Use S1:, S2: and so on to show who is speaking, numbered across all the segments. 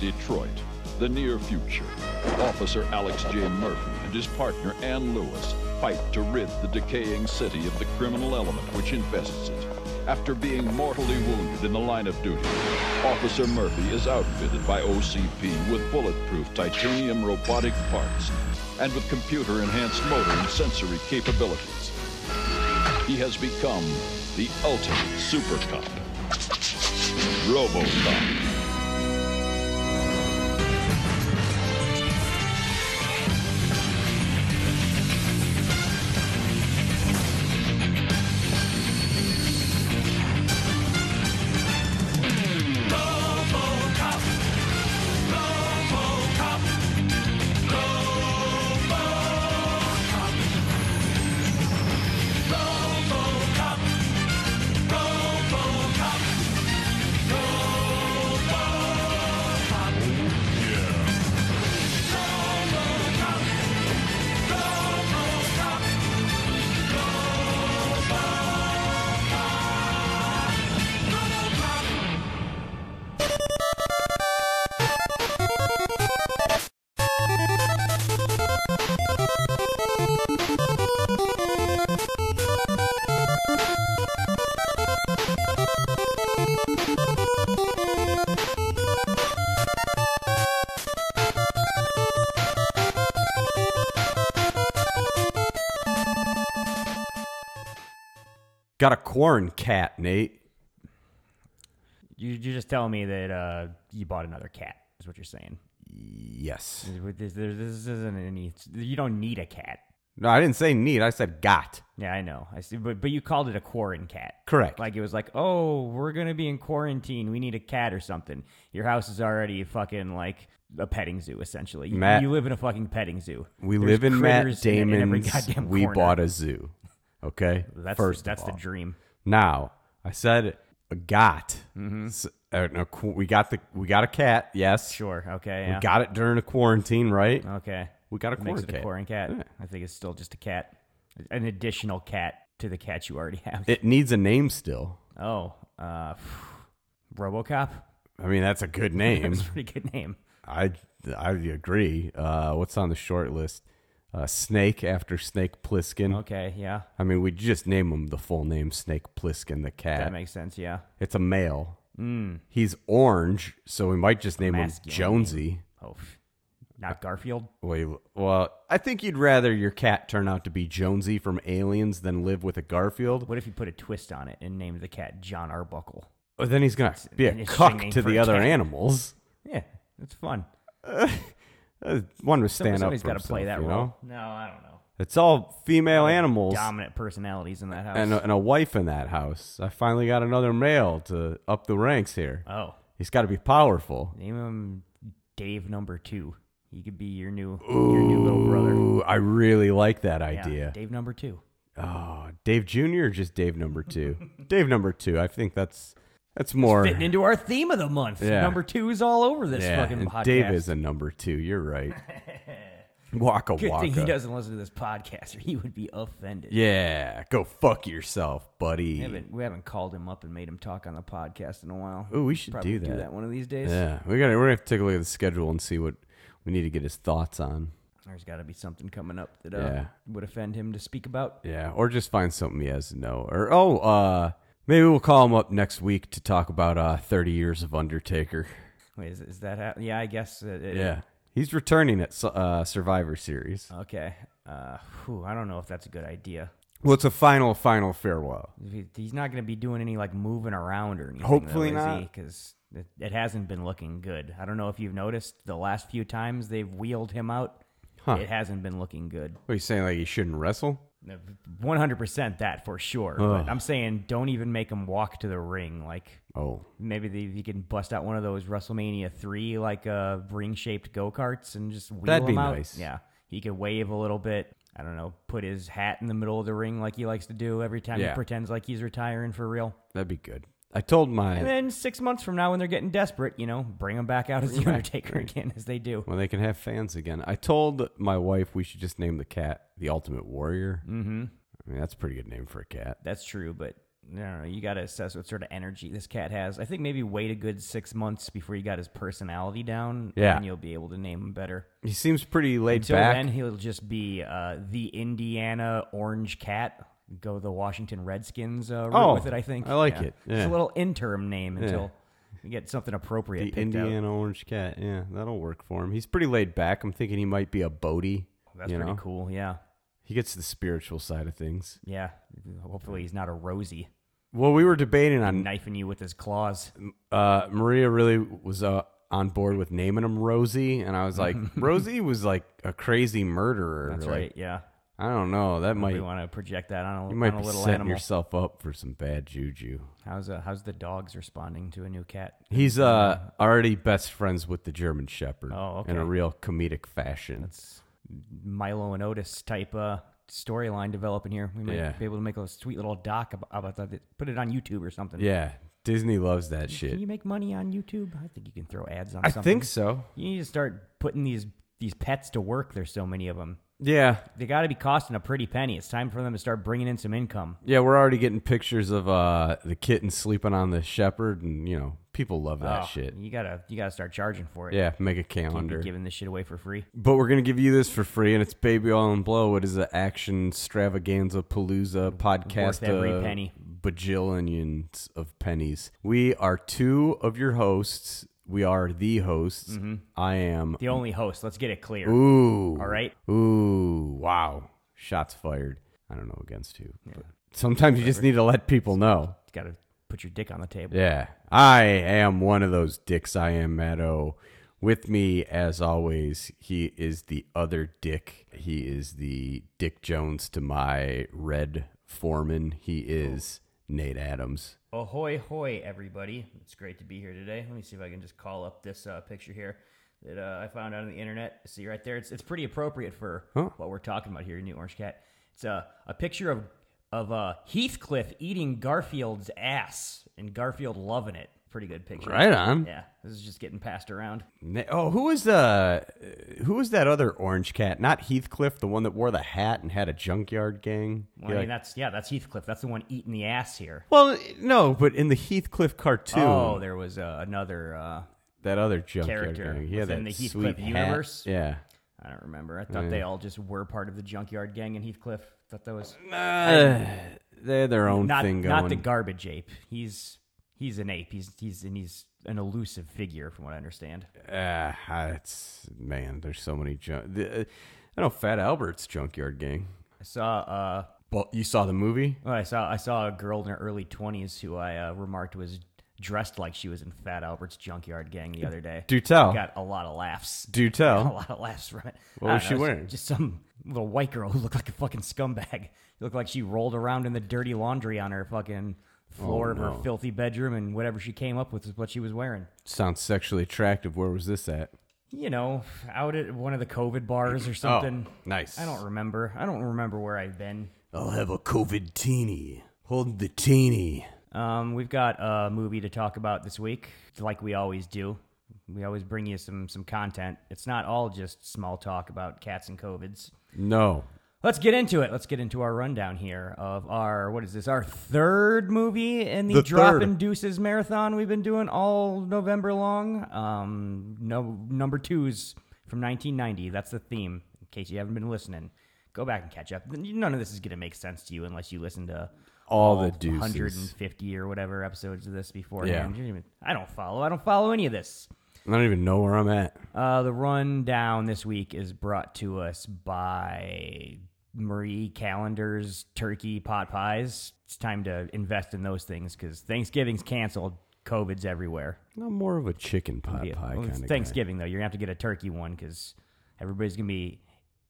S1: Detroit, the near future. Officer Alex J. Murphy and his partner Ann Lewis fight to rid the decaying city of the criminal element which infests it. After being mortally wounded in the line of duty, Officer Murphy is outfitted by OCP with bulletproof titanium robotic parts and with computer enhanced motor and sensory capabilities. He has become the ultimate super cop, RoboCop.
S2: Got a corn cat, Nate.
S3: You, you're just telling me that uh, you bought another cat, is what you're saying.
S2: Yes.
S3: This, there- this isn't any. You don't need a cat.
S2: No, I didn't say need. I said got.
S3: Yeah, I know. I see, but but you called it a quarantine cat.
S2: Correct.
S3: Like it was like, oh, we're gonna be in quarantine. We need a cat or something. Your house is already fucking like a petting zoo, essentially. You,
S2: Matt-
S3: you live in a fucking petting zoo.
S2: We
S3: There's
S2: live in Matt
S3: critters in it in every
S2: Damon's.
S3: goddamn
S2: we
S3: corner.
S2: bought a zoo. Okay.
S3: That's
S2: First, of
S3: that's
S2: all.
S3: the dream.
S2: Now I said a got.
S3: Mm-hmm.
S2: S- uh, no, qu- we got the we got a cat. Yes.
S3: Sure. Okay.
S2: We
S3: Yeah.
S2: got it during a quarantine, right?
S3: okay.
S2: we got a
S3: Makes
S2: corn
S3: it a
S2: cat.
S3: quarantine cat.
S2: Yeah.
S3: I think it's still just a cat, an additional cat to the cat you already have.
S2: It needs a name still.
S3: oh, uh, RoboCop.
S2: I mean, that's a good name.
S3: That's a pretty good name.
S2: I I agree. Uh, what's on the short list? Uh, Snake after Snake Pliskin.
S3: Okay. Yeah.
S2: I mean, we just name him the full name Snake Pliskin the cat.
S3: That makes sense. Yeah.
S2: it's a male. He's orange, so we might just name him
S3: masculine
S2: Jonesy.
S3: Oh, pff. not Garfield.
S2: Wait, well, I think you'd rather your cat turn out to be Jonesy from Aliens than live with a Garfield.
S3: What if you put a twist on it and named the cat John Arbuckle?
S2: Well, then he's gonna be a
S3: an interesting
S2: cuck
S3: name
S2: to
S3: for
S2: the
S3: a
S2: other
S3: cat.
S2: animals.
S3: Yeah, it's fun.
S2: Uh, one would stand
S3: Somebody's
S2: up.
S3: got to
S2: to
S3: play that
S2: you
S3: role.
S2: know?
S3: No, I don't know.
S2: It's all female animals.
S3: Dominant personalities in that house.
S2: and uh, a, and a wife in that house. I finally got another male to up the ranks here.
S3: oh,
S2: He's got to be powerful.
S3: name him Dave Number Two. He could be your new your new little brother.
S2: Ooh, I really like that
S3: Yeah,
S2: idea.
S3: Dave Number Two.
S2: oh, Dave Junior or just Dave number two? Dave number two. I think that's that's more.
S3: Fitting into our theme of the month.
S2: Yeah.
S3: Number two is all over this
S2: yeah,
S3: fucking
S2: and
S3: podcast.
S2: Dave is a number two. You're right. Waka
S3: Good
S2: waka.
S3: thing he doesn't listen to this podcast, or he would be offended.
S2: Yeah, go fuck yourself, buddy.
S3: We haven't, we haven't called him up and made him talk on the podcast in a while.
S2: Ooh, we should
S3: Probably
S2: do that.
S3: do that one of these days.
S2: yeah, we got. to We're gonna have to take a look at the schedule and see what we need to get his thoughts on.
S3: There's got to be something coming up that uh,
S2: Yeah.
S3: would offend him to speak about.
S2: Yeah, or just find something he has to know. Or oh, uh maybe we'll call him up next week to talk about uh 30 years of Undertaker.
S3: Wait, is, is that? hap yeah, I guess. It, it-
S2: Yeah. He's returning at Su- uh Survivor series.
S3: Okay. Uh, whew, I don't know if that's a good idea.
S2: Well, it's a final final farewell.
S3: He- He's not going to be doing any like moving around or anything.
S2: Hopefully not.
S3: because it, it hasn't been looking good. I don't know if you've noticed the last few times they've wheeled him out.
S2: Huh.
S3: It hasn't been looking good.
S2: What are you saying like he shouldn't wrestle?
S3: One hundred percent that for sure. But I'm saying don't even make him walk to the ring. Like
S2: Oh.
S3: Maybe they, you can bust out one of those WrestleMania three like uh, ring shaped go karts and just wheel
S2: That'd be
S3: him out.
S2: nice.
S3: Yeah, he could wave a little bit. I don't know. Put his hat in the middle of the ring like he likes to do every time
S2: Yeah.
S3: he pretends like he's retiring for real.
S2: That'd be good. I told
S3: And
S2: my
S3: then six months from now, when they're getting desperate, you know, bring him back out as the Undertaker again, as they do.
S2: when they can have fans again. I told my wife we should just name the cat the Ultimate Warrior. Mm-hmm. I mean, that's a pretty good name for a cat.
S3: That's true, but I don't know. You got to assess what sort of energy this cat has. I think maybe wait a good six months before you got his personality down.
S2: Yeah.
S3: And you'll be able to name him better.
S2: He seems pretty laid
S3: Till
S2: back.
S3: then, he'll just be uh, the Indiana Orange Cat. Go the Washington Redskins uh, route
S2: Oh,
S3: with it, I think.
S2: I like it.
S3: It's
S2: Yeah.
S3: a little interim name until you get something appropriate
S2: the
S3: picked out.
S2: Indiana orange cat. Yeah, that'll work for him. He's pretty laid back. I'm thinking he might be a Bodie.
S3: That's
S2: you
S3: pretty
S2: know?
S3: cool. Yeah.
S2: He gets the spiritual side of things.
S3: Yeah. Hopefully he's not a rosy
S2: Well, we were debating on
S3: knifing you with his claws.
S2: uh, Maria really was uh, on board with naming him Rosie, and I was like, Rosie was like a crazy murderer.
S3: That's
S2: like,
S3: right. Yeah.
S2: I don't know. That might
S3: We want to project that on a,
S2: you might
S3: on a
S2: be
S3: little
S2: setting
S3: animal.
S2: yourself up for some bad juju.
S3: How's uh, how's the dogs responding to a new cat?
S2: He's uh already best friends with the German Shepherd
S3: Oh,
S2: in a
S3: okay.
S2: real comedic fashion.
S3: It's Milo and Otis type uh, storyline developing here. We might
S2: Yeah.
S3: be able to make a sweet little doc ab- about that. Put it on YouTube or something.
S2: yeah, Disney loves that
S3: Can
S2: shit.
S3: you make money on YouTube? I think you can throw ads on
S2: I
S3: something.
S2: think so.
S3: You need to start putting these these pets to work. There's so many of them.
S2: Yeah,
S3: They got to be costing a pretty penny. It's time for them to start bringing in some income.
S2: yeah. We're already getting pictures of uh the kitten sleeping on the shepherd, and you know people love that
S3: Oh,
S2: Ah, shit.
S3: You gotta you gotta start charging for it.
S2: Yeah, make a
S3: Can't be
S2: calendar.
S3: giving this shit away for free.
S2: But we're gonna give you this for free, and it's Baby All in Blow. It is an action extravaganza palooza podcast.
S3: every
S2: of
S3: penny.
S2: bajillions of pennies. We are two of your hosts. We are the hosts. I am.
S3: Mm-hmm. The only host. Let's get it clear.
S2: Ooh.
S3: All right.
S2: Ooh. Wow. Shots fired. I don't know against who. But sometimes you just need to let people know.
S3: Gotta put your dick on the table.
S2: Yeah. I am one of those dicks. I am Matto. With me, as always, he is the other dick. He is the Dick Jones to my red foreman. He is Nate Adams.
S3: Ahoy, hoy, everybody. It's great to be here today. Let me see if I can just call up this uh, picture here that uh, I found on the internet. See right there? It's, it's pretty appropriate for
S2: Huh.
S3: what we're talking about here, New Orange Cat. It's uh, a picture of, of uh, Heathcliff eating Garfield's ass and Garfield loving it. Pretty good picture.
S2: Right on.
S3: Yeah, this is just getting passed around.
S2: Na- Oh, who was the who was that other orange cat? Not Heathcliff, the one that wore the hat and had a junkyard gang. He,
S3: Well, I
S2: like-
S3: mean, that's, yeah, that's Heathcliff. That's the one eating the ass here.
S2: well, no, but in the Heathcliff cartoon,
S3: Oh, there was uh, another. Uh,
S2: that other junkyard
S3: Character
S2: gang. He had
S3: within
S2: that
S3: the Heathcliff
S2: sweet hat.
S3: universe?
S2: Yeah,
S3: I don't remember. I thought they all just were part of the junkyard gang in Heathcliff. Thought that was
S2: Uh, they had their own
S3: not
S2: thing going.
S3: not the garbage ape. He's he's an ape. He's he's and he's an elusive figure, from what I understand.
S2: Ah, it's man. There's so many junk. The, uh, I know Fat Albert's junkyard gang.
S3: I saw uh,
S2: But you saw the movie?
S3: well, I saw I saw a girl in her early twenties who I uh, remarked was dressed like she was in Fat Albert's junkyard gang the other day.
S2: Do tell.
S3: Got a lot of laughs.
S2: Do
S3: a
S2: tell.
S3: lot of laughs from it.
S2: Oh. What
S3: I
S2: was
S3: don't
S2: she
S3: know,
S2: wearing?
S3: Just some little white girl who looked like a fucking scumbag. It looked like she rolled around in the dirty laundry on her fucking
S2: Oh,
S3: floor of her filthy bedroom, and whatever she came up with was what she was wearing.
S2: Sounds sexually attractive. Where was this at?
S3: You know, out at one of the COVID bars or something.
S2: Oh, nice.
S3: I don't remember. I don't remember where I've been.
S2: I'll have a COVID teeny. Hold the teeny.
S3: Um, we've got a movie to talk about this week, like we always do. We always bring you some some content. It's not all just small talk about cats and covids.
S2: No.
S3: Let's get into it. Let's get into our rundown here of our what is this? Our third movie in the,
S2: The
S3: Drop
S2: third.
S3: and Deuces marathon we've been doing all November long. Um, no number twos from 1990. That's the theme. In case you haven't been listening, go back and catch up. None of this is going to make sense to you unless you listen to
S2: All the
S3: Oh,
S2: deuces.
S3: 150 or whatever episodes of this
S2: Yeah.
S3: beforehand. You don't even- I don't follow. I don't follow any of this.
S2: I don't even know where I'm at.
S3: Uh, the rundown this week is brought to us by Marie Callender's turkey pot pies. It's time to invest in those things because Thanksgiving's canceled. COVID's everywhere.
S2: I'm more of a chicken pot
S3: Yeah,
S2: pie
S3: well, it's
S2: kind of
S3: Thanksgiving though, you're gonna have to get a turkey one because everybody's gonna be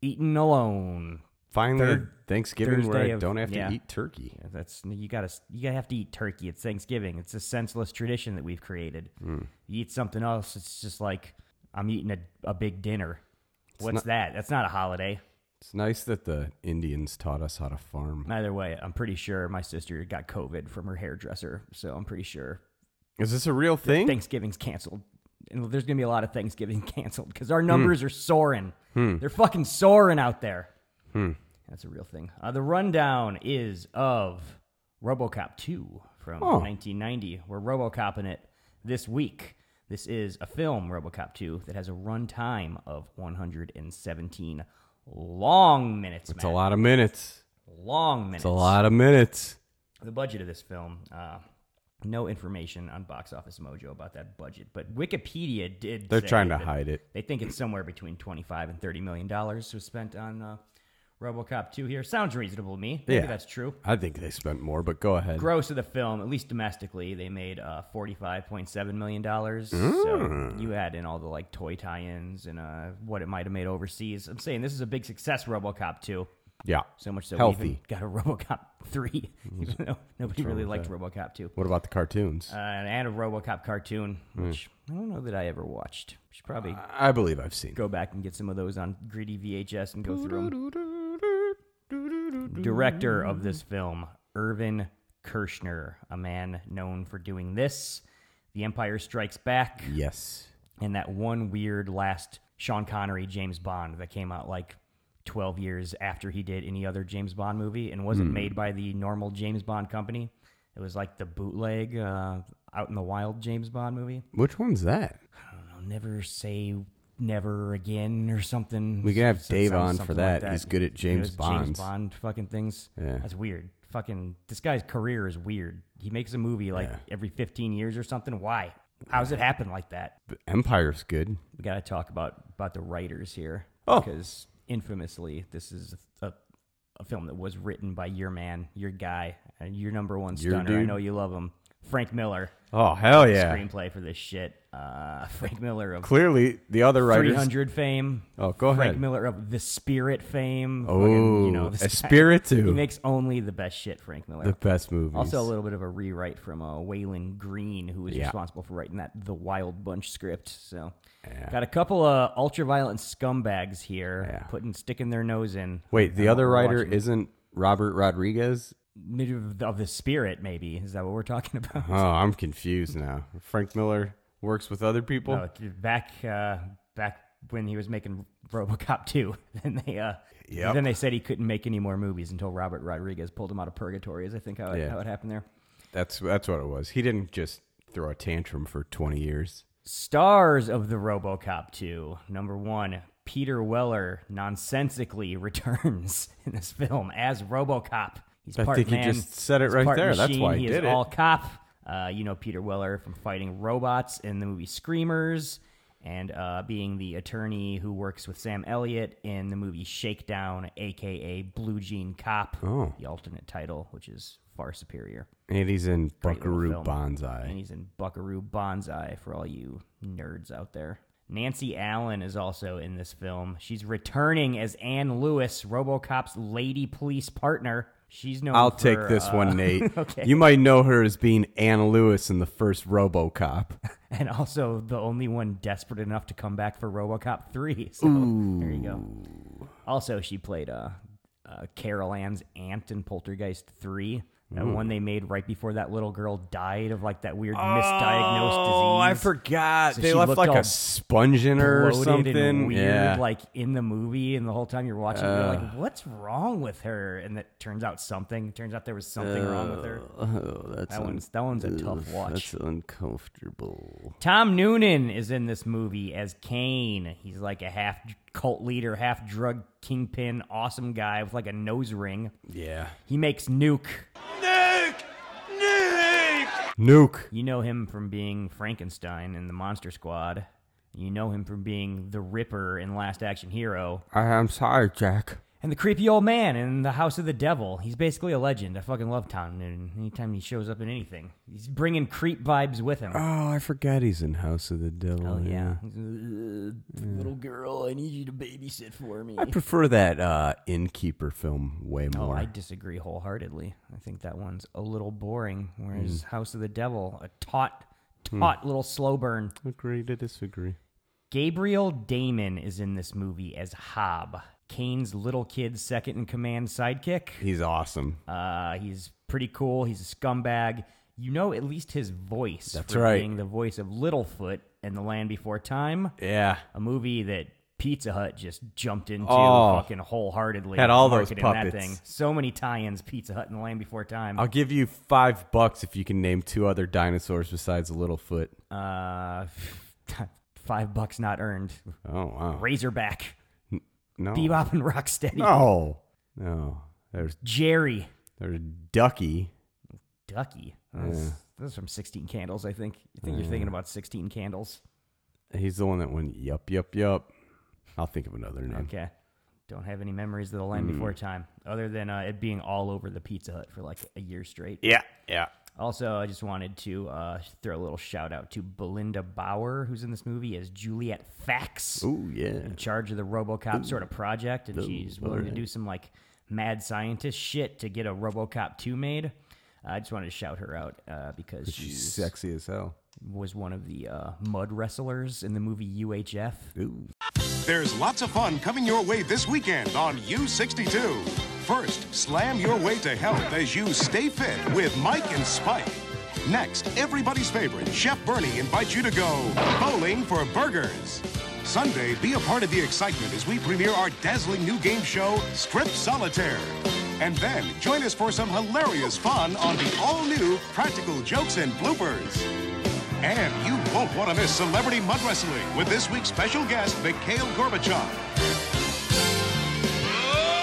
S3: eating alone.
S2: Finally,
S3: Third-
S2: Thanksgiving where I
S3: Thursday of-
S2: don't have to
S3: yeah.
S2: eat turkey.
S3: That's you gotta you gotta have to eat turkey. It's Thanksgiving. It's a senseless tradition that we've created.
S2: Hmm.
S3: You eat something else. It's just like I'm eating a, a big dinner. What's that? That's not a holiday.
S2: It's nice that the Indians taught us how to farm.
S3: Either way, I'm pretty sure my sister got COVID from her hairdresser, so I'm pretty sure
S2: Is this a real thing?
S3: Thanksgiving's canceled. And there's gonna be a lot of Thanksgiving canceled because our
S2: Hmm.
S3: numbers are soaring. They're fucking
S2: Hmm.
S3: soaring out there. That's a real thing. Uh, the rundown is of RoboCop 2 from
S2: Oh.
S3: 1990. We're RoboCopping it this week. This is a film, RoboCop 2, that has a runtime of 117 long minutes.
S2: It's
S3: Matt.
S2: a lot of minutes.
S3: Long minutes.
S2: It's a lot of minutes.
S3: The budget of this film. Uh, no information on Box Office Mojo about that budget, but Wikipedia did.
S2: They're
S3: say
S2: trying to
S3: that
S2: hide it.
S3: They think it's somewhere between 25 and 30 million dollars was spent on uh, RoboCop 2 here. Sounds reasonable to me. Maybe
S2: Yeah.
S3: that's true.
S2: I think they spent more, but go ahead.
S3: Gross of the film, at least domestically, they made uh, 45.7 million dollars. So
S2: Mm.
S3: you add in all the like toy tie-ins and uh, what it might have made overseas. I'm saying this is a big success. RoboCop 2.
S2: yeah.
S3: So much so we even
S2: Healthy.
S3: got a RoboCop 3. even though nobody really liked RoboCop 2.
S2: What about the cartoons?
S3: Uh, and a RoboCop cartoon, which I don't know that I ever watched. Should probably
S2: I believe I've seen.
S3: go back and get some of those on greedy VHS and go through them. Director of this film, Irvin Kershner, a man known for doing this, The Empire Strikes Back,
S2: Yes.
S3: and that one weird last Sean Connery James Bond that came out like 12 years after he did any other James Bond movie and
S2: Hmm.
S3: wasn't made by the normal James Bond company. It was like the bootleg uh, out in the wild James Bond movie.
S2: Which one's that?
S3: I don't know, never say never again or something.
S2: We can have
S3: So-
S2: Dave
S3: some-
S2: on for
S3: something
S2: that. He's good at
S3: He knows
S2: James Bonds.
S3: James Bond fucking things.
S2: Yeah.
S3: That's weird. Fucking this guy's career is weird. He makes a movie like
S2: Yeah.
S3: every 15 years or something. Why? How's it happen like that?
S2: Empire's good.
S3: We got to talk about about the writers here
S2: Oh.
S3: because infamously this is a, a film that was written by your man, your guy, and your number one
S2: Your
S3: stunner. I
S2: dude.
S3: know you love him. Frank Miller
S2: Oh hell yeah!
S3: screenplay for this shit. Uh, Frank Miller of
S2: Clearly, the other
S3: Three
S2: writers.
S3: hundred fame.
S2: Oh, go
S3: Frank
S2: ahead.
S3: Miller of the Spirit fame.
S2: Oh,
S3: Fucking, you know, this guy- He
S2: Espiritu,
S3: makes only the best shit, Frank Miller.
S2: the best movies.
S3: also, a little bit of a rewrite from uh, Waylon Green, who was
S2: Yeah.
S3: responsible for writing that The Wild Bunch script. So, got a couple of ultraviolent scumbags here
S2: Yeah.
S3: putting sticking their nose in.
S2: wait, the
S3: Uh,
S2: other
S3: we're
S2: writer
S3: watching-
S2: isn't Robert Rodriguez.
S3: Mid- of the Spirit. Maybe is that what we're talking about?
S2: Oh, I'm confused now. Frank Miller works with other people.
S3: No, it's back uh, back when he was making RoboCop two, then they uh,
S2: Yep.
S3: then they said he couldn't make any more movies until Robert Rodriguez pulled him out of purgatory. Is I think how, it-
S2: Yeah.
S3: how it happened there.
S2: That's that's what it was. He didn't just throw a tantrum for 20 years.
S3: Stars of the RoboCop two. Number one, Peter Weller nonsensically returns in this film as RoboCop. He's
S2: I
S3: part
S2: think he
S3: man,
S2: just said it
S3: he's
S2: right
S3: part
S2: there. That's
S3: machine,
S2: why I
S3: he is
S2: did it.
S3: all cop. Uh, you know Peter Weller from fighting robots in the movie Screamers, and uh, being the attorney who works with Sam Elliott in the movie Shakedown, aka Blue Jean Cop,
S2: Oh.
S3: the alternate title, which is far superior.
S2: And he's in
S3: Great little
S2: Buckaroo
S3: film. And
S2: Banzai.
S3: he's in Buckaroo Banzai for all you nerds out there. Nancy Allen is also in this film. She's returning as Anne Lewis, RoboCop's lady police partner. She's known.
S2: I'll
S3: for,
S2: take this
S3: uh,
S2: one, Nate.
S3: okay.
S2: You might know her as being Anna Lewis in the first RoboCop.
S3: and also the only one desperate enough to come back for RoboCop three. So there you go. Also, she played uh, uh, Carol Ann's aunt in Poltergeist three. That one they made right before that little girl died of like that weird
S2: Oh,
S3: misdiagnosed disease.
S2: forgot.
S3: So
S2: they
S3: she
S2: left
S3: looked
S2: like
S3: all
S2: a sponge in her or
S3: bloated
S2: something.
S3: and weird,
S2: yeah. Uh.
S3: like in the movie, and the whole time you're watching, you're like, "What's wrong with her?" And that turns out something. Turns out there was something wrong with her.
S2: oh, that's
S3: That one's that one's a tough watch.
S2: uncomfortable.
S3: Tom Noonan is in this movie as Kane. He's like a half cult leader, half drug kingpin, awesome guy with like a nose ring.
S2: Yeah.
S3: He makes Nuke.
S2: Nuke.
S3: You know him from being Frankenstein in the Monster Squad. You know him from being the Ripper in Last Action Hero.
S2: I am sorry, Jack.
S3: And the creepy old man in the House of the Devil. He's basically a legend. I fucking love Tom Noonan. Anytime he shows up in anything, he's bringing creep vibes with him.
S2: Oh, I forgot he's in House of the Devil.
S3: Oh yeah, uh, little girl, I need you to babysit for me.
S2: I prefer that uh, innkeeper film way
S3: Oh,
S2: more.
S3: I disagree wholeheartedly. I think that one's a little boring.
S2: Mm.
S3: Whereas House of the Devil, a taut, taut little slow burn.
S2: agree to disagree.
S3: Gabriel Damon is in this movie as Hob, Kane's little kid second in command sidekick.
S2: He's awesome.
S3: Uh, he's pretty cool. He's a scumbag. You know at least his voice.
S2: That's
S3: for
S2: right.
S3: Being the voice of Littlefoot in The Land Before Time,
S2: Yeah.
S3: a movie that Pizza Hut just jumped into
S2: Oh.
S3: fucking wholeheartedly.
S2: Had all those
S3: marketing that
S2: puppets.
S3: thing. So many tie-ins. Pizza Hut and the Land Before Time.
S2: I'll give you five bucks if you can name two other dinosaurs besides Littlefoot.
S3: Uh, five bucks not earned.
S2: Oh wow.
S3: Razorback,
S2: No.
S3: Bebop and Rocksteady.
S2: No. No. There's
S3: Jerry,
S2: there's Ducky.
S3: Ducky. That's, that's from Sixteen Candles, I think. I think you're thinking about Sixteen Candles.
S2: He's the one that went yup yup yup. I'll think of another name.
S3: Okay. Don't have any memories of the
S2: Mm.
S3: land before time, other than uh, it being all over the Pizza Hut for like a year straight.
S2: Yeah. Yeah.
S3: Also, I just wanted to uh, throw a little shout out to Belinda Bauer, who's in this movie as Juliet Fax.
S2: Ooh yeah.
S3: in charge of the RoboCop sort of project, and she's willing to
S2: alright.
S3: do some like mad scientist shit to get a RoboCop two made. I just wanted to shout her out uh, because she
S2: She's sexy as hell.
S3: was one of the uh, mud wrestlers in the movie UHF.
S2: Ooh.
S4: There's lots of fun coming your way this weekend on U62. First, slam your way to health as you stay fit with Mike and Spike. Next, everybody's favorite, Chef Bernie invites you to go bowling for burgers. Sunday, be a part of the excitement as we premiere our dazzling new game show, Strip Solitaire. And then join us for some hilarious fun on the all new Practical Jokes and Bloopers. And you won't want to miss Celebrity Mud Wrestling with this week's special guest, Mikhail Gorbachev.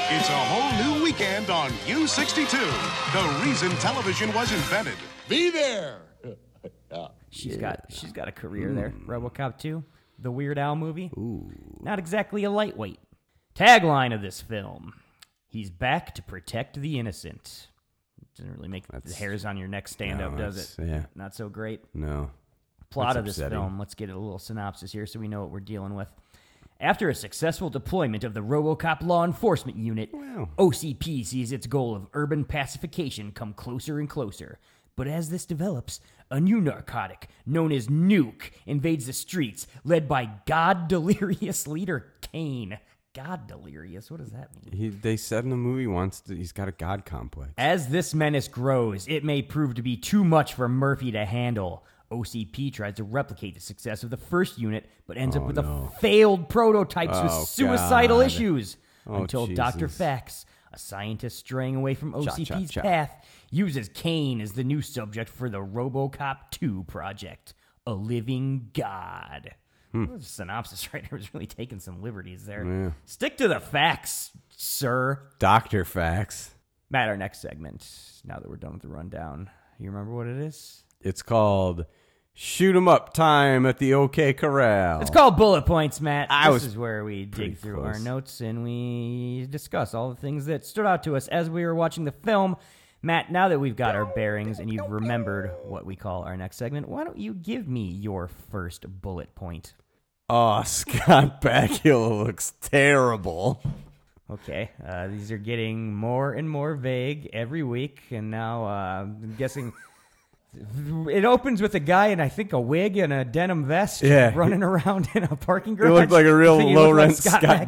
S4: It's a whole new weekend on U62, the reason television was invented.
S5: Be there.
S3: She's got she's got a career there.
S2: Hmm.
S3: RoboCop two, the Weird Al movie. Ooh. Not exactly a lightweight. Tagline of this film: He's back to protect the innocent. Doesn't really make the hairs on your neck stand
S2: No,
S3: up, does
S2: that's-
S3: it?
S2: yeah.
S3: Not so great.
S2: No.
S3: plot
S2: That's
S3: of this
S2: upsetting.
S3: film. Let's get a little synopsis here so we know what we're dealing with. After a successful deployment of the RoboCop law enforcement unit, OCP sees its goal of urban pacification come closer and closer. But as this develops, a new narcotic known as Nuke invades the streets, led by God Delirious leader Kane. God Delirious, what does that mean?
S2: He, they said in the movie once that he's got a god complex.
S3: As this menace grows, it may prove to be too much for Murphy to handle. OCP tries to replicate the success of the first unit, but ends up with
S2: Oh, no.
S3: a failed prototypes with
S2: Oh,
S3: suicidal
S2: God.
S3: issues.
S2: Oh,
S3: until Dr.
S2: Jesus.
S3: Fax, a scientist straying away from OCP's
S2: cha.
S3: path, uses Kane as the new subject for the Robocop 2 project. A living god.
S2: Hmm.
S3: The synopsis writer was really taking some liberties there. Stick to the facts, sir.
S2: Doctor Facts.
S3: Matt, our next segment, now that we're done with the rundown, you remember what it is?
S2: It's called Shoot 'em Up Time at the OK Corral.
S3: It's called Bullet Points, Matt.
S2: I
S3: this
S2: was
S3: is where we
S2: pretty
S3: dig through our
S2: close.
S3: notes and we discuss all the things that stood out to us as we were watching the film. Matt, now that we've got our bearings and you've remembered what we call our next segment, why don't you give me your first bullet point?
S2: Oh, Scott Bakula looks terrible.
S3: Okay, uh, these are getting more and more vague every week, and now uh, I'm guessing it opens with a guy in I think a wig and a denim vest,
S2: Yeah.
S3: running around in a parking
S2: It
S3: garage.
S2: looked like a real
S3: You think he
S2: low
S3: looked like
S2: rent Scott,
S3: Bakula?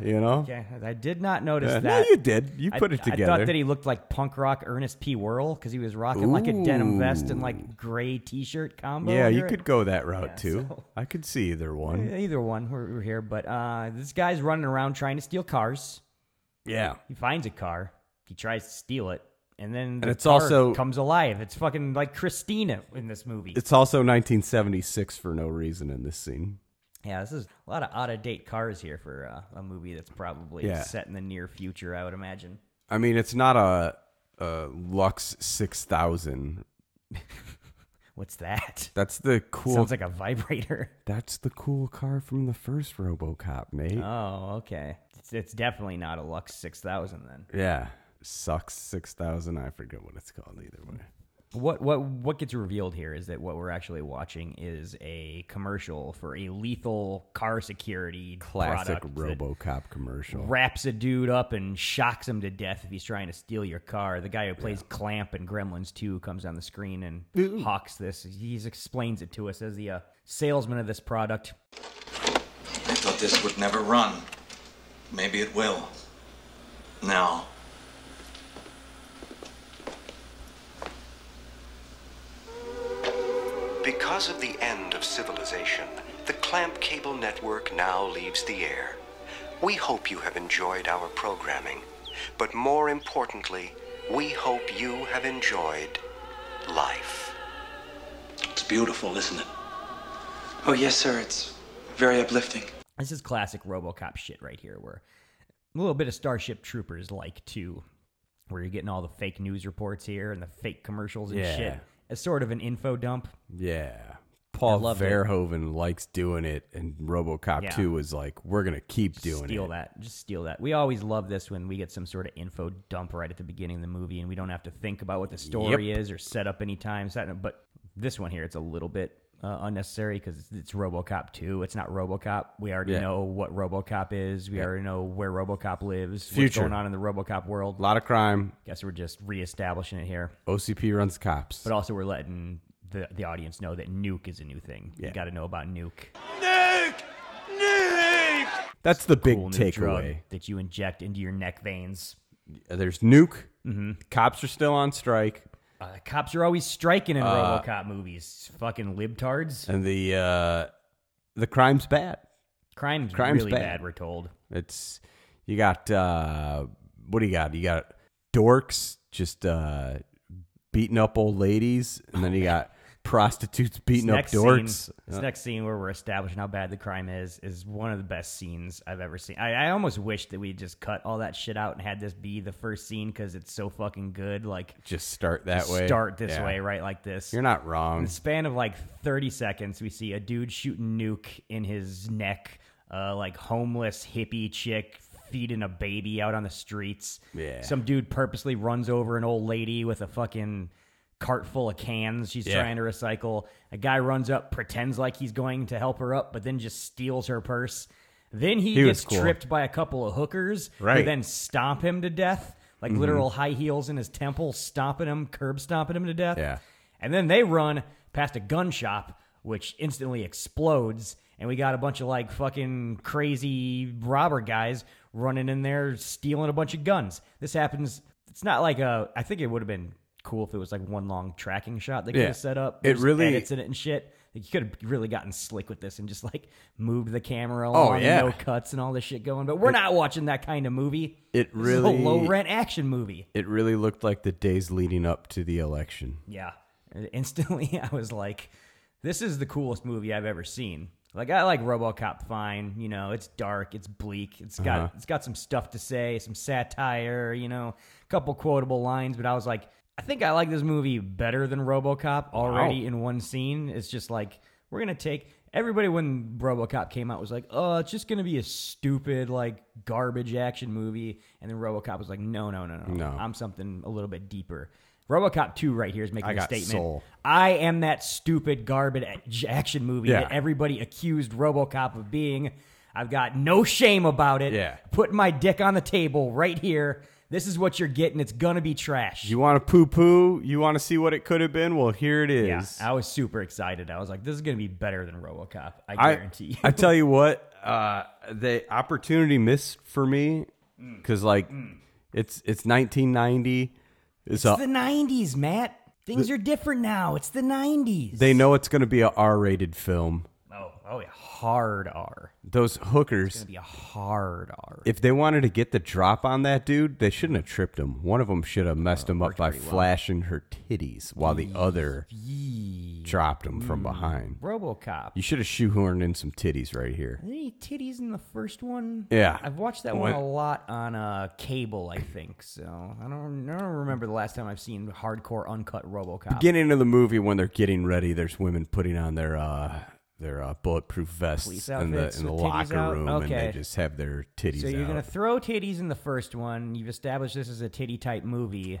S2: Bakula, you know?
S3: Okay, I did not notice
S2: Yeah. No,
S3: that.
S2: you did. You
S3: I-
S2: put it
S3: I
S2: together.
S3: thought that he looked like punk rock Ernest P. Whirl because he was rocking like a denim vest and like gray t-shirt combo.
S2: Yeah, you
S3: here.
S2: could go that route too.
S3: so-
S2: I could see either one.
S3: Yeah, Either one, we're, we're here, but uh, this guy's running around trying to steal cars.
S2: Yeah.
S3: He finds a car. He tries to steal it, and then the
S2: And it's
S3: car
S2: also-
S3: comes alive. It's fucking like Christina in this movie.
S2: It's also 1976 for no reason in this scene.
S3: yeah, this is a lot of out of date cars here for uh, a movie that's probably
S2: Yeah.
S3: set in the near future. I would imagine.
S2: I mean, it's not a, a Lux 6000.
S3: What's that?
S2: That's the cool
S3: Sounds like a vibrator.
S2: That's the cool car from the first RoboCop, mate.
S3: Oh, okay. It's, it's definitely not a Lux six thousand then.
S2: yeah. Sucks 6000. I forget what it's called either way.
S3: What what what gets revealed here is that what we're actually watching is a commercial for a lethal car security
S2: Classic
S3: product that-
S2: RoboCop commercial.
S3: wraps a dude up and shocks him to death if he's trying to steal your car. The guy who plays Clamp in Gremlins 2 comes on the screen and hawks this. He explains it to us as the uh, salesman of this product.
S6: I thought this would never run. Maybe it will. Now.
S7: Because of the end of civilization, the
S5: Clamp Cable Network now leaves the air. We hope you have enjoyed our programming, but more importantly, we hope you have enjoyed life.
S6: It's beautiful, isn't it? Oh, yes, sir. It's very uplifting.
S3: This is classic RoboCop shit right here, where a little bit of Starship Troopers like too, where you're getting all the fake news reports here and the fake commercials and
S2: Yeah.
S3: shit. It's sort of an info dump.
S2: Yeah. Paul
S3: loved it.
S2: Verhoeven likes doing it, and RoboCop
S3: Yeah.
S2: 2 is like, we're going to keep doing
S3: steal
S2: it.
S3: that. Just steal that. We always love this when we get some sort of info dump right at the beginning of the movie, and we don't have to think about what the story is or set up any time. so that- But this one here, it's a little bit uh, unnecessary because it's, it's RoboCop two. It's not RoboCop. We already
S2: Yeah.
S3: know what RoboCop is. We already know where RoboCop lives. What's
S2: Future.
S3: going on in the RoboCop
S2: A
S3: world?
S2: lot of crime.
S3: Guess we're just reestablishing it here,
S2: OCP runs cops.
S3: but also we're letting the the audience know that Nuke is a new thing. You
S2: Yeah.
S3: got to know about Nuke.
S2: That's the big
S3: Cool new drug
S2: takeaway.
S3: that you inject into your neck veins.
S2: Uh, There's Nuke.
S3: Mm-hmm.
S2: Cops are still on strike.
S3: Uh, cops are always striking in
S2: Uh,
S3: RoboCop movies. Fucking libtards.
S2: And the uh, the crime's bad.
S3: Crime's,
S2: crime's
S3: really
S2: bad.
S3: bad. We're told.
S2: It's you got uh, what do you got? You got dorks just uh, beating up old ladies, and then you got prostitutes
S3: Oh, This
S2: beating up
S3: next
S2: dorks.
S3: Scene, this next scene where we're establishing how bad the crime is is one of the best scenes I've ever seen. I, I almost wish that we just cut all that shit out and had this be the first scene because it's so fucking good. Like
S2: Just start that way.
S3: start this
S2: Yeah.
S3: way, right? Like this.
S2: You're not
S3: In
S2: wrong.
S3: the span of like 30 seconds, we see a dude shooting nuke in his neck, uh, like homeless hippie chick feeding a baby out on the streets.
S2: Yeah.
S3: Some dude purposely runs over an old lady with a fucking cart full of cans she's
S2: Yeah.
S3: trying to recycle. A guy runs up, pretends like he's going to help her up, but then just steals her purse. Then he,
S2: He was
S3: gets
S2: cool.
S3: tripped by a couple of hookers
S2: Right.
S3: who then stomp him to death, like
S2: Mm-hmm.
S3: literal high heels in his temple, stomping him, curb stomping him to death.
S2: Yeah.
S3: And then they run past a gun shop, which instantly explodes. And we got a bunch of like fucking crazy robber guys running in there, stealing a bunch of guns. This happens. It's not like a. I think it would have been cool if it was like one long tracking shot they could
S2: Yeah.
S3: have set up.
S2: It
S3: There's
S2: really-
S3: edits in it and shit. Like you could have really gotten slick with this and just like moved the camera
S2: Oh,
S3: along, and
S2: yeah.
S3: no cuts and all this shit going. But we're not watching that kind of movie.
S2: It
S3: This is a
S2: really-
S3: low rent action movie.
S2: It really looked like the days leading up to the election.
S3: Yeah. And Instantly, I was like, this is the coolest movie I've ever seen. Like I like RoboCop fine, you know, it's dark, it's bleak, it's got it's got some stuff to say, some satire, you know, a couple quotable lines, but I was like, I think I like this movie better than RoboCop already in one scene. It's just like we're going to take everybody when RoboCop came out was like, "Oh, it's just going to be a stupid like garbage action movie." And then RoboCop was like, "No, no, no, no.
S2: No.
S3: I'm something a little bit deeper." RoboCop 2 right here is making
S2: I
S3: a
S2: got
S3: statement.
S2: soul.
S3: I am that stupid garbage a- action movie
S2: Yeah.
S3: that everybody accused RoboCop of being. I've got no shame about it.
S2: Yeah.
S3: Putting my dick on the table right here. This is what you're getting. It's going to be trash.
S2: You want to poo poo? You want to see what it could have been? Well, here it is.
S3: yeah, I was super excited. I was like, this is going to be better than RoboCop. I
S2: I
S3: guarantee you.
S2: I tell you what, uh, the opportunity missed for me
S3: Mm.
S2: because like it's it's 1990. It's, a,
S3: it's the 90s, Matt. Things are different now. It's the 90s.
S2: they know it's going to be a R-rated film.
S3: Oh, oh yeah. Hard R.
S2: Those hookers,
S3: It'd be a hard R.
S2: if they wanted to get the drop on that dude, they shouldn't have tripped him. One of them should have
S3: Uh,
S2: messed him up by flashing her titties, while the other dropped him
S3: mm.
S2: from behind.
S3: RoboCop.
S2: You should have shoehorned in some titties right here.
S3: Are there any titties in the first one?
S2: Yeah.
S3: I've watched that
S2: When-
S3: one a lot on uh, cable, I think. So I don't, I don't remember the last time I've seen hardcore uncut RoboCop.
S2: beginning of the movie when they're getting ready, there's women putting on their uh their uh, bulletproof vests
S3: Police
S2: in the
S3: outfits
S2: in the
S3: with titties
S2: locker
S3: out?
S2: room,
S3: Okay.
S2: and they just have their titties
S3: so you're
S2: out.
S3: gonna throw titties in the first one. You've established this is a titty type movie.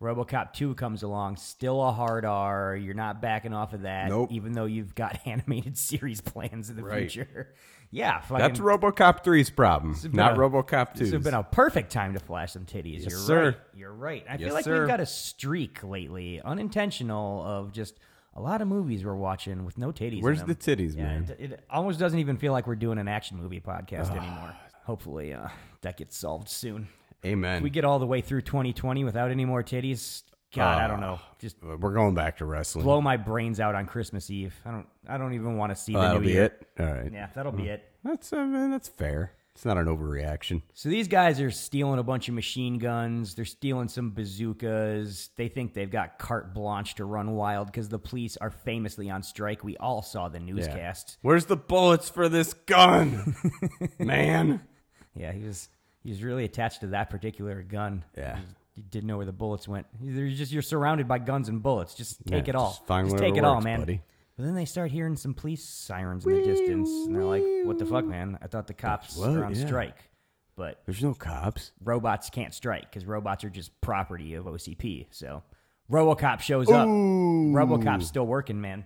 S3: RoboCop 2 comes along, still a hard R. You're not backing off of that,
S2: Nope.
S3: even though you've got animated series plans in the
S2: Right.
S3: future. Yeah, fucking,
S2: That's RoboCop 3's problem,
S3: This has been
S2: not
S3: a-
S2: RoboCop 2.
S3: This has been a perfect time to flash some titties.
S2: Yes,
S3: You're
S2: sir.
S3: right. You're right. I
S2: Yes,
S3: feel like
S2: sir.
S3: we've got a streak lately, unintentional, of just a lot of movies we're watching with no titties. in
S2: Where's
S3: them.
S2: the titties,
S3: Yeah,
S2: man? Ah.
S3: It, it almost doesn't even feel like we're doing an action movie podcast anymore. Hopefully, uh, that gets solved soon.
S2: Amen.
S3: If we get all the way through 2020 without any more titties. God, I don't know.
S2: Ah.
S3: Just
S2: We're going back to wrestling.
S3: blow my brains out on Christmas Eve. I don't. I don't even want to see
S2: Oh,
S3: the
S2: that'll
S3: new
S2: be
S3: year.
S2: it. All right.
S3: Yeah, that'll be it.
S2: That's uh, man, that's fair. It's not an overreaction.
S3: So these guys are stealing a bunch of machine guns. They're stealing some bazookas. They think they've got carte blanche to run wild because the police are famously on strike. We all saw the
S2: Yeah.
S3: newscast.
S2: Where's the bullets for this gun, man?
S3: Yeah, he was he was really attached to that particular gun.
S2: Yeah.
S3: He didn't know where the bullets went. You're just you're surrounded by guns and bullets. Just take
S2: Yeah,
S3: it all.
S2: just find
S3: take
S2: whatever
S3: it all,
S2: works,
S3: man.
S2: buddy.
S3: But then they start hearing some police sirens in the distance, and they're like, "What the fuck, man? I thought the cops
S2: What?
S3: were on
S2: Yeah.
S3: strike." But
S2: There's no cops.
S3: robots can't strike because robots are just property of OCP. So RoboCop shows up. RoboCop's still working, man.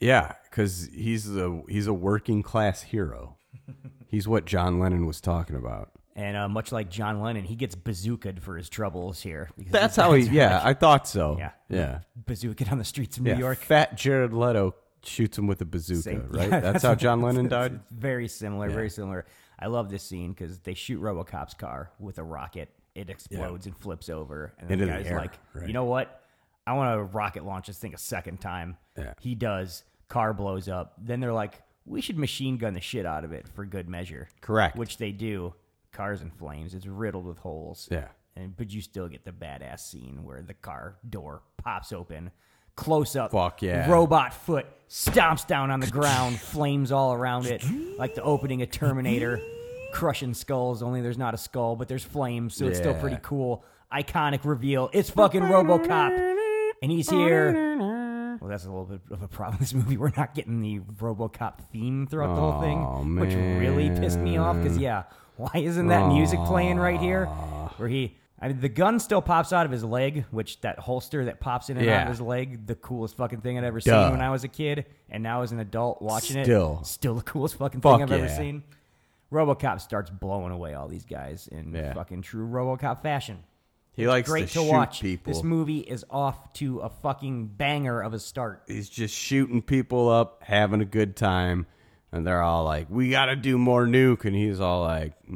S2: Yeah, because he's a he's a working class hero. he's what John Lennon was talking about.
S3: And uh, much like John Lennon, he gets bazookaed for his troubles here. because
S2: That's
S3: these
S2: how he.
S3: guys are,
S2: Yeah,
S3: like,
S2: I thought so.
S3: Yeah.
S2: yeah,
S3: bazookaed on the streets of
S2: yeah.
S3: New York.
S2: Fat Jared Leto shoots him with a bazooka.
S3: Same-
S2: Right.
S3: yeah,
S2: that's, how John Lennon
S3: It's-
S2: died.
S3: it's very similar, very similar. I love this scene because they shoot RoboCop's car with a rocket. It explodes and flips over, and then
S2: Into
S3: the
S2: the
S3: guy's
S2: air,
S3: like,
S2: right.
S3: "You know what? I want to rocket launch this thing a second time."
S2: Yeah.
S3: He does. Car blows up. Then they're like, "We should machine gun the shit out of it for good measure."
S2: Correct.
S3: Which they do. Car's in flames. It's riddled with holes.
S2: Yeah.
S3: And but you still get the badass scene where the car door pops open, close up.
S2: Fuck yeah.
S3: Robot foot stomps down on the ground, flames all around it, like the opening of Terminator, crushing skulls. Only there's not a skull, but there's flames, so it's still
S2: Yeah.
S3: pretty cool. Iconic reveal. It's fucking RoboCop, and he's here. Well, that's a little bit of a problem. This movie, we're not getting the RoboCop theme throughout the whole thing,
S2: Aw,
S3: which really pissed me off. Because yeah, why isn't that music playing right here? Where he, I mean, the gun still pops out of his leg, which that holster that pops in and out
S2: Yeah.
S3: of his leg, the coolest fucking thing I'd ever
S2: Duh.
S3: seen when I was a kid, and now as an adult watching
S2: Still.
S3: it, still the coolest fucking
S2: Fuck
S3: thing I've ever
S2: yeah.
S3: seen. RoboCop starts blowing away all these guys in
S2: Yeah.
S3: fucking true RoboCop fashion.
S2: He likes
S3: Great to,
S2: shoot
S3: watch.
S2: people.
S3: This movie is off to a fucking banger of a start.
S2: he's just shooting people up, having a good time, and they're all like, "We got to do more nuke," and he's all like, mm,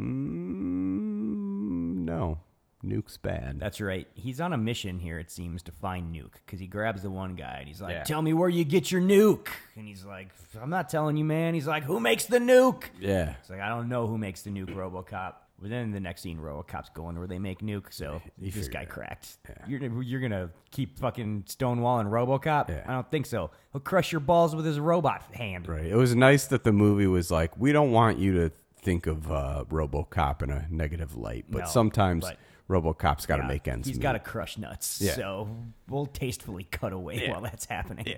S2: "No, nuke's bad."
S3: That's right. He's on a mission here, it seems, to find Nuke because he grabs the one guy and he's like,
S2: Yeah.
S3: Tell me where you get your nuke. And he's like, I'm not telling you, man. He's like, Who makes the nuke?
S2: yeah,
S3: It's like, I don't know who makes the nuke, Robocop. But then the next scene, Robocop's going to where they make nuke, so this guy cracked. You're, you're going to keep fucking stonewalling Robocop?
S2: Yeah.
S3: I don't think so. He'll crush your balls with his robot hand.
S2: right. It was nice that the movie was like, "We don't want you to think of uh, RoboCop in a negative light," but
S3: No,
S2: sometimes
S3: but-
S2: RoboCop's got to
S3: Yeah,
S2: make ends.
S3: He's
S2: meet.
S3: got to crush nuts,
S2: Yeah.
S3: so we'll tastefully cut away while that's happening.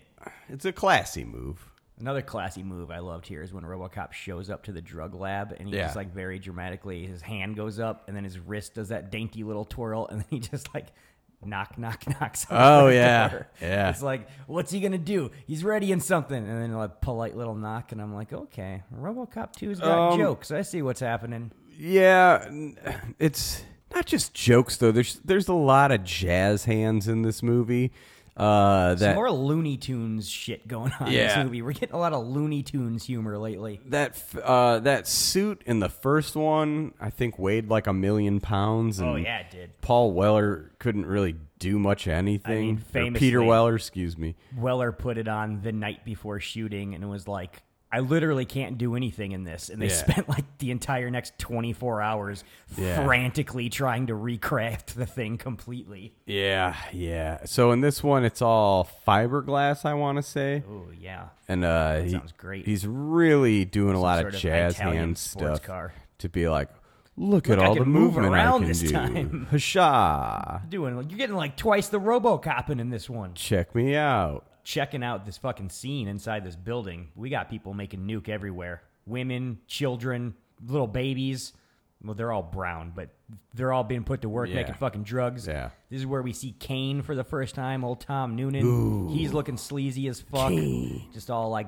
S2: It's a classy move.
S3: Another classy move I loved here is when RoboCop shows up to the drug lab and he
S2: Yeah.
S3: just like very dramatically his hand goes up and then his wrist does that dainty little twirl and then he just like knock knock knocks. on
S2: Oh,
S3: the
S2: yeah.
S3: door.
S2: Yeah.
S3: It's like what's he gonna do? He's readying something and then like polite little knock and I'm like okay, RoboCop two's got
S2: Um,
S3: jokes. I see what's happening.
S2: Yeah, n- it's not just jokes though. There's there's a lot of jazz hands in this movie. Uh,
S3: Some
S2: that
S3: more Looney Tunes shit going on in
S2: Yeah.
S3: this movie. We're getting a lot of Looney Tunes humor lately.
S2: that f- uh, that suit in the first one, I think weighed like a million pounds. And
S3: Oh yeah, it did.
S2: Paul Weller couldn't really do much of anything.
S3: mean,
S2: Or Peter
S3: famously-
S2: Weller, excuse me.
S3: Weller put it on the night before shooting and was like, I literally can't do anything in this. And they
S2: Yeah.
S3: spent like the entire next 24 hours
S2: Yeah.
S3: frantically trying to recraft the thing completely.
S2: Yeah, yeah. So in this one, it's all fiberglass. I want to say,
S3: Oh, yeah.
S2: and uh, he-
S3: sounds great.
S2: He's really doing a lot
S3: sort
S2: of
S3: of
S2: jazz
S3: Italian
S2: hand
S3: sports
S2: stuff
S3: car.
S2: to be like, look, at
S3: I
S2: all
S3: can
S2: the
S3: move
S2: movement
S3: around
S2: I can
S3: this
S2: do.
S3: time."
S2: Hasha,
S3: Doing like, you're getting like twice the Robocopping in this one.
S2: check me out.
S3: Checking out this fucking scene inside this building. We got people making nuke everywhere women, children, little babies. Well, they're all brown, but they're all being put to work
S2: Yeah.
S3: making fucking drugs.
S2: Yeah.
S3: This is where we see Kane for the first time. Old Tom Noonan. He's looking sleazy as fuck. Just all like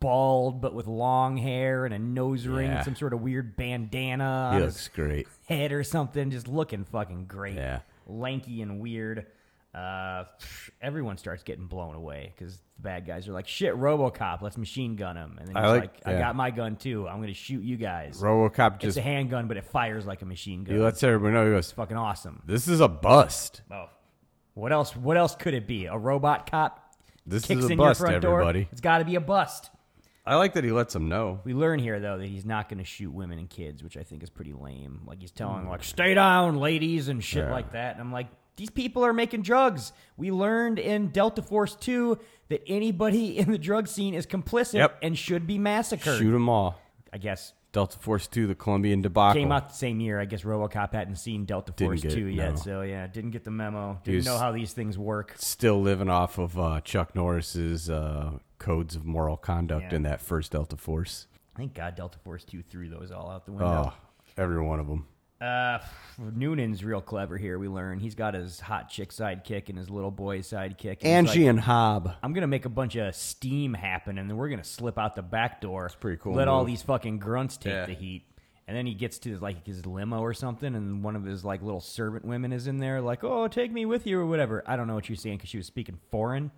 S3: bald, but with long hair and a nose ring
S2: Yeah.
S3: and some sort of weird bandana on
S2: He
S3: his
S2: looks great.
S3: head or something. Just looking fucking great.
S2: Yeah.
S3: Lanky and weird. Uh, everyone starts getting blown away because the bad guys are like, "Shit, RoboCop, let's machine gun him." And then
S2: I
S3: he's
S2: like-
S3: like, "I
S2: yeah.
S3: got my gun too. I'm gonna shoot you guys."
S2: RoboCop
S3: it's
S2: just
S3: a handgun, but it fires like a machine gun.
S2: he lets everybody know. He goes,
S3: it's fucking awesome.
S2: "This is a bust."
S3: Oh, What else? What else could it be? A robot cop
S2: This
S3: kicks
S2: is a
S3: in
S2: bust,
S3: your front
S2: everybody.
S3: door. It's got to be a bust.
S2: I like that he lets him know.
S3: We learn here though that he's not going to shoot women and kids, which I think is pretty lame. Like he's telling like stay down, ladies, and shit
S2: Mm. Yeah.
S3: like that. And I'm like, these people are making drugs. We learned in Delta Force Two that anybody in the drug scene is complicit
S2: Yep.
S3: and should be massacred.
S2: Shoot them all.
S3: I guess
S2: Delta Force 2, the Colombian debacle.
S3: came out the same year. I guess RoboCop hadn't seen Delta
S2: Didn't
S3: Force
S2: get it,
S3: Two yet,
S2: no.
S3: so yeah, didn't get the memo. Didn't
S2: was-
S3: know how these things work.
S2: Still living off of uh, Chuck Norris's uh, codes of moral conduct
S3: Yeah.
S2: in that first Delta Force.
S3: Thank God Delta Force Two threw those all out the
S2: Oh,
S3: window.
S2: every one of them.
S3: Uh, Noonan's real clever here. We learn he's got his hot chick sidekick and his little boy sidekick. and he's
S2: Angie
S3: like,
S2: and Hob.
S3: I'm gonna make a bunch of steam happen, and then we're gonna slip out the back door. It's
S2: pretty cool
S3: Let all
S2: move.
S3: these fucking grunts take
S2: Yeah.
S3: the heat. And then he gets to like his limo or something, and one of his like little servant women is in there, like, "Oh, take me with you" or whatever. I don't know what you're saying because she was speaking foreign,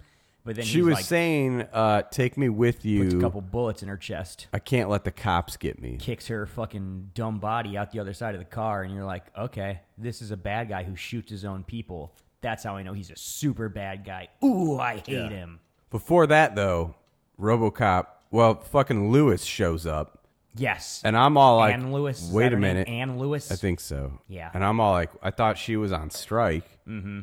S3: but then
S2: She
S3: he's
S2: was
S3: like,
S2: saying, uh, "Take me with
S3: puts a
S2: you.
S3: couple bullets in her chest,
S2: I can't let the cops get me."
S3: kicks her fucking dumb body out the other side of the car, and you're like, okay, this is a bad guy who shoots his own people. That's how I know he's a super bad guy. Ooh, I hate him.
S2: Before that, though, RoboCop. Well, fucking Lewis shows up,
S3: Yes,
S2: and I'm all like,
S3: Ann Lewis. is
S2: Wait
S3: that
S2: a
S3: her name?
S2: minute.
S3: Ann Lewis.
S2: I think so.
S3: Yeah.
S2: And I'm all like, I thought she was on strike. Mm-hmm.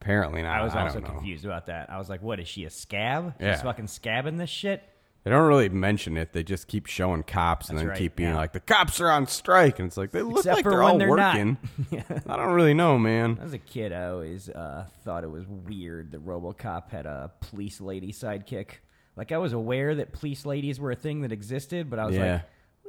S2: Apparently not.
S3: I was also
S2: don't know.
S3: confused about that. I was like, what is she a scab?
S2: Yeah.
S3: She's fucking scabbing this shit.
S2: They don't really mention it. They just keep showing cops and
S3: That's
S2: then
S3: right,
S2: keep being
S3: yeah.
S2: like, the cops are on strike. And it's like, they look
S3: Except
S2: like
S3: for
S2: they're
S3: when
S2: all
S3: they're not.
S2: working. I don't really know, man.
S3: As a kid, I always uh, thought it was weird that RoboCop had a police lady sidekick. Like I was aware that police ladies were a thing that existed, but I was
S2: Yeah.
S3: like,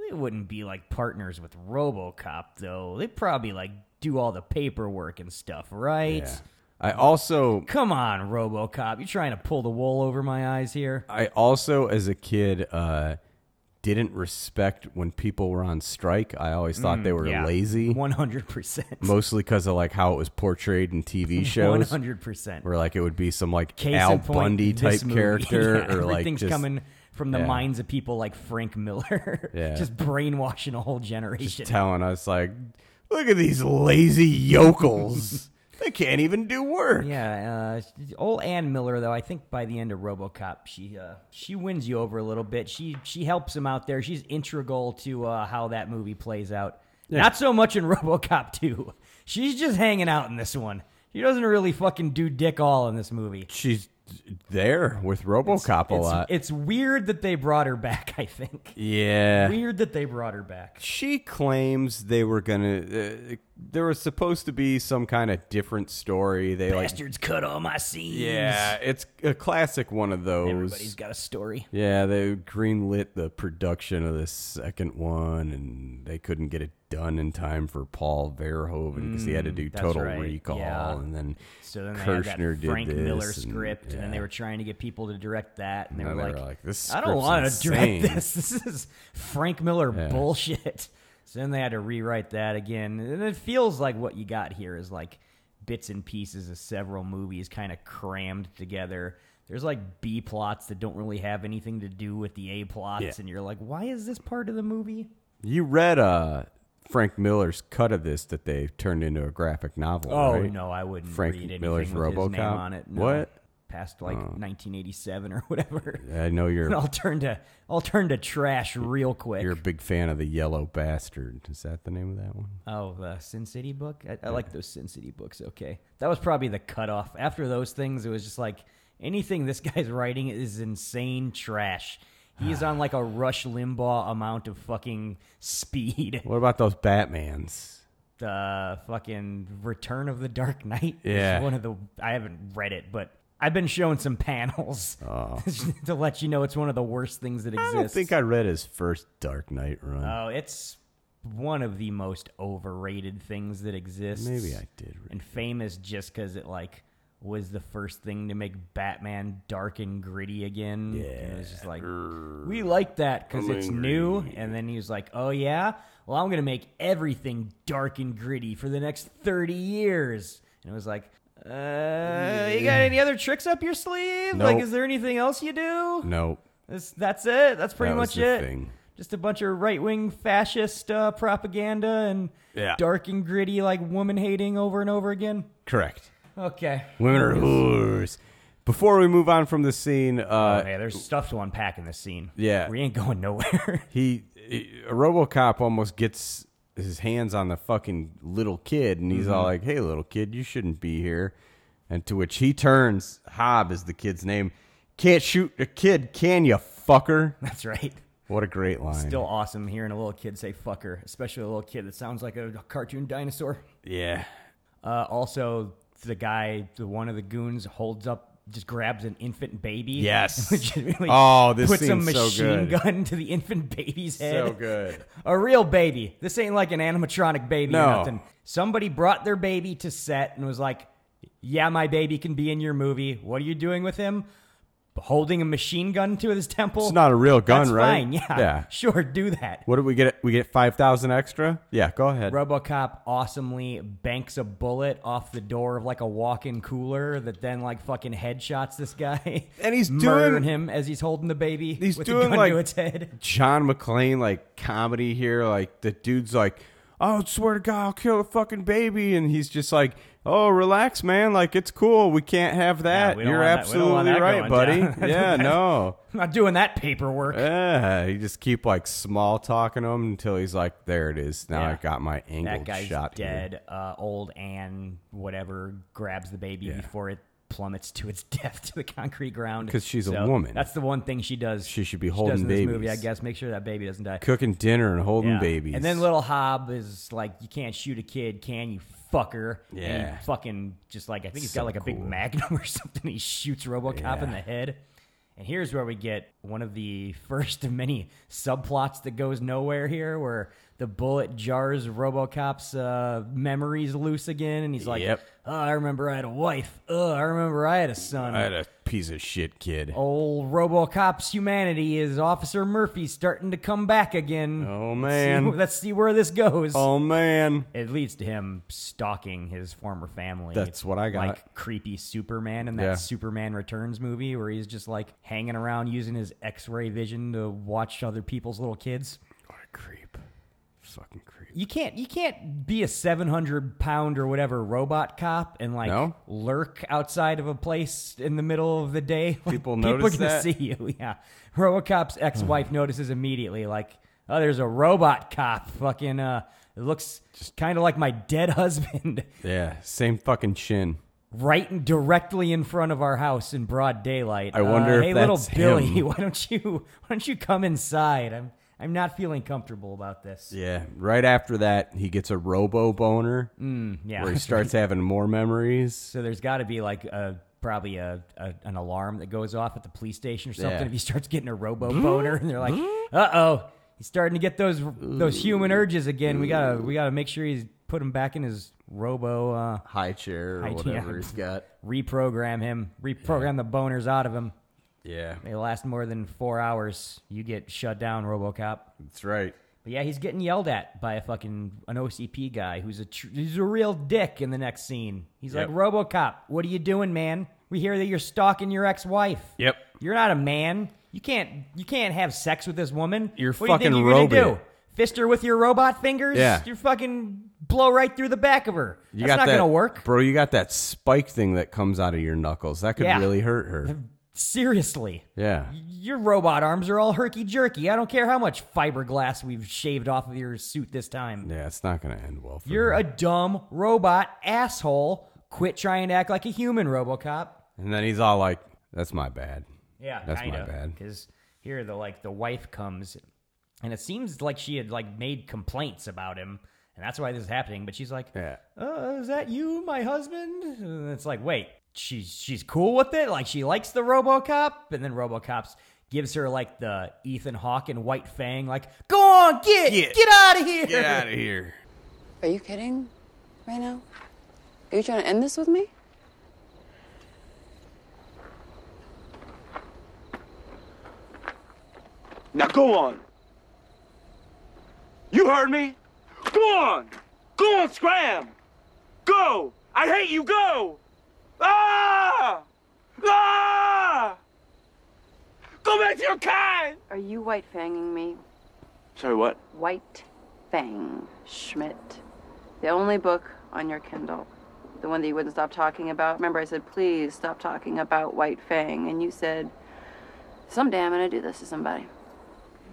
S3: they wouldn't be like partners with RoboCop though. They probably like do all the paperwork and stuff, right?
S2: Yeah. I also
S3: Come on, RoboCop, you're trying to pull the wool over my eyes here.
S2: I also, as a kid, uh, didn't respect when people were on strike. I always thought they were
S3: Mm, Yeah.
S2: lazy,
S3: One hundred percent.
S2: mostly because of like how it was portrayed in TV
S3: One
S2: shows,
S3: hundred percent.
S2: where like it would be some like
S3: Case
S2: Al
S3: in point,
S2: Bundy
S3: this
S2: type
S3: movie.
S2: character,
S3: Yeah,
S2: or like
S3: everything's
S2: just
S3: coming from the
S2: yeah.
S3: minds of people like Frank Miller,
S2: Yeah.
S3: just brainwashing a whole
S2: just
S3: generation.
S2: telling us like, look at these lazy yokels. they can't even do work.
S3: yeah, uh, old Ann Miller though. I think by the end of RoboCop, she uh, she wins you over a little bit. She she helps him out there. She's integral to uh, how that movie plays out. Not so much in RoboCop two. She's just hanging out in this one. She doesn't really fucking do dick all in this movie.
S2: She's there with RoboCop a
S3: It's,
S2: lot.
S3: it's weird that they brought her back. I think
S2: yeah.
S3: weird that they brought her back.
S2: she claims they were gonna uh, there was supposed to be some kind of different story they like
S3: bastards cut all my scenes.
S2: yeah it's a classic one of those
S3: Everybody's got a story.
S2: yeah they greenlit the production of the second one and they couldn't get it done in time for paul verhoeven because he had to do
S3: Mm, that's
S2: total
S3: right,
S2: recall
S3: yeah.
S2: and then
S3: So then they
S2: kirshner
S3: had that Frank
S2: did this
S3: Miller
S2: and-
S3: script, and, then they
S2: yeah.
S3: were trying to get people to direct that, and they,
S2: No,
S3: were,
S2: they
S3: like,
S2: were like, this
S3: I don't
S2: script's
S3: wanna direct
S2: insane."
S3: this. This is Frank Miller
S2: Yeah.
S3: bullshit." So then they had to rewrite that again, and it feels like what you got here is like bits and pieces of several movies kind of crammed together. There's like B plots that don't really have anything to do with the A plots,
S2: Yeah.
S3: and you're like, "Why is this part of the movie?"
S2: you read uh frank miller's cut of this that they turned into a graphic novel
S3: Oh
S2: right?
S3: no, I wouldn't
S2: Frank
S3: read anything
S2: Miller's
S3: with his name
S2: RoboCop?
S3: on it. No.
S2: What?
S3: Past like 1987 or whatever.
S2: i know you're
S3: And I'll turn to I'll turn to trash real quick.
S2: You're a big fan of the Yellow Bastard. Is that the name of that one?
S3: Oh, the Sin City book. I, I like those Sin City books. Okay, that was probably the cutoff. After those things, it was just like anything this guy's writing is insane trash. He's on like a Rush Limbaugh amount of fucking speed.
S2: What about those Batmans?
S3: the fucking Return of the Dark Knight. is
S2: Yeah.
S3: one of the I haven't read it, but I've been shown some panels to let you know it's one of the worst things that
S2: Oh. I
S3: exists.
S2: don't think I read his first Dark Knight run.
S3: Oh, it's one of the most overrated things that exists.
S2: Maybe I did read
S3: And famous just because it like was the first thing to make Batman dark and gritty again. Yeah, and it was just like we like that because it's new. And then he was like, "Oh yeah, well I'm gonna make everything dark and gritty for the next thirty years." And it was like, "Uh, you got any other tricks up your sleeve? Like,
S2: Nope.
S3: is there anything else you do?"
S2: no,
S3: This, that's it. That's pretty
S2: That was
S3: much
S2: the
S3: it.
S2: thing.
S3: Just a bunch of right wing fascist uh, propaganda and
S2: Yeah.
S3: dark and gritty, like woman hating over and over again.
S2: correct.
S3: Okay.
S2: Women are whores. Before we move on from the scene, uh,
S3: Yeah, there's stuff to unpack in this scene.
S2: Yeah.
S3: We ain't going nowhere.
S2: he, he- a RoboCop almost gets his hands on the fucking little kid, and he's
S3: Mm-hmm.
S2: all like, "Hey, little kid, you shouldn't be here." And to which he turns, Hob is the kid's name. Can't shoot a kid, can you, fucker?
S3: That's right.
S2: What a great line!
S3: Still awesome hearing a little kid say fucker, especially a little kid that sounds like a cartoon dinosaur.
S2: yeah,
S3: Uh, also, the guy, the one of the goons, holds up, just grabs an infant baby.
S2: Yes.
S3: Legitimately
S2: Oh, this
S3: puts a
S2: scene's so
S3: machine
S2: good.
S3: gun to the infant baby's head.
S2: so good.
S3: A real baby. This ain't like an animatronic baby or
S2: No.
S3: nothing. Somebody brought their baby to set and was like, "Yeah, my baby can be in your movie. What are you doing with him? Holding a machine gun to his temple?
S2: It's not a real gun,
S3: That's
S2: right?
S3: Fine. Yeah.
S2: Yeah.
S3: Sure, do that.
S2: What did we get? We get five thousand extra. Yeah, go ahead.
S3: RoboCop awesomely banks a bullet off the door of like a walk-in cooler that then like fucking headshots this guy.
S2: And he's
S3: murdering
S2: doing-
S3: him as he's holding the baby.
S2: He's
S3: with a
S2: doing
S3: gun
S2: like
S3: to its head.
S2: John McClane like comedy here. Like the dude's like, "Oh, swear to God, I'll kill a fucking baby," and he's just like, "Oh, relax, man. Like it's cool. We can't have that.
S3: we don't
S2: You're
S3: want that- we don't
S2: absolutely
S3: want that
S2: right, buddy.
S3: going down."
S2: yeah, no.
S3: I'm not doing that paperwork.
S2: Yeah, you just keep like small talking to him until he's like, "There it is. Now
S3: Yeah.
S2: I got my angled
S3: that guy's
S2: shot." here."
S3: dead. Uh, old Anne, whatever, grabs the baby before it plummets to its death to the concrete ground.
S2: 'Cause she's a woman.
S3: That's the one thing she does.
S2: She should be
S3: does
S2: holding
S3: in this movie, I
S2: babies.
S3: guess. Make sure that baby doesn't die.
S2: Cooking dinner and holding
S3: Yeah.
S2: babies,
S3: And then little Hob is like, "You can't shoot a kid, can you, fucker?" And he
S2: Yeah.
S3: fucking just like I think he's
S2: So
S3: got like a big
S2: cool.
S3: magnum or something. He shoots RoboCop in
S2: Yeah.
S3: the head. And here's where we get one of the first of many subplots that goes nowhere here, where the bullet jars RoboCop's uh, memories loose again, and he's like,
S2: Yep.
S3: oh, "I remember I had a wife. Oh, I remember I had a son."
S2: I had a piece of shit kid.
S3: Oh, Old RoboCop's humanity is Officer Murphy starting to come back again.
S2: Oh,
S3: Let's
S2: man.
S3: see- let's see where this goes.
S2: oh man.
S3: It leads to him stalking his former family.
S2: That's what I got.
S3: Like creepy Superman in that
S2: Yeah.
S3: Superman Returns movie, where he's just like hanging around using his X-ray vision to watch other people's little kids.
S2: What a creep. Fucking creep.
S3: You can't, you can't be a seven hundred pound or whatever robot cop and like
S2: No?
S3: lurk outside of a place in the middle of the day. Like,
S2: People
S3: people
S2: notice
S3: are gonna
S2: that? Hmm.
S3: see you. Yeah, RoboCop's ex-wife notices immediately. Like, oh, there's a robot cop. Fucking, uh, it looks kind of like my dead husband.
S2: Yeah, same fucking chin.
S3: right and directly in front of our house in broad daylight.
S2: I wonder
S3: uh,
S2: if
S3: hey,
S2: that's
S3: little Billy,
S2: him.
S3: why don't you why don't you come inside? I'm I'm not feeling comfortable about this.
S2: Yeah. Right after that, he gets a robo boner
S3: Mm. Yeah.
S2: where he starts having more memories.
S3: so there's got to be like a probably a, a an alarm that goes off at the police station or something
S2: Yeah.
S3: if he starts getting a robo boner and they're like, "Uh oh, he's starting to get those those human urges again. We gotta we gotta make sure he's put him back in his robo uh,
S2: High chair or
S3: High chair.
S2: whatever he's got.
S3: reprogram him, reprogram the boners out of him."
S2: Yeah,
S3: They last more than four hours. You get shut down, RoboCop.
S2: that's right.
S3: But yeah, he's getting yelled at by a fucking an OCP guy who's a tr- he's a real dick in the next scene. He's
S2: Yep.
S3: like, "RoboCop, what are you doing, man? We hear that you're stalking your ex-wife.
S2: Yep.
S3: You're not a man. You can't you can't have sex with this woman.
S2: You're
S3: what
S2: fucking
S3: do you think you're gonna
S2: robot.
S3: do? Fist her with your robot fingers?
S2: Yeah.
S3: You fucking blow right through the back of her.
S2: You
S3: That's
S2: got
S3: not
S2: that,
S3: gonna work.
S2: Bro, you got that spike thing that comes out of your knuckles. That could
S3: Yeah.
S2: really hurt her.
S3: Seriously.
S2: Yeah.
S3: Your robot arms are all herky jerky. I don't care how much fiberglass we've shaved off of your suit this time.
S2: Yeah, it's not going to end well for
S3: You're
S2: her.
S3: a dumb robot asshole. Quit trying to act like a human, RoboCop.
S2: and then he's all like, that's my bad.
S3: Yeah,
S2: That's my
S3: kinda.
S2: bad.
S3: Because here, the like the wife comes, and it seems like she had like made complaints about him, and that's why this is happening. But she's like,
S2: Yeah.
S3: uh, "Is that you, my husband?" And it's like, wait, she's she's cool with it. Like she likes the RoboCop, and then RoboCop's gives her like the Ethan Hawke and White Fang, like, "Go on, get
S2: Get.
S3: get, out of here."
S2: Get out of here.
S7: Are you kidding right now? Are you trying to end this with me?
S8: Now go on. You heard me? Go on! Go on, scram! Go! I hate you, go! Ah! Ah! Go back to your kind!
S7: Are you white fanging me?
S8: Sorry, what?
S7: White Fang Schmidt. The only book on your Kindle The one that you wouldn't stop talking about. Remember, I said, please stop talking about White Fang. And you said, someday I'm going to do this to somebody.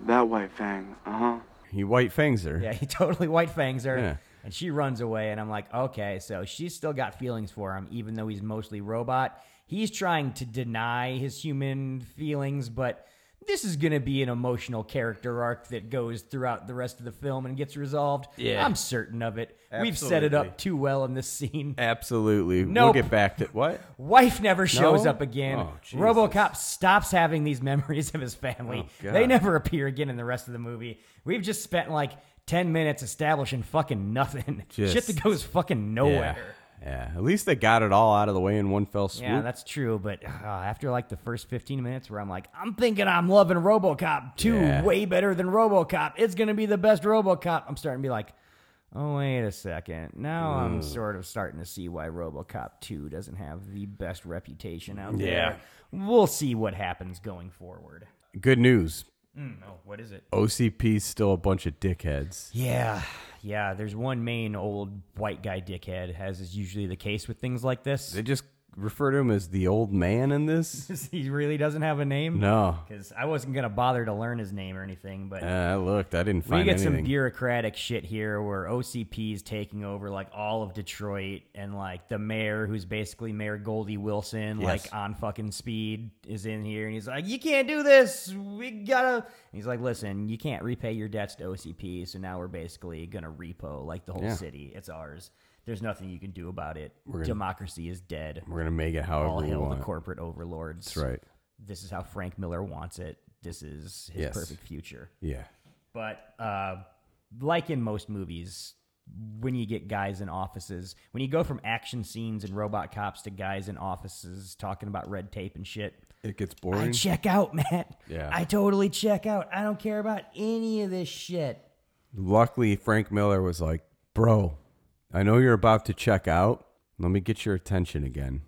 S8: That white fang, uh huh.
S2: He white fangs her.
S3: Yeah, he totally white fangs her.
S2: Yeah.
S3: And she runs away, and I'm like, okay, so she's still got feelings for him, even though he's mostly robot. He's trying to deny his human feelings, but this is going to be an emotional character arc that goes throughout the rest of the film and gets resolved.
S2: Yeah.
S3: I'm certain of it. We've set it up
S2: Absolutely.
S3: too well in this scene.
S2: Absolutely.
S3: Nope.
S2: We'll get back to what?
S3: Wife never shows
S2: No?
S3: up again.
S2: Oh, Jesus.
S3: RoboCop stops having these memories of his family.
S2: Oh, God.
S3: they never appear again in the rest of the movie. We've just spent like 10 minutes establishing fucking nothing. Shit
S2: Just-
S3: that goes fucking
S2: Yeah.
S3: nowhere.
S2: Yeah. At least they got it all out of the way in one fell swoop.
S3: Yeah, that's true, but uh, after like the first 15 minutes where I'm like, I'm thinking I'm loving RoboCop 2
S2: Yeah.
S3: way better than RoboCop. It's going to be the best RoboCop. I'm starting to be like, "Oh, wait a second. Now I'm sort of starting to see why RoboCop 2 doesn't have the best reputation out there." We'll see what happens going forward.
S2: Good news.
S3: Mm, oh, what is it?
S2: OCP's still a bunch of dickheads.
S3: Yeah, yeah, there's one main old white guy dickhead as is usually the case with things like this.
S2: They just refer to him as the old man in this?
S3: he really doesn't have a name.
S2: No.
S3: because I wasn't gonna bother to learn his name or anything. But
S2: Uh, I looked. I didn't find
S3: we get some
S2: anything.
S3: bureaucratic shit here where OCP is taking over like all of Detroit and like the mayor, who's basically Mayor Goldie Wilson,
S2: Yes.
S3: like on fucking speed, is in here and he's like, "You can't do this. We gotta." And he's like, "Listen, you can't repay your debts to OCP, so now we're basically gonna repo like the whole
S2: Yeah.
S3: city. It's ours." There's nothing you can do about it.
S2: gonna-
S3: Democracy is dead.
S2: We're gonna make it however
S3: All
S2: we
S3: hail the
S2: want.
S3: corporate overlords
S2: That's right.
S3: this is how Frank Miller wants it. This is his
S2: Yes.
S3: perfect future.
S2: Yeah.
S3: But uh, like in most movies, when you get guys in offices, when you go from action scenes and robot cops to guys in offices talking about red tape and shit,
S2: It gets
S3: I
S2: boring.
S3: check out, Matt.
S2: Yeah.
S3: I totally check out. I don't care about any of this shit.
S2: Luckily, Frank Miller was like, "Bro, I know you're about to check out. Let me get your attention again.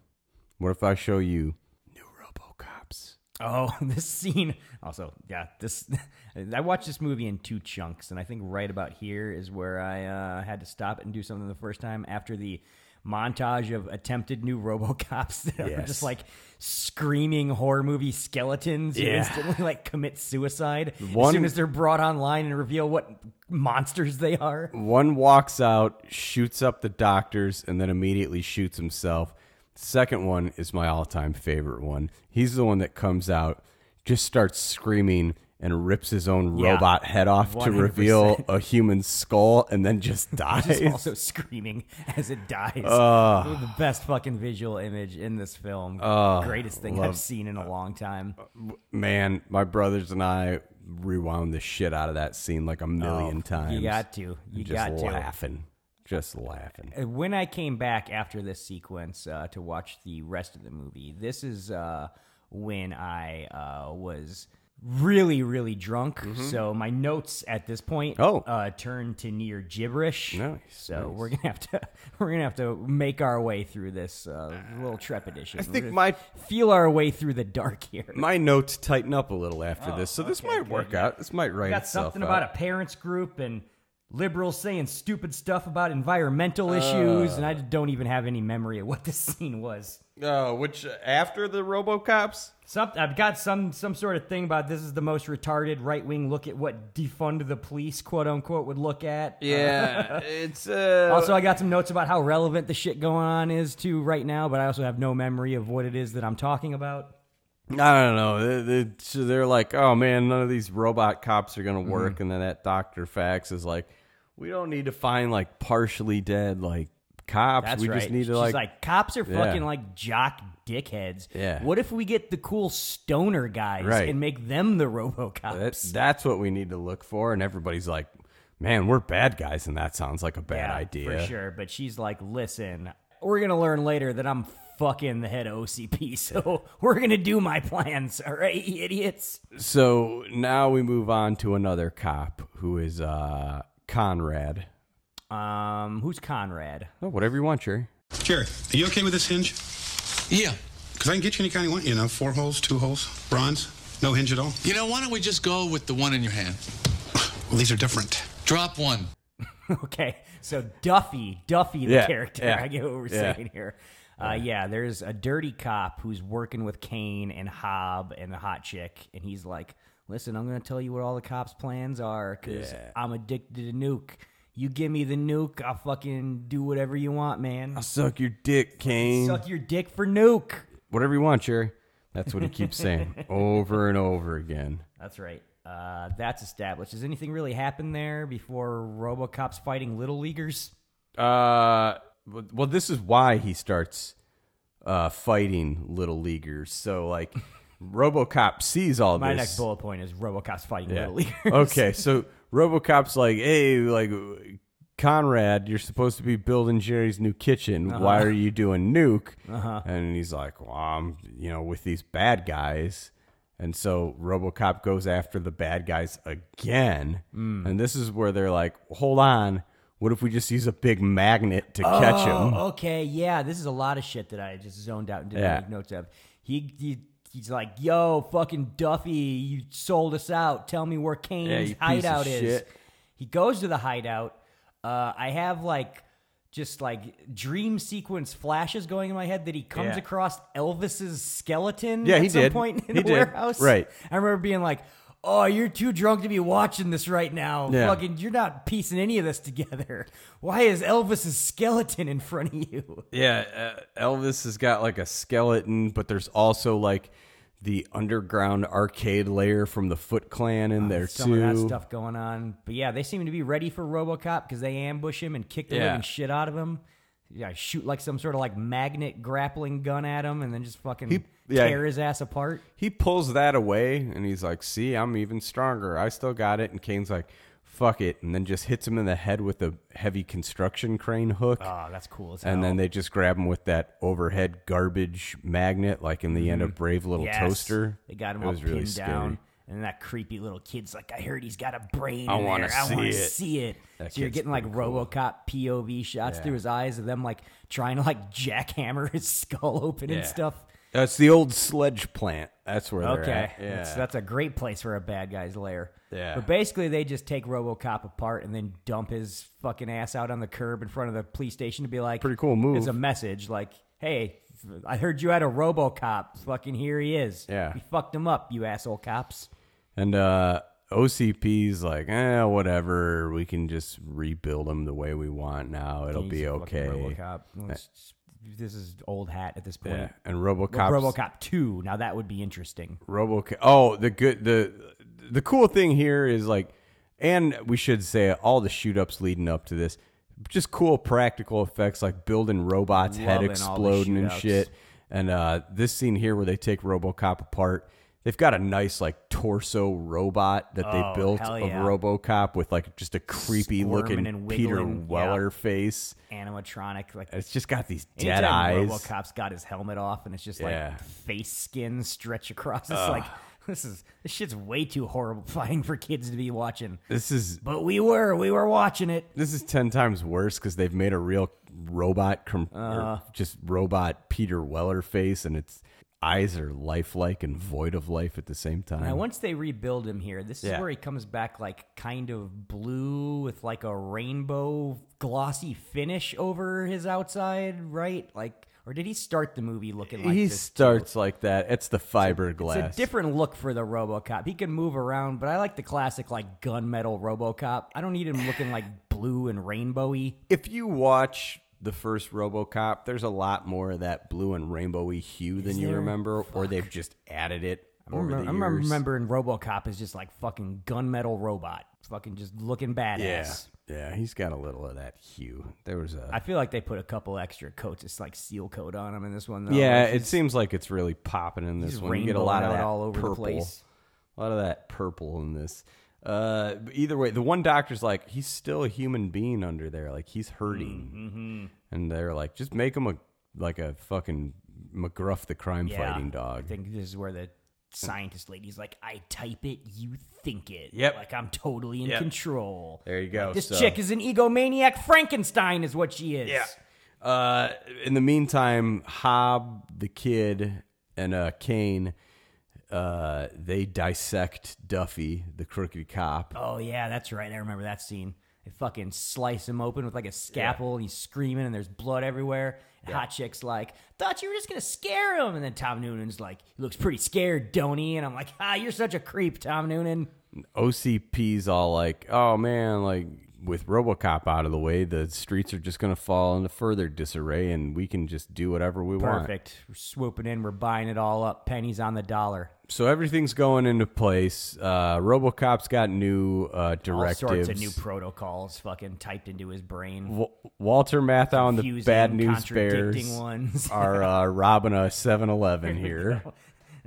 S2: What if I show you new RoboCops?"
S3: Oh, this scene. Also, yeah, this. I watched this movie in two chunks, and I think right about here is where I uh, had to stop it and do something the first time after the montage of attempted new RoboCops that are
S2: Yes.
S3: just like screaming horror movie skeletons. You
S2: Yeah.
S3: instantly like commit suicide as
S2: One-
S3: soon as they're brought online and reveal what monsters they are.
S2: One walks out, shoots up the doctors, and then immediately shoots himself. Second one is my all-time favorite one. He's the one that comes out, just starts screaming and rips his own
S3: Yeah.
S2: robot head off to
S3: 100%.
S2: reveal a human skull, and then just dies.
S3: It's also screaming as it dies. the best fucking visual image in this film. Greatest thing I've seen in a long time.
S2: Man, my brothers and I rewound the shit out of that scene like a million times.
S3: Oh, You got to. You
S2: just
S3: got
S2: laughing, just laughing.
S3: to. Uh, When I came back after this sequence uh, to watch the rest of the movie, this is uh, when I uh, was really, really drunk. So my notes at this point
S2: Mm-hmm. Oh.
S3: uh, turned to near gibberish.
S2: Nice,
S3: So
S2: nice.
S3: we're gonna have to we're gonna have to make our way through this uh, little trepidation. I
S2: think my-
S3: feel our way through the dark here.
S2: My notes tighten up a little after this,
S3: Oh,
S2: so this might work out. This might write
S3: got
S2: itself
S3: something about
S2: out.
S3: a parents group and liberals saying stupid stuff about environmental
S2: Uh.
S3: issues, and I don't even have any memory of what this scene was.
S2: Uh, which uh, after the RoboCops?
S3: Some, I've got some some sort of thing about this is the most retarded right wing look at what defund the police quote unquote would look at.
S2: Yeah, it's uh,
S3: Also, I got some notes about how relevant the shit going on is to right now, but I also have no memory of what it is that I'm talking about.
S2: I don't know. They- they- so They're like, oh man, none of these robot cops are gonna work,
S3: Mm-hmm.
S2: and then that Doctor Fax is like, we don't need to find like partially dead like cops.
S3: That's
S2: we
S3: right.
S2: just need to
S3: She's
S2: like,
S3: cops are
S2: Yeah.
S3: fucking like jock dickheads.
S2: Yeah.
S3: What if we get the cool stoner guys
S2: Right.
S3: and make them the RoboCops?
S2: That, that's what we need to look for. And everybody's like, man, we're bad guys. And that sounds like a bad
S3: Yeah,
S2: idea.
S3: for sure. But she's like, listen, we're gonna learn later that I'm fucking the head of OCP, so we're gonna do my plans. All right, you idiots.
S2: So now we move on to another cop who is uh, Conrad.
S3: Um, who's Conrad?
S2: Oh, whatever you want, Jerry.
S9: Jerry, are you okay with this hinge?
S10: Yeah.
S9: Because I can get you any kind you want, you know, four holes, two holes, bronze, no hinge at all.
S10: You know, why don't we just go with the one in your hand?
S9: Well, these are different.
S10: Drop one.
S3: okay, so Duffy, Duffy, the
S2: Yeah,
S3: character.
S2: yeah,
S3: I get what we're
S2: yeah.
S3: saying here. Uh, yeah, there's a dirty cop who's working with Kane and Hob and the hot chick, and he's like, "Listen, I'm going to tell you what all the cops' plans are because I'm addicted to nuke. You give me the nuke, I'll fucking do whatever you want, man.
S2: I'll suck your dick, Kane.
S3: Suck your dick for nuke."
S2: Whatever you want, Jerry. That's what he keeps saying over and over again.
S3: That's right. Uh, that's established. Does anything really happen there before RoboCop's fighting little leaguers?
S2: Uh, w- well, this is why he starts uh, fighting little leaguers. So like, RoboCop sees all
S3: My
S2: this.
S3: next bullet point is RoboCop's fighting
S2: Yeah.
S3: little leaguers.
S2: okay, so RoboCop's like, hey, like Conrad, you're supposed to be building Jerry's new kitchen. Why are you doing nuke? Uh-huh. And he's like, well, I'm, you know, with these bad guys. And so RoboCop goes after the bad guys again. And this is where they're like, hold on. What if we just use a big magnet to catch him?
S3: Oh, okay, yeah, this is a lot of shit that I just zoned out and didn't
S2: Yeah.
S3: make notes of. He, he he's like, "Yo, fucking Duffy, you sold us out. Tell me where
S2: Yeah,
S3: Kane's
S2: you piece of
S3: hideout is."
S2: shit.
S3: He goes to the hideout. Uh, I have like just like dream sequence flashes going in my head that he comes
S2: Yeah.
S3: across Elvis's skeleton.
S2: Yeah,
S3: at
S2: he
S3: some
S2: did.
S3: Point in
S2: He
S3: the
S2: did.
S3: warehouse,
S2: Right.
S3: I remember being like. Oh, you're too drunk to be watching this right now.
S2: Yeah.
S3: Fucking, you're not piecing any of this together. Why is Elvis's skeleton in front of you?
S2: Yeah, uh, Elvis has got like a skeleton, but there's also like the underground arcade layer from the Foot Clan in there
S3: some
S2: too.
S3: of that stuff going on. But yeah, they seem to be ready for RoboCop because they ambush him and kick the
S2: Yeah.
S3: living shit out of him. Yeah, shoot like some sort of like magnet grappling gun at him, and then just fucking
S2: He- yeah.
S3: tear his ass apart.
S2: He pulls that away and he's like, "See, I'm even stronger. I still got it." And Kane's like, "Fuck it," and then just hits him in the head with a heavy construction crane hook.
S3: Oh, that's cool. As
S2: and
S3: hell.
S2: then they just grab him with that overhead garbage magnet, like in the end of Brave Little
S3: Mm-hmm. Yes.
S2: Toaster.
S3: they got him
S2: It
S3: all
S2: was
S3: pinned
S2: really
S3: down.
S2: scary.
S3: And then that creepy little kid's like, I heard he's got a brain.
S2: I
S3: in
S2: wanna
S3: there. I want to
S2: see it."
S3: see it.
S2: That
S3: so you're
S2: kid's
S3: getting like
S2: pretty cool.
S3: RoboCop POV shots through his eyes of them like trying to like jackhammer his skull open
S2: Yeah.
S3: and stuff.
S2: That's the old sledge plant. That's where they're
S3: Okay,
S2: at.
S3: that's,
S2: Yeah.
S3: that's a great place for a bad guy's lair.
S2: Yeah.
S3: But basically, they just take RoboCop apart and then dump his fucking ass out on the curb in front of the police station to be like,
S2: Pretty cool move.
S3: It's a message like, "Hey, I heard you had a RoboCop. Fucking here he is.
S2: Yeah.
S3: we fucked him up, you asshole cops."
S2: And uh OCP's like, eh, whatever. We can just rebuild them the way we want now. It'll
S3: He's
S2: be
S3: fucking
S2: okay. Eh.
S3: RoboCop. Well, it's- This is old hat at this point.
S2: Yeah. And RoboCop.
S3: RoboCop two. Now that would be interesting.
S2: RoboCop. Oh, the good. The the cool thing here is like, and we should say all the shoot ups leading up to this, just cool practical effects like building robots head
S3: Loving all the
S2: exploding and
S3: shootouts.
S2: shit. And uh, this scene here where they take RoboCop apart. They've got a nice like torso robot that
S3: Oh,
S2: they built
S3: hell
S2: of
S3: yeah.
S2: RoboCop with like just a creepy
S3: Squirming
S2: looking
S3: and
S2: Peter
S3: wiggling, yeah.
S2: Weller face.
S3: Animatronic, like
S2: And It's just got these dead eyes.
S3: Anytime RoboCop's got his helmet off, and it's just
S2: Yeah.
S3: like face skin stretch across. It's like this is this shit's way too horrifying for kids to be watching.
S2: This is
S3: But we were, we were watching it.
S2: This is ten times worse because they've made a real robot, com- or
S3: Uh-huh.
S2: just robot Peter Weller face, and its eyes are lifelike and void of life at the same time.
S3: Now, once they rebuild him here, this is
S2: Yeah.
S3: where he comes back like kind of blue with like a rainbow glossy finish over his outside, right? Like, or did he start the movie looking like
S2: he
S3: this?
S2: starts like that. It's the fiberglass.
S3: It's a different look for the RoboCop. He can move around, but I like the classic like gunmetal RoboCop. I don't need him looking like blue and rainbowy.
S2: if you watch the first RoboCop, there's a lot more of that blue and rainbowy hue than you
S3: there?
S2: remember, or they've just added it
S3: I
S2: over
S3: remember,
S2: the
S3: I
S2: years.
S3: remember remembering RoboCop is just like fucking gunmetal robot, fucking just looking badass.
S2: yeah, yeah, he's got a little of that hue. There was a
S3: I feel like they put a couple extra coats, it's like seal coat on him in this one. Though.
S2: Yeah,
S3: Like,
S2: it seems like it's really popping in this
S3: just
S2: one. You get a lot
S3: rainbowing
S2: of
S3: out
S2: that
S3: all over the
S2: purple,
S3: place.
S2: a lot of that purple in this. Uh, but either way, the one doctor's like, he's still a human being under there, like he's hurting, and they're like, just make him a like a fucking McGruff the crime
S3: yeah.
S2: fighting
S3: I
S2: dog.
S3: think this is where the scientist lady's like, I type it, you think it.
S2: Yep.
S3: Like I'm totally in
S2: Yep.
S3: control.
S2: There you go.
S3: This
S2: so-
S3: chick is an egomaniac Frankenstein, is what she is.
S2: Yeah. Uh, in the meantime, Hob, the kid, and uh, Kane uh, they dissect Duffy, the crooked cop.
S3: Oh yeah, that's right. I remember that scene. They fucking slice him open with like a scalpel, and he's screaming, and there's blood everywhere. And Hot Chick's like, "Thought you were just gonna scare him," and then Tom Noonan's like, "He looks pretty scared, don't he?" And I'm like, "Ah, you're such a creep, Tom Noonan."
S2: OCP's all like, oh man, like with Robocop out of the way, the streets are just going to fall into further disarray and we can just do whatever we want.
S3: Perfect. We're swooping in. We're buying it all up. Pennies on the dollar.
S2: So everything's going into place. Uh, Robocop's got new uh,
S3: All
S2: directives.
S3: sorts of new protocols fucking typed into his brain.
S2: Wa- Walter Matthau and the
S3: Confusing,
S2: Bad News
S3: contradicting
S2: Bears
S3: ones.
S2: are uh, robbing a 7 Eleven here.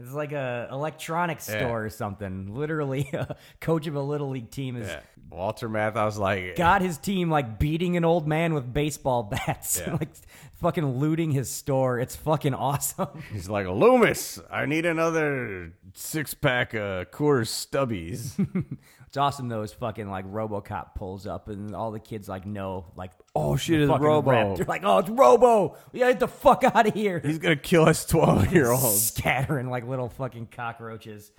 S3: It's like a electronics store or something. Literally, a coach of a little league team is
S2: Walter Matthau's like,
S3: got his team like beating an old man with baseball bats,
S2: Yeah.
S3: like fucking looting his store. It's fucking awesome.
S2: He's like, Loomis, I need another six pack of Coors Stubbies.
S3: It's awesome though. Is fucking like RoboCop pulls up and all the kids like know like
S2: Oh, shit,
S3: the
S2: it's
S3: fucking
S2: Robo.
S3: rep. They're like oh it's Robo. Yeah, get the fuck out of here.
S2: He's gonna kill us twelve year olds.
S3: scattering like little fucking cockroaches.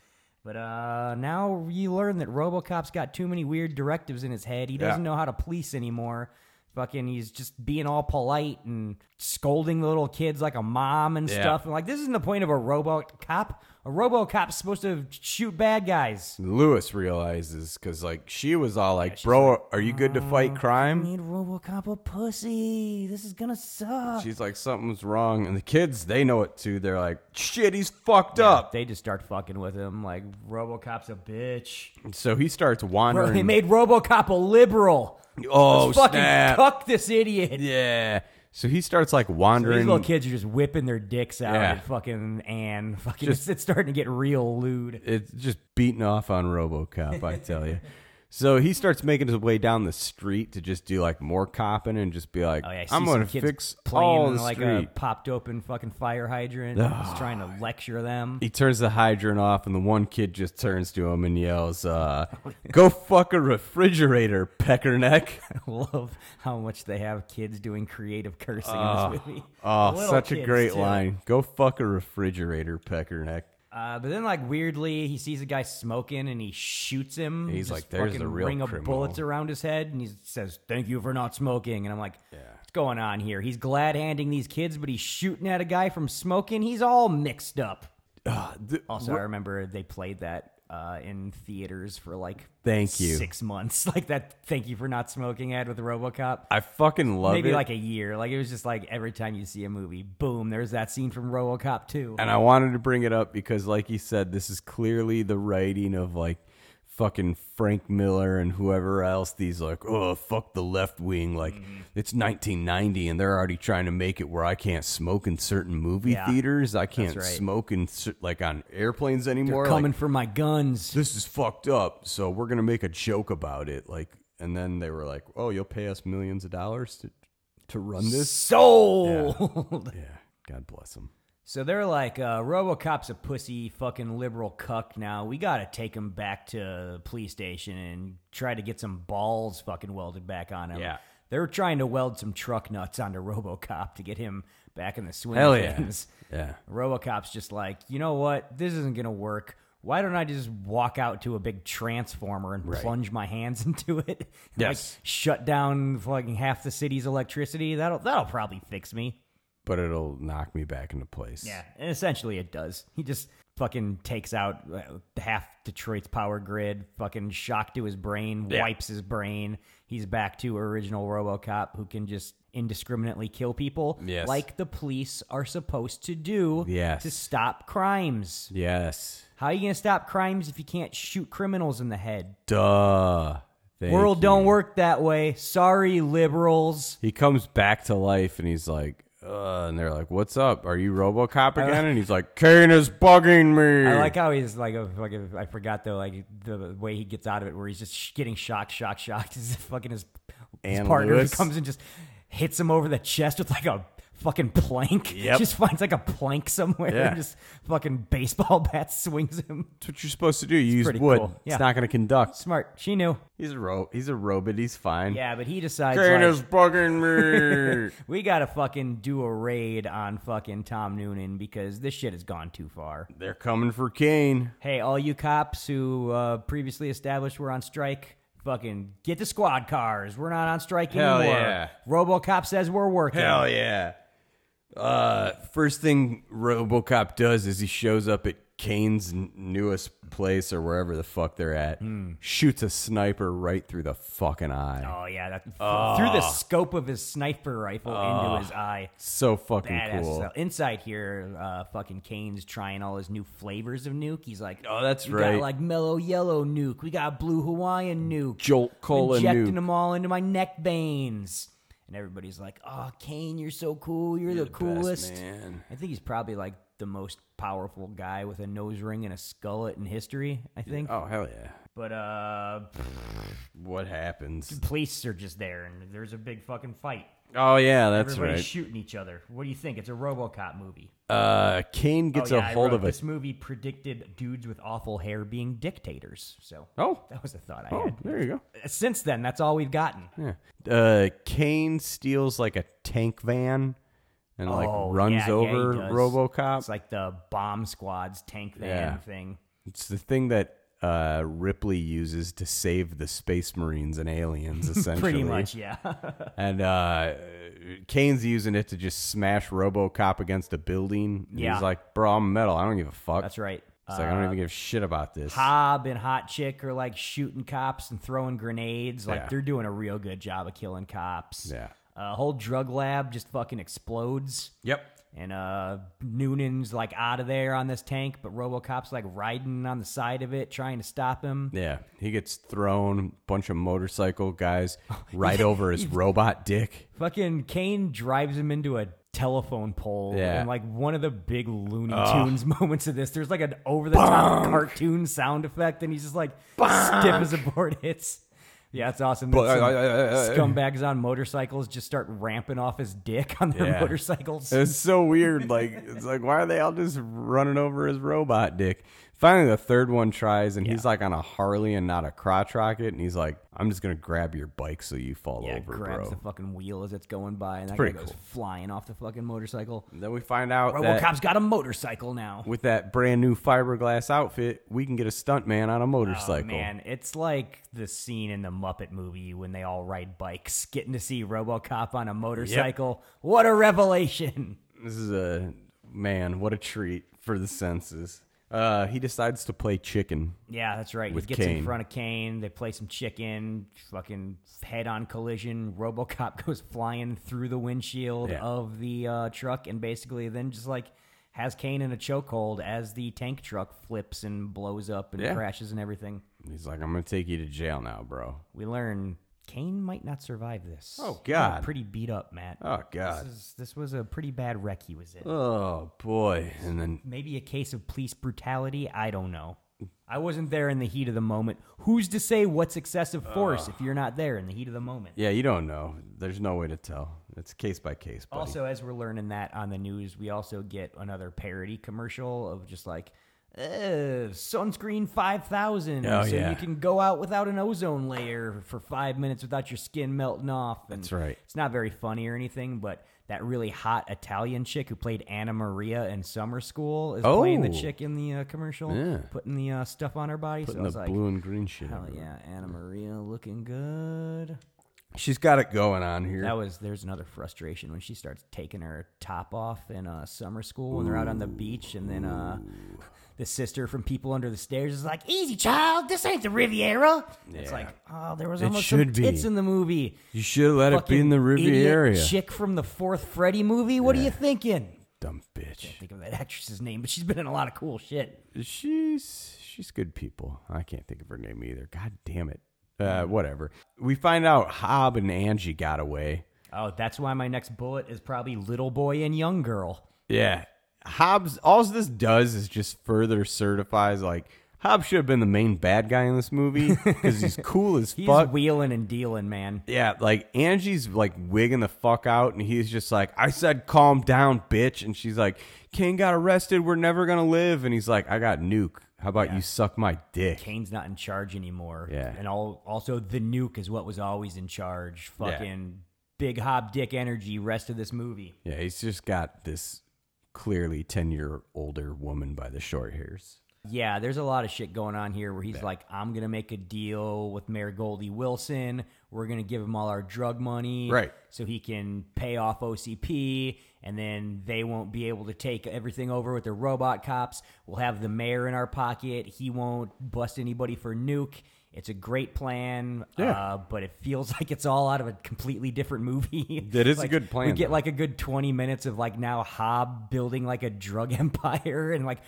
S3: But uh, now you learn that RoboCop's got too many weird directives in his head. He doesn't know how to police anymore. Fucking, he's just being all polite and scolding the little kids like a mom and
S2: Yeah.
S3: stuff. And like, this isn't the point of a RoboCop. A RoboCop's supposed to shoot bad guys.
S2: Lewis realizes because like she was all like, "Bro, are you good to fight crime?"
S3: Made RoboCop a pussy. This is gonna suck.
S2: She's like, "Something's wrong," and the kids they know it too. They're like, "Shit, he's fucked up."
S3: They just start fucking with him. Like RoboCop's a bitch.
S2: so he starts
S3: Bro,
S2: wandering.
S3: they made RoboCop a liberal.
S2: oh
S3: Let's fucking
S2: snap!
S3: cuck this idiot.
S2: Yeah. So he starts like
S3: So
S2: wandering.
S3: these little kids are just whipping their dicks out
S2: Yeah.
S3: at fucking Anne. Fucking,
S2: Just-
S3: it's starting to get real lewd.
S2: it's just beating off on RoboCop, I tell you. So he starts making his way down the street to just do like more copping and just be like,
S3: Oh yeah, I see
S2: "I'm
S3: some
S2: gonna
S3: kids
S2: fix
S3: playing
S2: all
S3: in,
S2: the
S3: like
S2: street."
S3: a popped open fucking fire hydrant. He's trying to lecture them.
S2: he turns the hydrant off and the one kid just turns to him and yells uh, go fuck a refrigerator peckerneck
S3: I love how much they have kids doing creative cursing in this movie.
S2: oh
S3: Little
S2: such a
S3: kids,
S2: great
S3: too.
S2: line go fuck a refrigerator peckerneck
S3: Uh, but then, like weirdly, he sees a guy smoking and he shoots him.
S2: He's
S3: Just
S2: like, "There's the
S3: fucking
S2: real
S3: ring of
S2: criminal."
S3: bullets around his head, and he says, "Thank you for not smoking." And I'm like, "What's going on here?" He's glad handing these kids, but he's shooting at a guy from smoking. He's all mixed up.
S2: Ah,
S3: Also, I remember they played that uh, in theaters for like
S2: Thank you.
S3: six months, like that. Thank you for not smoking ad with RoboCop.
S2: i fucking love
S3: Maybe
S2: it
S3: like a year. Like it was just like every time you see a movie, boom, there's that scene from RoboCop too.
S2: and i wanted to bring it up because like you said this is clearly the writing of like fucking frank miller and whoever else these like oh fuck the left wing like
S3: Mm-hmm.
S2: it's 1990 and they're already trying to make it where i can't smoke in certain movie
S3: Yeah.
S2: theaters i can't
S3: right.
S2: smoke in cer- like on airplanes anymore
S3: They're
S2: Like,
S3: coming for my guns.
S2: this is fucked up. So we're gonna make a joke about it. Like, and then they were like, "Oh, you'll pay us millions of dollars to to run this."
S3: sold.
S2: Yeah, God bless them.
S3: So they're like, uh, RoboCop's a pussy, fucking liberal cuck. Now we gotta take him back to the police station and try to get some balls fucking welded back on him.
S2: Yeah.
S3: They're trying to weld some truck nuts onto RoboCop to get him back in the swing.
S2: Hell
S3: of
S2: yeah.
S3: things.
S2: Yeah,
S3: RoboCop's just like, you know what? This isn't gonna work. Why don't I just walk out to a big transformer and plunge my hands into it?
S2: Yes.
S3: like, shut down fucking half the city's electricity. That'll that'll probably fix me.
S2: but it'll knock me back into place.
S3: Yeah, and essentially it does. He just fucking takes out uh, half Detroit's power grid, fucking shock to his brain,
S2: Yeah.
S3: wipes his brain. He's back to original RoboCop who can just indiscriminately kill people
S2: Yes.
S3: like the police are supposed to do
S2: Yes.
S3: to stop crimes.
S2: Yes.
S3: How are you going to stop crimes if you can't shoot criminals in the head?
S2: Duh. Thank
S3: World
S2: you.
S3: don't work that way. Sorry liberals.
S2: He comes back to life, and he's like. Uh, and they're like, "What's up? Are you RoboCop again?" And he's like, "Kane is bugging me."
S3: I like how he's like, a, like a, I forgot though, like the way he gets out of it, where he's just sh- getting shocked, shocked, shocked. His fucking his, his
S2: Ann
S3: partner
S2: Lewis.
S3: comes and just hits him over the chest with like a fucking plank.
S2: Yep.
S3: Just finds like a plank somewhere
S2: Yeah.
S3: and just fucking baseball bat swings him.
S2: That's what you're supposed to do. You use
S3: pretty
S2: wood.
S3: cool. Yeah.
S2: It's not going to conduct.
S3: Smart. She knew.
S2: He's a ro- He's a robot. He's fine.
S3: Yeah, but he decides
S2: Kratos
S3: like,
S2: bugging me.
S3: we gotta fucking do a raid on fucking Tom Noonan because this shit has gone too far.
S2: They're coming for Kane.
S3: Hey, all you cops who uh, previously established we're on strike, fucking get the squad cars. We're not on strike
S2: Hell
S3: anymore.
S2: yeah.
S3: RoboCop says we're working.
S2: Hell yeah. Uh, first thing RoboCop does is he shows up at Kane's n- newest place or wherever the fuck they're at, shoots a sniper right through the fucking eye.
S3: Hmm. Oh yeah, that through the scope of his sniper rifle into his eye.
S2: So fucking
S3: Badass.
S2: cool.
S3: So inside here, uh, fucking Kane's trying all his new flavors of nuke. He's like,
S2: Oh, that's
S3: we
S2: right.
S3: got like mellow yellow nuke. We got blue Hawaiian nuke.
S2: Jolt cola
S3: injecting
S2: nuke.
S3: them all into my neck veins. And everybody's like, "Oh, Kane, you're so cool. You're, the, coolest."
S2: man.
S3: I think he's probably like the most powerful guy with a nose ring and a skullet in history. I think.
S2: Oh hell yeah.
S3: But uh,
S2: What happens?
S3: police are just there, and there's a big fucking fight.
S2: Oh yeah, that's
S3: Everybody's
S2: right.
S3: shooting each other. What do you think? It's a RoboCop movie.
S2: Uh, Kane gets
S3: oh, yeah,
S2: a
S3: I
S2: hold
S3: wrote,
S2: of a
S3: This movie predicted dudes with awful hair being dictators. So
S2: Oh.
S3: that was a thought I
S2: Oh,
S3: had.
S2: there you go.
S3: Since then, that's all we've gotten.
S2: uh Kane steals like a tank van and like
S3: Oh,
S2: runs
S3: yeah, yeah, he
S2: over
S3: does.
S2: RoboCop.
S3: It's like the bomb squad's tank van
S2: Yeah.
S3: thing.
S2: it's the thing that uh Ripley uses to save the space marines and aliens essentially.
S3: Pretty much, yeah.
S2: And uh Kane's using it to just smash RoboCop against a building. And
S3: Yeah.
S2: He's like, "Bro, I'm metal. I don't give a fuck."
S3: that's right. Uh,
S2: It's like I don't even give a shit about this.
S3: Hob and Hot Chick are like shooting cops and throwing grenades. Like
S2: Yeah.
S3: they're doing a real good job of killing cops.
S2: Yeah.
S3: A whole drug lab just fucking explodes.
S2: Yep.
S3: And uh Noonan's like out of there on this tank, but RoboCop's like riding on the side of it trying to stop him.
S2: Yeah, he gets thrown, bunch of motorcycle guys right over his robot dick.
S3: Fucking Kane drives him into a telephone pole
S2: Yeah.
S3: and like one of the big Looney Tunes moments of this. There's like an over the top cartoon sound effect and he's just like stiff as a board hits. Yeah, it's awesome. Then
S2: Bonk.
S3: some scumbags on motorcycles just start ramping off his dick on their
S2: Yeah.
S3: motorcycles.
S2: It's so weird. Like it's like why are they all just running over his robot dick? Finally, the third one tries, and he's like on a Harley and not a crotch rocket, and he's like, "I'm just gonna grab your bike so you fall
S3: yeah,
S2: over,
S3: grabs
S2: bro."
S3: the fucking wheel as it's going by and that guy
S2: pretty
S3: goes
S2: cool.
S3: flying off the fucking motorcycle.
S2: And then we find out that
S3: RoboCop's got a motorcycle now.
S2: with that brand new fiberglass outfit, we can get a stunt man on a motorcycle.
S3: Oh, Man, it's like the scene in the Muppet movie when they all ride bikes, getting to see RoboCop on a motorcycle. What a revelation!
S2: This is a man. What a treat for the senses. Uh, he decides to play chicken.
S3: Yeah, that's right.
S2: With
S3: he gets
S2: Kane.
S3: in front of Kane. They play some chicken. Fucking head-on collision. RoboCop goes flying through the windshield
S2: Yeah.
S3: of the uh, truck, and basically then just like has Kane in a chokehold as the tank truck flips and blows up and
S2: Yeah.
S3: crashes and everything.
S2: He's like, "I'm gonna take you to jail now, bro."
S3: We learn Kane might not survive this.
S2: Oh,
S3: He got
S2: God.
S3: Pretty beat up, Matt.
S2: Oh God.
S3: This, is, this was a pretty bad wreck he was in.
S2: Oh boy. And then
S3: Maybe a case of police brutality. I don't know. I wasn't there in the heat of the moment. Who's to say what's excessive force if you're not there in the heat of the moment?
S2: Yeah, you don't know. There's no way to tell. It's case by case. Buddy.
S3: Also, as we're learning that on the news, we also get another parody commercial of just like, "Ugh, sunscreen 5000.
S2: Oh,
S3: so
S2: yeah.
S3: you can go out without an ozone layer for five minutes without your skin melting off. And
S2: That's right.
S3: It's not very funny or anything, but that really hot Italian chick who played Anna Maria in summer school is playing the
S2: Oh.
S3: chick in the uh, commercial,
S2: Yeah.
S3: putting the uh, stuff on her body. so
S2: putting
S3: I
S2: the
S3: was like,
S2: blue and green shit.
S3: hell
S2: everywhere.
S3: yeah, Anna Maria looking good.
S2: She's got it going on here.
S3: That was there's another frustration when she starts taking her top off in uh, summer school when they're out on the beach, and then uh, the sister from People Under the Stairs is like, "Easy, child, this ain't the Riviera." It's
S2: Yeah.
S3: like, oh, there was
S2: It
S3: almost
S2: should
S3: some
S2: be.
S3: tits in the movie.
S2: you should have let it be in the
S3: Fucking idiot
S2: Riviera.
S3: Chick from the fourth Freddy movie. What are you thinking?
S2: Dumb bitch.
S3: Think of that actress's name, but she's been in a lot of cool shit.
S2: She's she's good people. I can't think of her name either. God damn it. Uh, whatever. We find out Hob and Angie got away.
S3: Oh, that's why my next bullet is probably Little Boy and Young Girl.
S2: Yeah. Hobbs, all this does is just further certifies like Hobbs should have been the main bad guy in this movie because he's cool as
S3: He's
S2: fuck.
S3: wheeling and dealing, man.
S2: Yeah, like Angie's like wigging the fuck out, and he's just like, I said, calm down, bitch. And she's like, Kane got arrested. We're never going to live. And he's like, I got nuke. How about you suck my dick?
S3: Kane's not in charge anymore.
S2: Yeah.
S3: And all, also, the nuke is what was always in charge.
S2: Yeah.
S3: Fucking big hob dick energy, rest of this movie.
S2: Yeah, he's just got this clearly 10 year older woman by the short hairs.
S3: Yeah, there's a lot of shit going on here where he's like, I'm going to make a deal with Mayor Goldie Wilson. We're going to give him all our drug money.
S2: Right.
S3: So he can pay off OCP, and then they won't be able to take everything over with their robot cops. We'll have the mayor in our pocket. He won't bust anybody for nuke. It's a great plan,
S2: Yeah.
S3: uh, but it feels like it's all out of a completely different movie.
S2: That is a
S3: Like,
S2: good plan,
S3: We get
S2: though.
S3: like a good 20 minutes of like now Hob building like a drug empire and like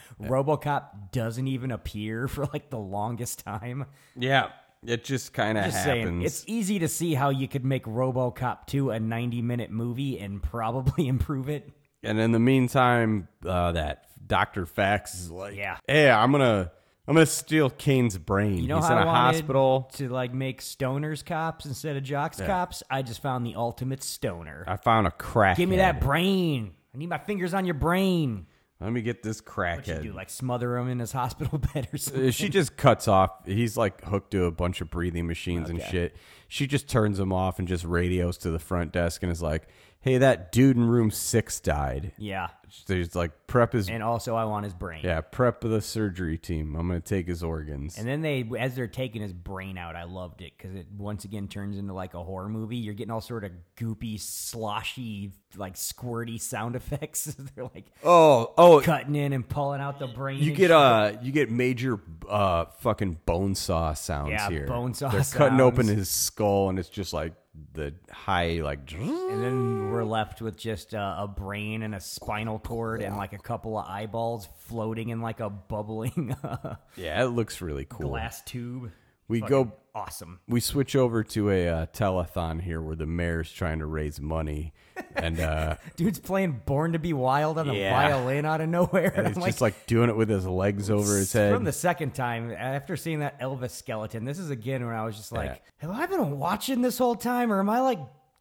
S3: Robocop doesn't even appear for like the longest time.
S2: Yeah, it just kind of
S3: Just
S2: happens.
S3: saying, it's e- easy to see how you could make RoboCop 2 a 90 minute movie and probably improve it.
S2: and in the meantime, uh, that Dr. Fax is like,
S3: Yeah.
S2: Hey, I'm going to. I'm gonna steal Kane's brain.
S3: You know
S2: He's
S3: how
S2: in
S3: I
S2: a
S3: wanted
S2: hospital.
S3: to like make stoners cops instead of jocks cops. I just found the ultimate stoner.
S2: I found a crack.
S3: Give me that brain. I need my fingers on your brain.
S2: Let me get this
S3: What you
S2: crackhead.
S3: do? Like smother him in his hospital bed or something?
S2: Uh, she just cuts off. He's like hooked to a bunch of breathing machines and shit. She just turns him off and just radios to the front desk and is like, "Hey, that dude in room six died."
S3: yeah.
S2: There's like prep his
S3: And also, I want his brain.
S2: yeah prep the surgery team. I'm gonna take his organs.
S3: And then they, as they're taking his brain out, I loved it because it once again turns into like a horror movie. You're getting all sort of goopy, sloshy, like squirty sound effects. they're like
S2: oh oh,
S3: cutting in and pulling out the brain.
S2: you
S3: and
S2: get
S3: shit.
S2: uh you get major uh fucking bone saw sounds
S3: Yeah,
S2: here.
S3: bone saw
S2: They're cutting open
S3: sounds.
S2: his skull and it's just like the high like.
S3: and then we're left with just uh, a brain and a spinal cord and like a couple of eyeballs floating in like a bubbling uh,
S2: Yeah, it looks really cool.
S3: glass tube.
S2: We
S3: Fucking
S2: go
S3: awesome.
S2: we switch over to a uh, telethon here where the mayor's trying to raise money and uh
S3: Dude's playing "Born to Be Wild" on a
S2: Yeah.
S3: violin out of nowhere.
S2: and
S3: I'm
S2: he's just like doing it with his legs over his head
S3: From the second time, after seeing that Elvis skeleton, this is again when I was just like,
S2: Yeah.
S3: have I been watching this whole time or am I like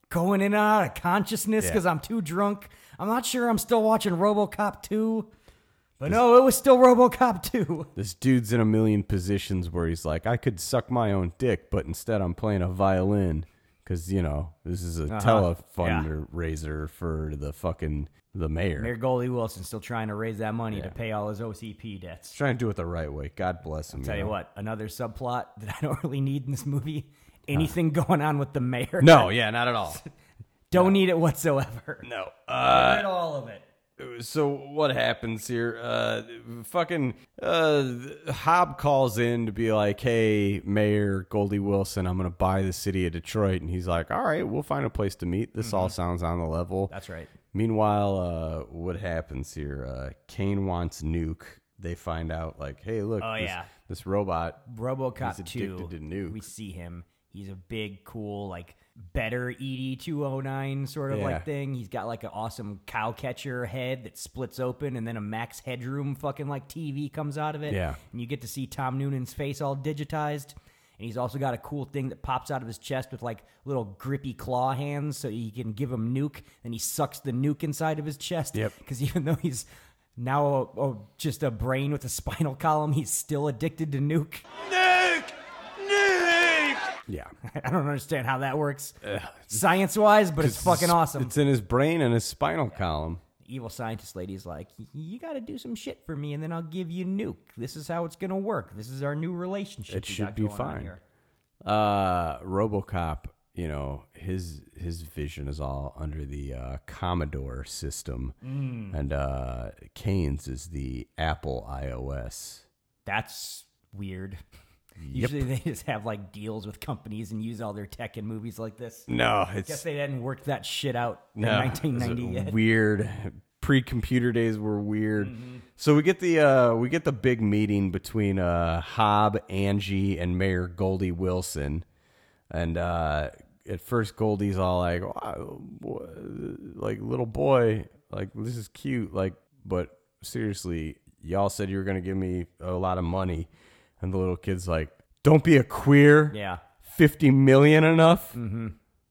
S3: going in and out of consciousness
S2: Yeah.
S3: because I'm too drunk? I'm not sure I'm still watching Robocop 2. But no, it was still Robocop 2.
S2: this dude's in a million positions where he's like i could suck my own dick but instead i'm playing a violin because you know this is a
S3: Uh-huh.
S2: telefundraiser for the fucking the mayor,
S3: Mayor Goldie Wilson still trying to raise that money to pay all his OCP debts.
S2: trying to do it the right way god bless him
S3: Tell you
S2: know?
S3: what, another subplot that I don't really need in this movie. Anything going on with the mayor?
S2: no yeah not at all
S3: Don't need it whatsoever.
S2: no uh
S3: Get all of it.
S2: so what happens here uh fucking uh hob calls in to be like hey mayor goldie wilson i'm gonna buy the city of detroit and he's like all right we'll find a place to meet this
S3: Mm-hmm.
S2: all sounds on the level
S3: That's right.
S2: meanwhile uh what happens here uh kane wants nuke they find out like hey look
S3: Oh,
S2: this,
S3: yeah.
S2: this robot
S3: RoboCop
S2: He's
S3: 2.
S2: addicted to Nuke.
S3: We see him. He's a big, cool, like better E ED209 sort of
S2: Yeah.
S3: like thing. He's got like an awesome cow catcher head that splits open, and then a Max Headroom fucking like TV comes out of it.
S2: Yeah.
S3: and you get to see Tom Noonan's face all digitized. And he's also got a cool thing that pops out of his chest with like little grippy claw hands, so he can give him nuke. And he sucks the nuke inside of his chest.
S2: Yep.
S3: Because even though he's now a, a, just a brain with a spinal column, he's still addicted to nuke.
S2: yeah
S3: I don't understand how that works science wise, but it's fucking awesome.
S2: Uh, it's in his brain and his spinal column
S3: Evil scientist lady's like, you got to do some shit for me, and then I'll give you nuke. This is how it's gonna work. This is our new relationship.
S2: It
S3: we
S2: should
S3: got
S2: be
S3: going on
S2: fine.
S3: here."
S2: uh robocop you know his his vision is all under the uh commodore system
S3: Mm.
S2: and uh kane's is the apple ios
S3: That's weird. Usually they just have like deals with companies and use all their tech in movies like this.
S2: no
S3: Guess
S2: it's
S3: they didn't work that shit out in
S2: no,
S3: 1990
S2: it's
S3: yet.
S2: weird pre-computer days were weird
S3: Mm-hmm.
S2: so we get the uh we get the big meeting between uh hob angie and mayor goldie wilson and uh at first goldie's all like wow, wh- like little boy like this is cute like but seriously y'all said you were gonna give me a lot of money And the little kid's like, "Don't be a queer."
S3: Yeah. Mm-hmm.
S2: Fifty million enough.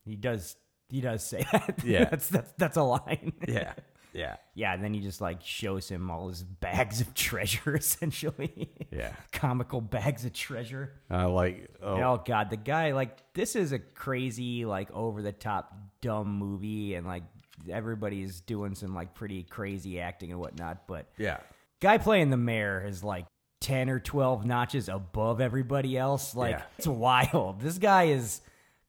S3: He does. He does say that.
S2: Yeah.
S3: that's, that's that's a line.
S2: Yeah. Yeah.
S3: Yeah, and then he just like shows him all his bags of treasure, essentially.
S2: Yeah.
S3: Comical bags of treasure.
S2: I like. Oh,
S3: And, oh god, the guy like this is a crazy, like over the top dumb movie, and like everybody's doing some like pretty crazy acting and whatnot. But
S2: yeah.
S3: guy playing the mayor is like ten or twelve notches above everybody else. Like
S2: Yeah.
S3: it's wild. This guy is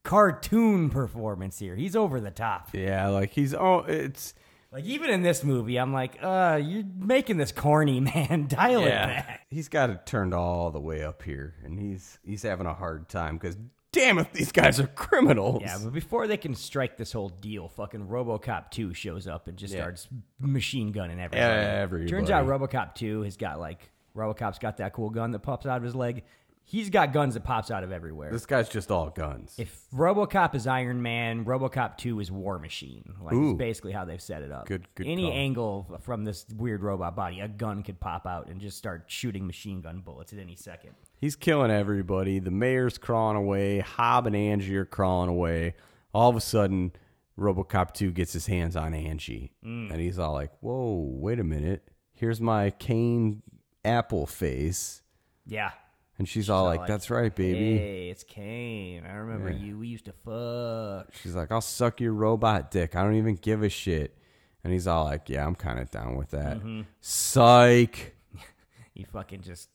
S3: cartoon performance here. He's over the top.
S2: Yeah. Like he's. Oh, it's.
S3: Like even in this movie, I'm like, uh, you're making this corny, man. Dial it back.
S2: He's got it turned all the way up here, and he's he's having a hard time because damn it, these guys are criminals.
S3: Yeah, but before they can strike this whole deal, fucking RoboCop 2 shows up and just
S2: Yeah.
S3: starts machine gunning everybody.
S2: Everybody.
S3: Turns out RoboCop 2 has got like RoboCop's got that cool gun that pops out of his leg. He's got guns that pops out of everywhere.
S2: this guy's just all guns.
S3: if RoboCop is Iron Man, RoboCop 2 is War Machine. Like
S2: Ooh.
S3: it's basically how they've set it up.
S2: Good- good
S3: Any
S2: call.
S3: angle from this weird robot body, a gun could pop out and just start shooting machine gun bullets at any second.
S2: He's killing everybody. The mayor's crawling away. Hob and Angie are crawling away. All of a sudden, RoboCop 2 gets his hands on Angie.
S3: Mm.
S2: And he's all like, whoa, wait a minute. Here's my cane apple face.
S3: Yeah.
S2: And she's, all, like,
S3: like,
S2: that's right, baby.
S3: Hey, it's Kane. I remember you. We used to fuck.
S2: She's like, I'll suck your robot dick. I don't even give a shit. And he's all like, yeah, I'm kind of down with that.
S3: Mm-hmm.
S2: Psych.
S3: He fucking just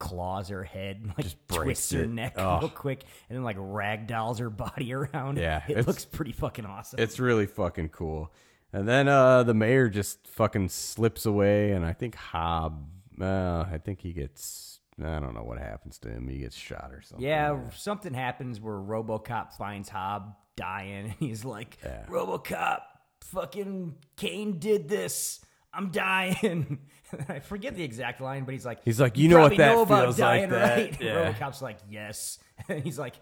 S3: claws her head, and, like
S2: Just breaks
S3: twists her
S2: it.
S3: neck
S2: Ugh.
S3: real quick, and then like ragdolls her body around.
S2: Yeah,
S3: it
S2: it's-
S3: looks pretty fucking awesome.
S2: It's really fucking cool. And then uh, the mayor just fucking slips away, and I think Hob, uh, I think he gets, I don't know what happens to him. He gets shot or something.
S3: yeah, something happens where RoboCop finds Hob dying, and he's like, "RoboCop, fucking Kane did this." I'm dying. I forget the exact line, but he's like,
S2: He's like, "You know what
S3: probably
S2: that
S3: about
S2: feels like,
S3: dying,
S2: that."
S3: Right? And
S2: Yeah.
S3: RoboCop's like, "Yes," and he's like,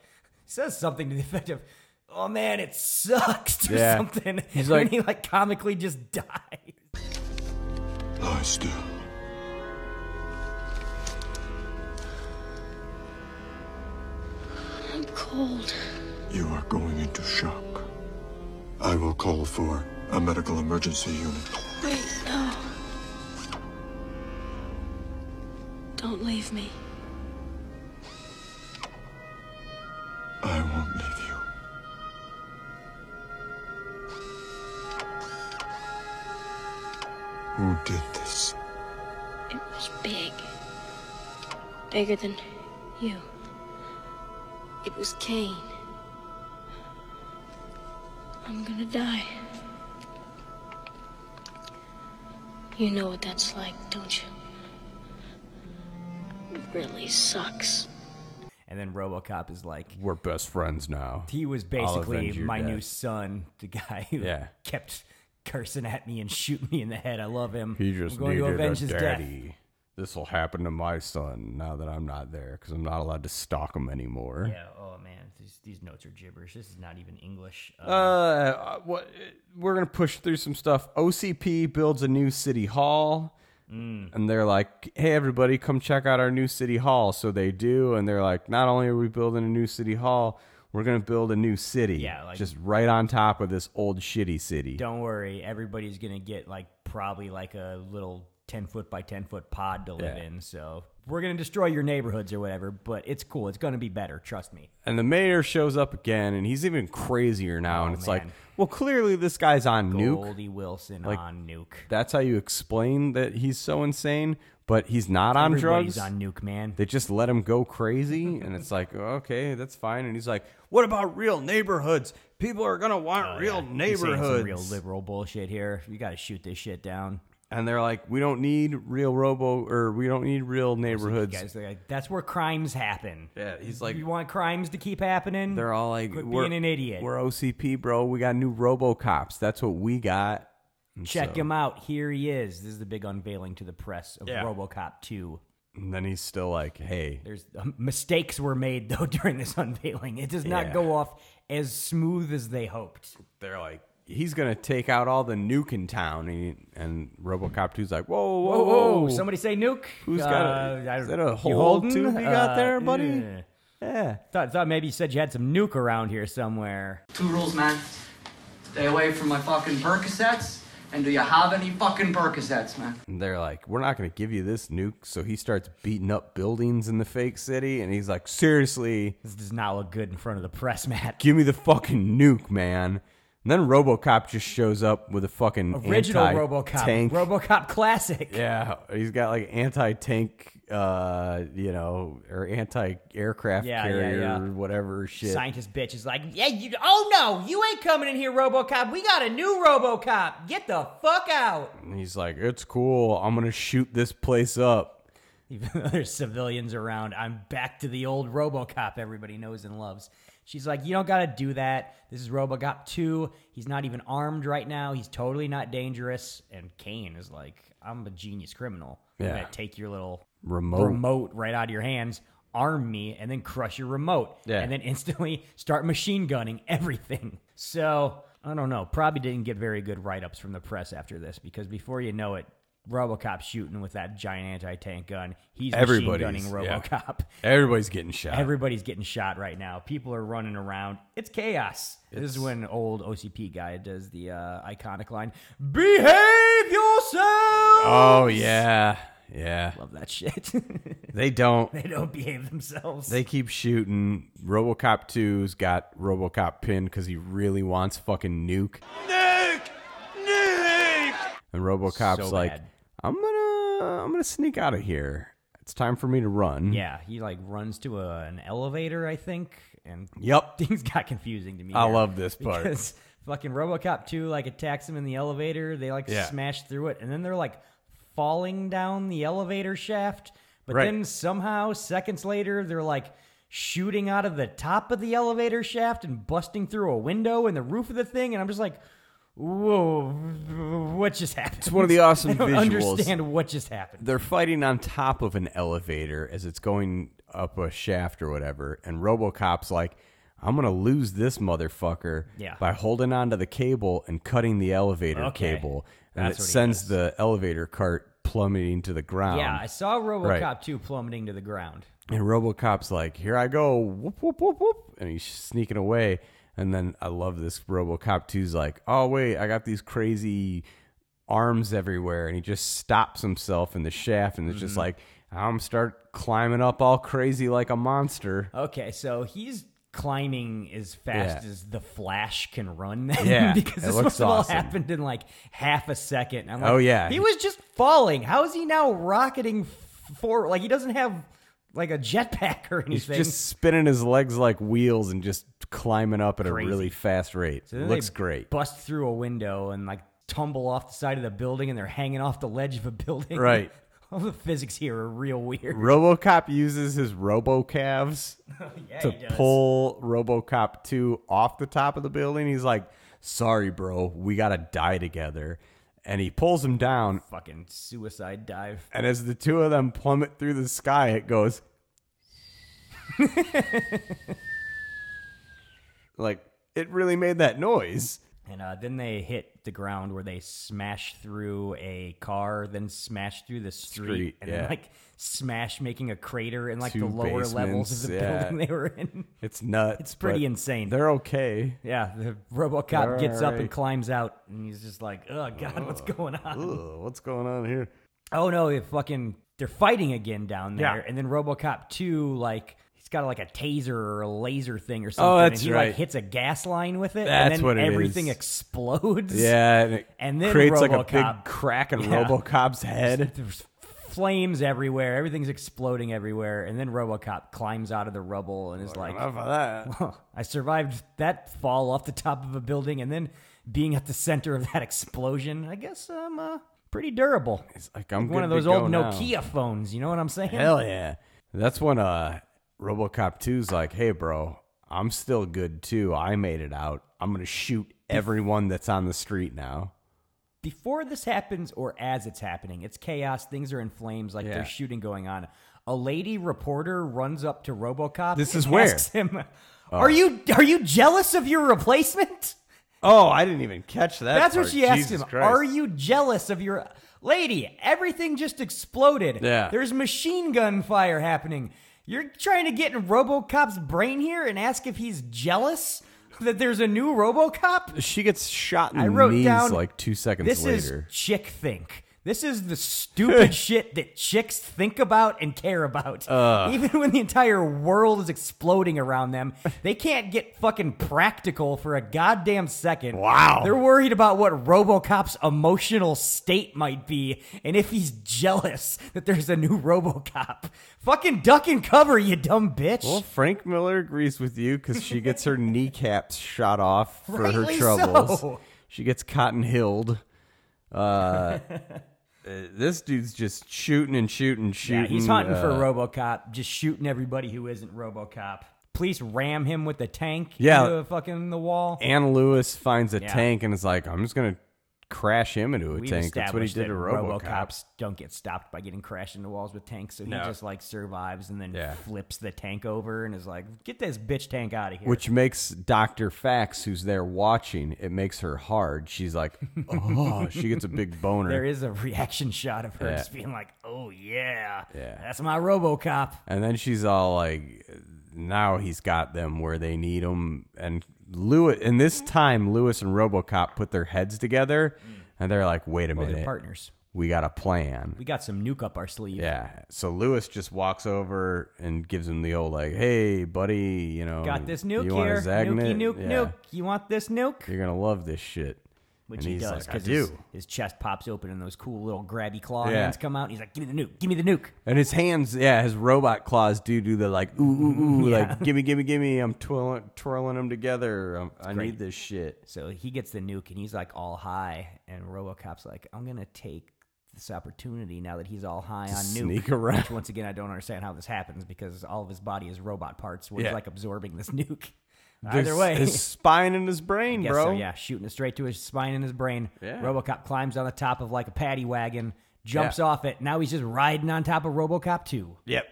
S3: says something to the effect of, "Oh man, it sucks" or
S2: Yeah.
S3: something.
S2: He's
S3: and
S2: like-
S3: then he like comically just dies.
S4: Lie still.
S10: I'm cold.
S4: You are going into shock. I will call for a medical emergency unit.
S10: Wait, no. Don't leave me.
S4: I won't leave you. Who did this?
S10: It was big. Bigger than you. It was Cain. I'm gonna die. You know what that's like, don't you? It really sucks.
S3: And then RoboCop is like,
S2: We're best friends now.
S3: He was
S2: I'll
S3: basically
S2: avenge your
S3: my new
S2: death.
S3: son, the guy who
S2: Yeah.
S3: kept cursing at me and shooting me in the head. I love him.
S2: He just
S3: um, I'm going
S2: needed
S3: to avenge
S2: a
S3: his
S2: daddy.
S3: death.
S2: This will happen to my son now that I'm not there because I'm not allowed to stalk him anymore.
S3: Yeah. Oh man, these, these notes are gibberish. This is not even English. Uh,
S2: Uh, what we're gonna push through some stuff. OCP builds a new city hall,
S3: Mm.
S2: and they're like, "Hey, everybody, come check out our new city hall." So they do, and they're like, "Not only are we building a new city hall, we're gonna build a new city,
S3: Yeah, like-
S2: just right on top of this old shitty city."
S3: don't worry, everybody's gonna get like probably like a little ten foot by ten foot pod to live
S2: Yeah.
S3: in. So we're gonna destroy your neighborhoods or whatever, but it's cool. It's gonna be better. Trust me.
S2: And the mayor shows up again, and he's even crazier now. and it's like,
S3: Oh, man.
S2: well, clearly this guy's on nuke.
S3: Goldie Wilson
S2: Like,
S3: on nuke.
S2: That's how you explain that he's so insane, but he's not on
S3: Everybody's
S2: drugs.
S3: on nuke, man.
S2: they just let him go crazy and it's like okay that's fine and he's like what about real neighborhoods people are gonna want real
S3: Oh, He's saying some
S2: neighborhoods
S3: real liberal bullshit here. You got to shoot this shit down.
S2: and they're like we don't need real robo or we don't need real neighborhoods
S3: guys. they're like, That's where crimes happen.
S2: yeah he's like
S3: you want crimes to keep happening?
S2: they're all like
S3: Quit
S2: we're
S3: being an idiot.
S2: we're ocp bro we got new robocops that's what we got And
S3: Check
S2: so-
S3: him out. Here he is. This is the big unveiling to the press of
S2: Yeah.
S3: RoboCop 2.
S2: and then he's still like hey
S3: There's um, mistakes were made though during this unveiling. It does not
S2: Yeah.
S3: go off as smooth as they hoped.
S2: they're like he's gonna take out all the nuke in town, and, he, and RoboCop two's like, whoa,
S3: Whoa,
S2: whoa,
S3: whoa, Oh, Somebody say nuke.
S2: Who's
S3: uh,
S2: got a-
S3: I
S2: is
S3: don't-
S2: that a
S3: you
S2: whole
S3: holding? Uh,
S2: tube you got there, buddy?
S3: Yeah.
S2: Yeah.
S3: Thought, thought maybe you said you had some nuke around here somewhere.
S11: Two rules, man. Stay away from my fucking Percocets. And do you have any fucking Percocets, man?
S2: And they're like, we're not going to give you this nuke. So he starts beating up buildings in the fake city. And he's like, seriously.
S3: This does not look good in front of the press, Matt.
S2: Give me the fucking nuke, man. And then Robocop just shows up with a fucking
S3: Original
S2: anti-
S3: RoboCop.
S2: Tank.
S3: RoboCop classic.
S2: yeah. He's got like anti tank, uh, you know, or anti aircraft
S3: Yeah, yeah,
S2: carrier,
S3: yeah.
S2: whatever shit.
S3: Scientist bitch is like, yeah, you. Oh no, you ain't coming in here, RoboCop. We got a new RoboCop. Get the fuck out.
S2: and he's like, it's cool. I'm going to shoot this place up.
S3: Even though there's civilians around, I'm back to the old RoboCop everybody knows and loves. She's like, you don't gotta do that. This is RoboCop two. He's not even armed right now. He's totally not dangerous. And Kane is like, I'm a genius criminal. I'm
S2: Yeah.
S3: gonna take your little
S2: Remote.
S3: remote right out of your hands, arm me, and then crush your remote.
S2: Yeah.
S3: And then instantly start machine gunning everything. So I don't know. Probably didn't get very good write ups from the press after this because before you know it, Robocop's shooting with that giant anti tank gun. He's machine
S2: Everybody's-
S3: gunning
S2: yeah.
S3: Robocop.
S2: Everybody's getting shot.
S3: Everybody's getting shot right now. People are running around. It's chaos. this is when old OCP guy does the uh, iconic line Behave yourself!
S2: oh, yeah. Yeah.
S3: Love that shit.
S2: They don't.
S3: they don't behave themselves.
S2: They keep shooting. RoboCop 2's got RoboCop pinned because he really wants fucking nuke.
S8: Nuke! Nuke!
S2: And RoboCop's
S3: So
S2: like,
S3: bad.
S2: I'm gonna, I'm gonna sneak out of here. It's time for me to run.
S3: Yeah, he like runs to a, an elevator, I think, and
S2: Yep.
S3: things got confusing to me.
S2: I
S3: there.
S2: love this part.
S3: because fucking RoboCop two like attacks him in the elevator. They like
S2: Yeah.
S3: smash through it, and then they're like falling down the elevator shaft. But
S2: Right.
S3: then somehow seconds later, they're like shooting out of the top of the elevator shaft and busting through a window in the roof of the thing, and I'm just like. Whoa! What just happened? It's
S2: one of the awesome
S3: I don't
S2: visuals.
S3: Understand what just happened?
S2: They're fighting on top of an elevator as it's going up a shaft or whatever, and RoboCop's like, I'm gonna lose this motherfucker
S3: Yeah.
S2: by holding onto the cable and cutting the elevator
S3: Okay.
S2: cable, and
S3: That's
S2: it
S3: what he
S2: sends
S3: does.
S2: the elevator cart plummeting to the ground.
S3: yeah, I saw RoboCop
S2: Um, right.
S3: two plummeting to the ground.
S2: And RoboCop's like, "Here I go!" Whoop whoop whoop whoop, and he's sneaking away. And then I love this RoboCop 2's like, "Oh wait, I got these crazy arms everywhere," and he just stops himself in the shaft, and it's
S3: Mm-hmm.
S2: just like, "I'm start climbing up all crazy like a monster."
S3: Okay, so he's climbing as fast
S2: Yeah.
S3: as the Flash can run. Then,
S2: Yeah,
S3: because
S2: it
S3: this
S2: looks
S3: must have all
S2: awesome.
S3: happened in like half a second. I'm like,
S2: Oh, yeah.
S3: he was just falling. How is he now rocketing forward? Like he doesn't have like a jetpack or
S2: He's
S3: anything.
S2: just spinning his legs like wheels and just climbing up at
S3: Crazy.
S2: a really fast rate.
S3: So then they
S2: Looks great.
S3: Bust through a window and like tumble off the side of the building, and they're hanging off the ledge of a building.
S2: Right.
S3: All the physics here are real weird.
S2: RoboCop uses his RoboCavs to
S3: he does.
S2: pull RoboCop 2 off the top of the building. He's like, "Sorry, bro, we got to die together." And he pulls him down,
S3: Fucking suicide dive.
S2: and as the two of them plummet through the sky, it goes like it really made that noise.
S3: And uh, then they hit the ground where they smash through a car, then smash through the street,
S2: Street,
S3: and
S2: yeah.
S3: then like smash, making a crater in like
S2: Two
S3: the lower levels
S2: basements,
S3: of the
S2: yeah.
S3: building they were in.
S2: It's nuts.
S3: It's pretty
S2: but
S3: insane.
S2: They're okay.
S3: Yeah, the RoboCop
S2: They're
S3: gets up and
S2: alright.
S3: climbs out, and he's just like, "Oh God, what's going on?"
S2: Ugh, what's going on here?
S3: Oh no, they fucking they're fighting again down there.
S2: Yeah.
S3: And then RoboCop 2 like he's got like a taser or a laser thing or something and
S2: Oh, that's
S3: he like
S2: right.
S3: hits a gas line with it and
S2: That's
S3: then
S2: what it
S3: everything
S2: is.
S3: explodes.
S2: Yeah, and it
S3: And then
S2: creates like a big
S3: RoboCop-
S2: crack in
S3: Yeah.
S2: RoboCop's head.
S3: There's flames everywhere. Everything's exploding everywhere. And then RoboCop climbs out of the rubble and is like,
S2: Enough of that.
S3: "Huh, I survived that fall off the top of a building and then being at the center of that explosion. I guess I'm uh, pretty durable.
S2: It's like I'm
S3: One of
S2: good to
S3: those old
S2: go now.
S3: Nokia phones. You know what I'm saying?
S2: Hell yeah. That's when uh RoboCop 2's like, "Hey bro, I'm still good too. I made it out. I'm going to shoot everyone that's on the street now."
S3: before this happens or as it's happening, it's chaos. Things are in flames, like
S2: Yeah.
S3: there's shooting going on. A lady reporter runs up to RoboCop.
S2: This
S3: and
S2: is where? Oh.
S3: asks him, "Are you are you jealous of your replacement?"
S2: Oh, I didn't even catch that.
S3: That's what
S2: part.
S3: she asked
S2: Jesus
S3: him.
S2: Christ.
S3: Are you jealous of your lady? Everything just exploded.
S2: Yeah.
S3: There's machine gun fire happening. You're trying to get in RoboCop's brain here and ask if he's jealous that there's a new RoboCop?
S2: She gets shot in
S3: I
S2: the
S3: wrote
S2: knees
S3: down
S2: like two seconds
S3: this
S2: later.
S3: is chick think. This is the stupid shit that chicks think about and care about.
S2: Ugh.
S3: Even when the entire world is exploding around them, they can't get fucking practical for a goddamn second.
S2: Wow.
S3: They're worried about what RoboCop's emotional state might be and if he's jealous that there's a new RoboCop. Fucking duck and cover, you dumb bitch.
S2: well, Frank Miller agrees with you because she gets her kneecaps shot off for
S3: Rightly
S2: her troubles.
S3: so.
S2: She gets cotton hilled. Uh, uh, this dude's just shooting and shooting, shooting.
S3: Yeah, he's hunting for
S2: uh,
S3: RoboCop, just shooting everybody who isn't RoboCop. Police ram him with a tank
S2: Yeah.
S3: into a fucking the wall.
S2: Anna Lewis finds a
S3: Yeah.
S2: tank and is like, "I'm just gonna crash him into a
S3: We've
S2: tank." That's what he
S3: established
S2: did
S3: that
S2: to RoboCop.
S3: RoboCops don't get stopped by getting crashed into walls with tanks, so he
S2: No.
S3: just like survives and then
S2: Yeah.
S3: flips the tank over and is like, "Get this bitch tank out of here."
S2: Which makes Dr. Fax, who's there watching, it makes her hard. She's like, oh, she gets a big boner.
S3: there is a reaction shot of her
S2: Yeah.
S3: just being like, "Oh yeah,
S2: Yeah.
S3: that's my RoboCop."
S2: And then she's all like, now he's got them where they need them. And Lewis, and this time, Lewis and Robocop put their heads together and they're like, wait a
S3: Mm. Well, they're
S2: minute.
S3: partners.
S2: We got a plan.
S3: We got some nuke up our sleeve.
S2: Yeah. So Lewis just walks over and gives him the old, like, hey, buddy, you know,
S3: Got this nuke
S2: you want
S3: here.
S2: a Zagnut?
S3: Nukey nuke
S2: Yeah.
S3: nuke. You want this nuke?
S2: You're going to love this shit.
S3: Which
S2: and
S3: he
S2: he's
S3: does
S2: like, I
S3: because
S2: do.
S3: his, his chest pops open and those cool little grabby claw
S2: Yeah.
S3: hands come out. And he's like, "Give me the nuke! Give me the nuke!"
S2: And his hands, yeah, his robot claws do do the like ooh ooh ooh, like gimme gimme gimme. I'm twirling twirling them together. i I
S3: great.
S2: need this shit.
S3: So he gets the nuke and he's like all high, and RoboCop's like, "I'm gonna take this opportunity now that he's all high on nuke."
S2: sneak around.
S3: Which, once again, I don't understand how this happens because all of his body is robot parts. Where
S2: Yeah.
S3: he's like absorbing this nuke.
S2: There's
S3: Either way,
S2: his spine and his brain,
S3: Guess
S2: bro.
S3: so, yeah, shooting it straight to his spine and his brain.
S2: Yeah.
S3: RoboCop climbs on the top of like a paddy wagon, jumps
S2: Yeah.
S3: off it. Now he's just riding on top of RoboCop two.
S2: Yep.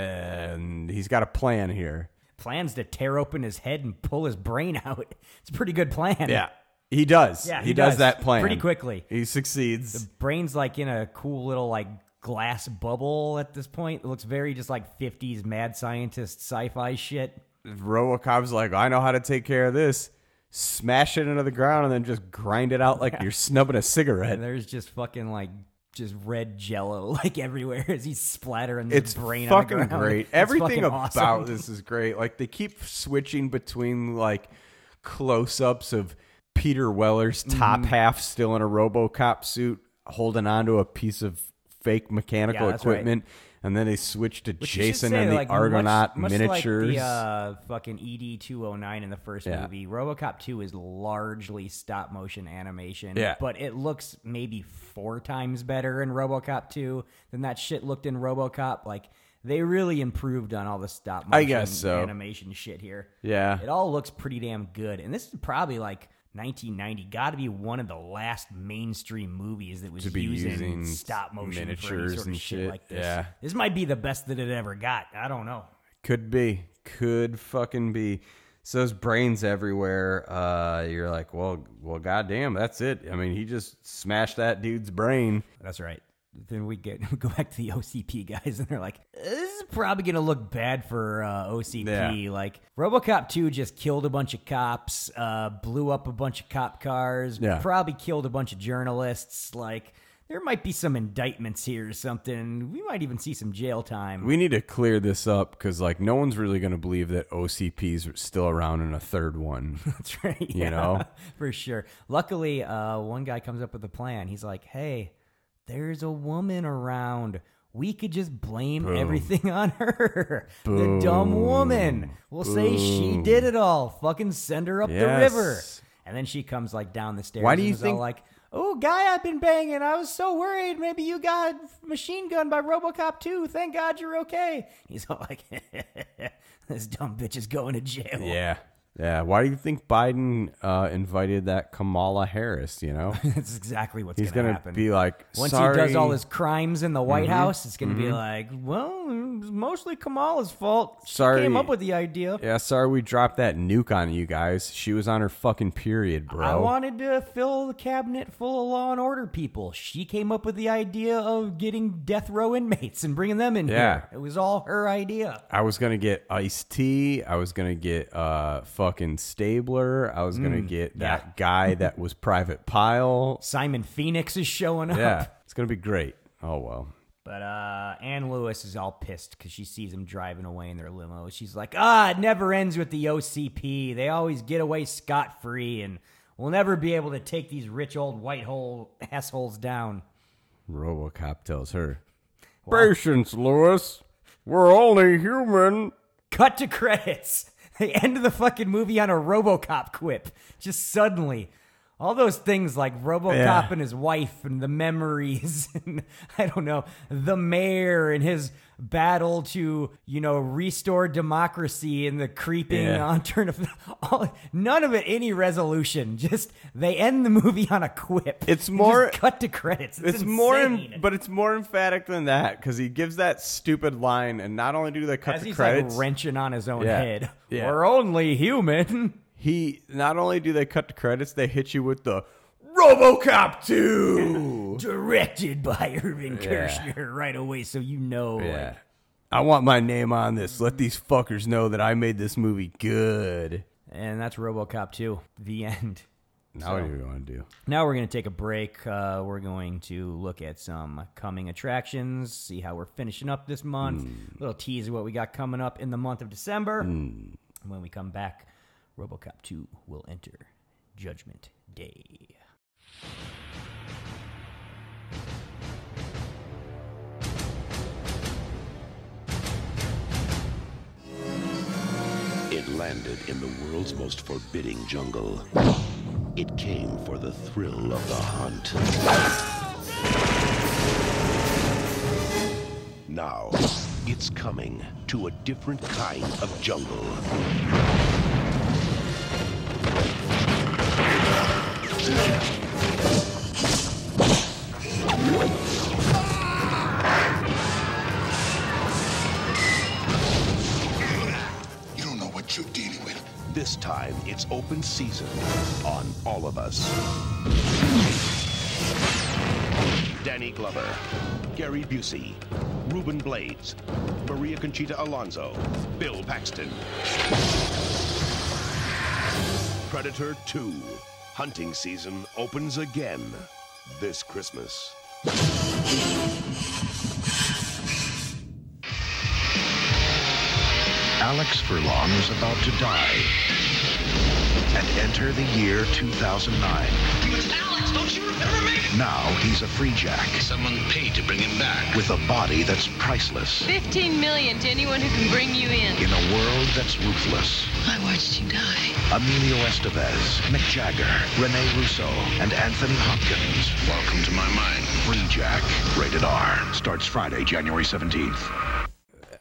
S2: And he's got a plan here.
S3: Plans to tear open his head and pull his brain out. It's a pretty good plan.
S2: Yeah, he does.
S3: Yeah,
S2: he,
S3: he
S2: does,
S3: does.
S2: that plan
S3: Pretty quickly.
S2: He succeeds.
S3: brain's like in a cool little like glass bubble at this point. It looks very just like 50s mad scientist sci-fi shit.
S2: Robocop's like, I know how to take care of this. Smash it into the ground and then just grind it out like you're snubbing a cigarette.
S3: And there's just fucking like just red jello like everywhere as he's splattering this
S2: it's
S3: brain on the
S2: fucking
S3: ground.
S2: great.
S3: It's
S2: Everything
S3: fucking
S2: about
S3: awesome.
S2: this is great. Like they keep switching between like close-ups of Peter Weller's top
S3: Mm-hmm.
S2: half still in a RoboCop suit holding onto a piece of fake mechanical
S3: Yeah, that's right.
S2: equipment. And then they switch to
S3: Which you should
S2: Jason
S3: say,
S2: and the
S3: like, much-
S2: Argonaut
S3: much
S2: miniatures.
S3: Like the uh, fucking ED 209 in the first
S2: Yeah.
S3: movie, RoboCop 2 is largely stop motion animation.
S2: Yeah.
S3: But it looks maybe four times better in RoboCop 2 than that shit looked in RoboCop. Like, they really improved on all the stop motion
S2: I guess so.
S3: animation shit here.
S2: Yeah.
S3: It all looks pretty damn good. And this is probably like. 1990 got to be one of the last mainstream movies that was
S2: To be
S3: using,
S2: using
S3: stop motion for any
S2: miniatures
S3: sort of
S2: and
S3: shit,
S2: shit,
S3: like this.
S2: yeah.
S3: This might be the best that it ever got. I don't know.
S2: Could be. Could fucking be. So his brain's everywhere. Uh, you're like, well, well, goddamn, that's it. I mean, he just smashed that dude's brain.
S3: That's right. Then we get we go back to the OCP guys, and they're like, "This is probably gonna look bad for uh, OCP."
S2: Yeah.
S3: Like RoboCop two just killed a bunch of cops, uh, blew up a bunch of cop cars,
S2: Yeah.
S3: probably killed a bunch of journalists. Like there might be some indictments here or something. We might even see some jail time.
S2: We need to clear this up because, like, no one's really going to believe that OCP's still around in a third one.
S3: That's right.
S2: You know?
S3: for sure. Luckily, uh, one guy comes up with a plan. He's like, "Hey, there's a woman around. We could just blame everything on her. The dumb woman. We'll say she did it all. Fucking send her up the river."
S2: Yes.
S3: And then she comes like down the stairs.
S2: Why do
S3: and
S2: you
S3: is all
S2: think-
S3: like? Oh, guy, I've been banging. I was so worried. Maybe you got machine gunned by RoboCop too. Thank God you're okay. He's all like, "This dumb bitch is going to jail."
S2: yeah. Yeah, why do you think Biden uh, invited that Kamala Harris? You know,
S3: that's exactly what's
S2: he's
S3: gonna
S2: gonna,
S3: happen.
S2: be like.
S3: Once
S2: Sorry.
S3: he does all his crimes in the White
S2: Mhm.
S3: House, it's going to be
S2: Mhm.
S3: like, well, it was mostly Kamala's fault. She
S2: Sorry.
S3: came up with the idea.
S2: Yeah, sorry we dropped that nuke on you guys. She was on her fucking period, bro.
S3: I wanted to fill the cabinet full of law and order people. She came up with the idea of getting death row inmates and bringing them in
S2: Yeah.
S3: here. It was all her idea.
S2: I was gonna get iced tea. I was gonna get uh fucking Stabler. I was gonna
S3: Mm,
S2: get
S3: yeah.
S2: that guy that was Private Pyle.
S3: Simon Phoenix is showing up.
S2: Yeah, it's gonna be great. Oh well.
S3: But uh, Anne Lewis is all pissed because she sees him driving away in their limo. She's like, ah, it never ends with the OCP. They always get away scot free, and we'll never be able to take these rich old white hole assholes down.
S2: RoboCop tells her,
S3: Wow.
S2: "Patience, Lewis. We're only human."
S3: Cut to credits. They end the fucking movie on a RoboCop quip. Just suddenly, all those things like RoboCop
S2: Yeah.
S3: and his wife and the memories, and I don't know, the mayor and his battle to you know restore democracy and the creeping
S2: Yeah.
S3: on turn of all, none of it any resolution. Just they end the movie on a quip.
S2: It's
S3: And
S2: more-
S3: just cut to credits. It's,
S2: It's, more,
S3: insane.
S2: em- but it's more emphatic than that because he gives that stupid line, and not only do they cut
S3: as
S2: the
S3: he's
S2: credits,
S3: like wrenching on his own
S2: Yeah.
S3: head.
S2: Yeah.
S3: We're only human.
S2: he not only do they cut the credits, they hit you with the RoboCop two.
S3: directed by Irvin
S2: Yeah.
S3: Kershner right away, so you know.
S2: Yeah.
S3: Like,
S2: I want my name on this. Let these fuckers know that I made this movie good.
S3: and that's RoboCop 2, the end.
S2: Now what do we want to do?
S3: Now we're going to take a break. Uh, we're going to look at some coming attractions, see how we're finishing up this month,
S2: Hmm.
S3: little tease of what we got coming up in the month of December. And when we come back, RoboCop 2 will enter Judgment Day.
S12: It landed in the world's most forbidding jungle. It came for the thrill of the hunt. Now, it's coming to a different kind of jungle. You don't know what you're dealing with. This time, it's open season on all of us. Danny Glover, Gary Busey, Ruben Blades, Maria Conchita Alonso, Bill Paxton. Predator 2. Hunting season opens again this Christmas.
S13: Alex Furlong is about to die and enter the year 2009.
S14: Alex, don't you remember me?
S13: Now he's a free jack. Someone paid to bring him back. With a body that's priceless
S15: 15 million to anyone who can bring you in.
S13: in a world that's ruthless.
S15: I watched you die.
S13: Emilio Estevez, Mick Jagger, Rene Russo, and Anthony Hopkins. Welcome to my mind. Free Jack, rated R, starts Friday, January 17th.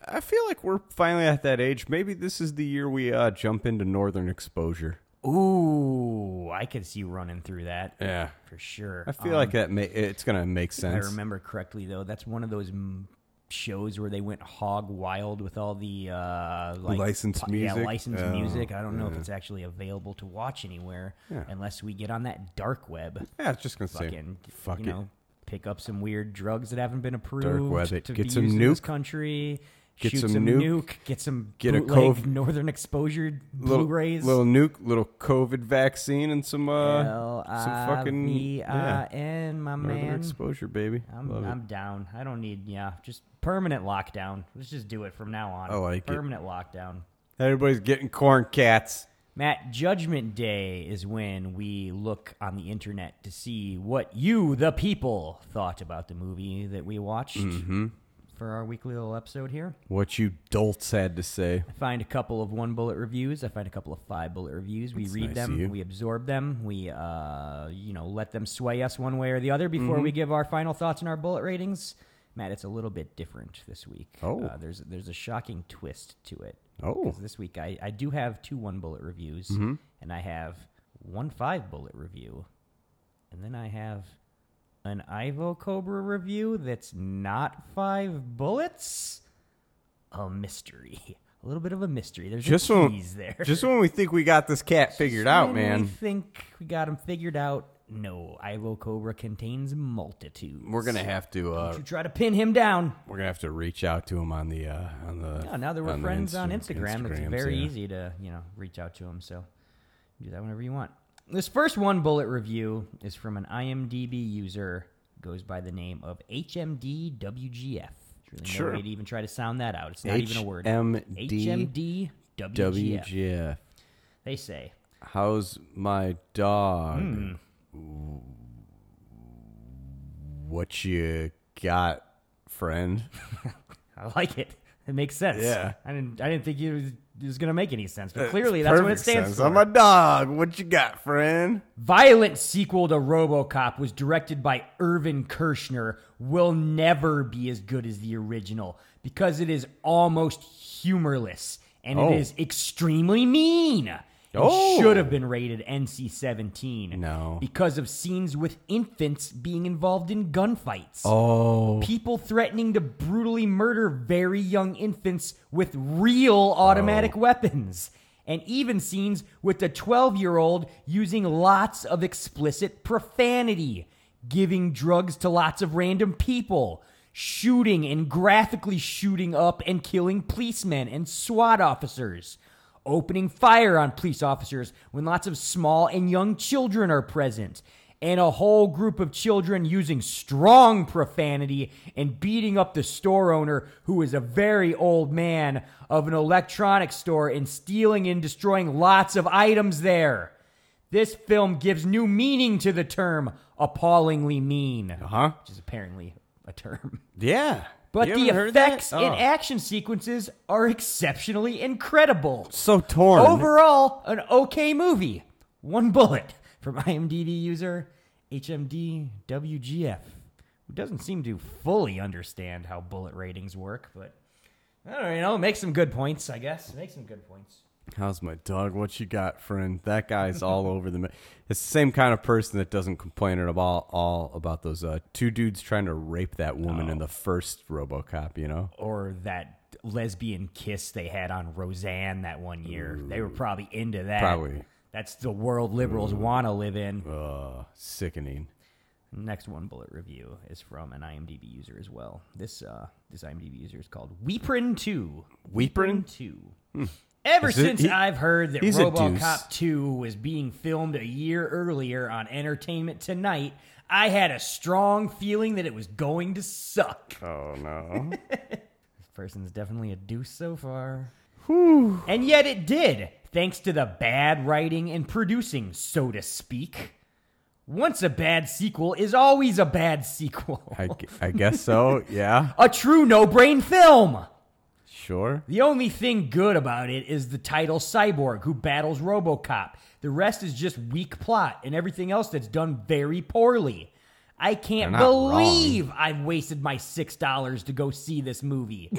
S2: I feel like we're finally at that age. Maybe this is the year we uh, jump into Northern Exposure.
S3: Ooh, I could see running through that.
S2: Yeah.
S3: For sure.
S2: I feel
S3: Um,
S2: like that. May, it's gonna make sense.
S3: If I remember correctly, though, that's one of those mm, shows where they went hog wild with all the uh, like,
S2: Licensed
S3: pu- Yeah,
S2: music?
S3: licensed
S2: Oh,
S3: music. I don't know if
S2: yeah.
S3: it's actually available to watch anywhere
S2: Yeah.
S3: unless we get on that dark web.
S2: Yeah, I was just gonna say,
S3: Fucking,
S2: fuck
S3: you
S2: it.
S3: know, pick up some weird drugs that haven't been approved.
S2: web it.
S3: to
S2: Get
S3: be
S2: some
S3: used in this
S2: nuke.
S3: country.
S2: Get
S3: shoot
S2: some
S3: some
S2: nuke.
S3: Get some
S2: Get a
S3: bootleg
S2: cove-
S3: Northern Exposure
S2: little,
S3: Blu-rays.
S2: little nuke, little COVID vaccine, and some uh, some fucking yeah.
S3: L-I-V-I-N, my
S2: Northern
S3: uh, man.
S2: Exposure, baby.
S3: I'm,
S2: Love it.
S3: I'm down. I don't need, yeah, just permanent lockdown. Let's just do it from now on.
S2: I like it.
S3: permanent lockdown.
S2: Everybody's getting corn cats.
S3: Matt, Judgment Day is when we look on the internet to see what you, the people, thought about the movie that we watched
S2: Mhm.
S3: for our weekly little episode here.
S2: What you dolts had to say.
S3: I find a couple of one bullet reviews. I find a couple of five bullet reviews. We
S2: That's
S3: read
S2: nice of you.
S3: them. We absorb them. We, uh, you know, let them sway us one way or the other before
S2: Mhm.
S3: we give our final thoughts and our bullet ratings. Matt, it's a little bit different this week.
S2: Oh.
S3: Uh, there's there's a shocking twist to it.
S2: Oh.
S3: 'Cause this week I, I do have two one bullet reviews,
S2: Mhm.
S3: and I have one five bullet review, and then I have an Ivo Cobra review that's not five bullets. A mystery, a little bit of a mystery. There's
S2: Just
S3: a
S2: when,
S3: tease there.
S2: just when we think we got this cat figured out,
S3: When we
S2: man.
S3: think we got him figured out. No, Ivo Cobra contains multitudes.
S2: We're gonna have to, uh,
S3: Don't you try to pin him down.
S2: We're gonna have to reach out to him on the uh, on the.
S3: Yeah, now that we're
S2: on the
S3: friends on
S2: Insta-
S3: Instagram, it's
S2: Instagrams,
S3: very
S2: yeah.
S3: easy to you know reach out to him. So do that whenever you want. This first one bullet review is from an IMDb user goes by the name of HMDWGF. There's Really
S2: Sure.
S3: No way to even try to sound that out. It's not even a word.
S2: HMD
S3: HMDWGF.
S2: WGF.
S3: They say
S2: How's my dog?
S3: Hmm.
S2: What you got, friend?
S3: I like it. It makes sense.
S2: Yeah. Uh,
S3: I didn't. I didn't think it was, it was going to make any sense, but
S2: It's
S3: clearly that's what it
S2: perfect
S3: stands
S2: sense.
S3: for.
S2: I'm a dog. What you got, friend?
S3: Violent sequel to RoboCop was directed by Irvin Kershner. Will never be as good as the original because it is almost humorless and
S2: Oh.
S3: it is extremely mean. It
S2: Oh.
S3: should have been rated NC-17.
S2: No.
S3: because of scenes with infants being involved in gunfights.
S2: Oh.
S3: People threatening to brutally murder very young infants with real automatic
S2: Oh.
S3: weapons. And even scenes with the 12 year old using lots of explicit profanity, giving drugs to lots of random people, shooting and graphically shooting up and killing policemen and SWAT officers, opening fire on police officers when lots of small and young children are present, and a whole group of children using strong profanity and beating up the store owner, who is a very old man of an electronics store, and stealing and destroying lots of items there. This film gives new meaning to the term appallingly mean, uh-huh. which is apparently a term.
S2: Yeah.
S3: But
S2: You
S3: the
S2: haven't heard that?
S3: effects and
S2: Oh.
S3: action sequences are exceptionally incredible.
S2: So torn.
S3: Overall, an okay movie. One bullet from IMDb user HMDWGF, who doesn't seem to fully understand how bullet ratings work, but I don't know, you know, make some good points, I guess. Make some good points.
S2: How's my dog? What you got, friend? That guy's all over the. Ma- it's the same kind of person that doesn't complain at all, all about those uh, two dudes trying to rape that woman in the first RoboCop. You know,
S3: Or that lesbian kiss they had on Roseanne that one year. They were probably into that.
S2: Probably.
S3: That's the world liberals
S2: Ooh.
S3: want to live in.
S2: Ugh, sickening.
S3: Next one bullet review is from an IMDb user as well. This uh, this IMDb user is called Weeprin Two.
S2: Weeprin?
S3: Two. Ever
S2: Hmm. Is it-
S3: since
S2: he-
S3: I've heard that
S2: he's a
S3: RoboCop
S2: deuce.
S3: Two was being filmed a year earlier on Entertainment Tonight, I had a strong feeling that it was going to suck.
S2: Oh no!
S3: This person's definitely a deuce so far.
S2: Whew.
S3: And yet it did, thanks to the bad writing and producing, so to speak. Once a bad sequel is always a bad sequel.
S2: I, gu- I guess so. Yeah,
S3: A true no brain film!
S2: sure.
S3: The only thing good about it is the title Cyborg, who battles Robocop. The rest is just weak plot and everything else that's done very poorly. I can't
S2: They're not wrong.
S3: believe I've wasted my $6 to go see this movie.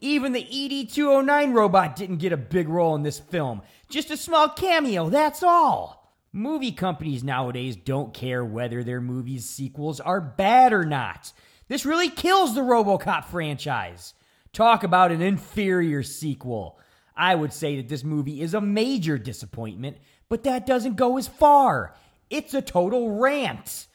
S3: Even the E ED 209 robot didn't get a big role in this film. Just a small cameo, that's all. Movie companies nowadays don't care whether their movies' sequels are bad or not. This really kills the Robocop franchise. Talk about an inferior sequel. I would say that this movie is a major disappointment, but that doesn't go as far. It's a total rant.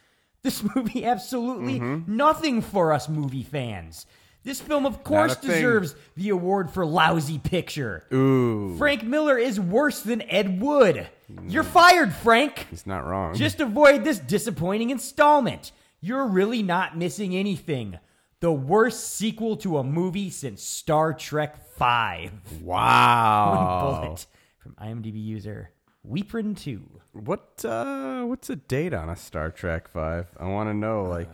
S3: This movie absolutely nothing for us movie fans. This film, of course,
S2: thing.
S3: deserves the award for lousy picture.
S2: Ooh,
S3: Frank Miller is worse than Ed Wood. You're fired, Frank.
S2: he's not wrong.
S3: Just avoid this disappointing installment. You're really not missing anything. The worst sequel to a movie since Star Trek V.
S2: wow.
S3: One bullet from IMDb user Weeprin Two.
S2: What uh, what's the date on a Star Trek Five? I want to know.
S3: Uh,
S2: Like,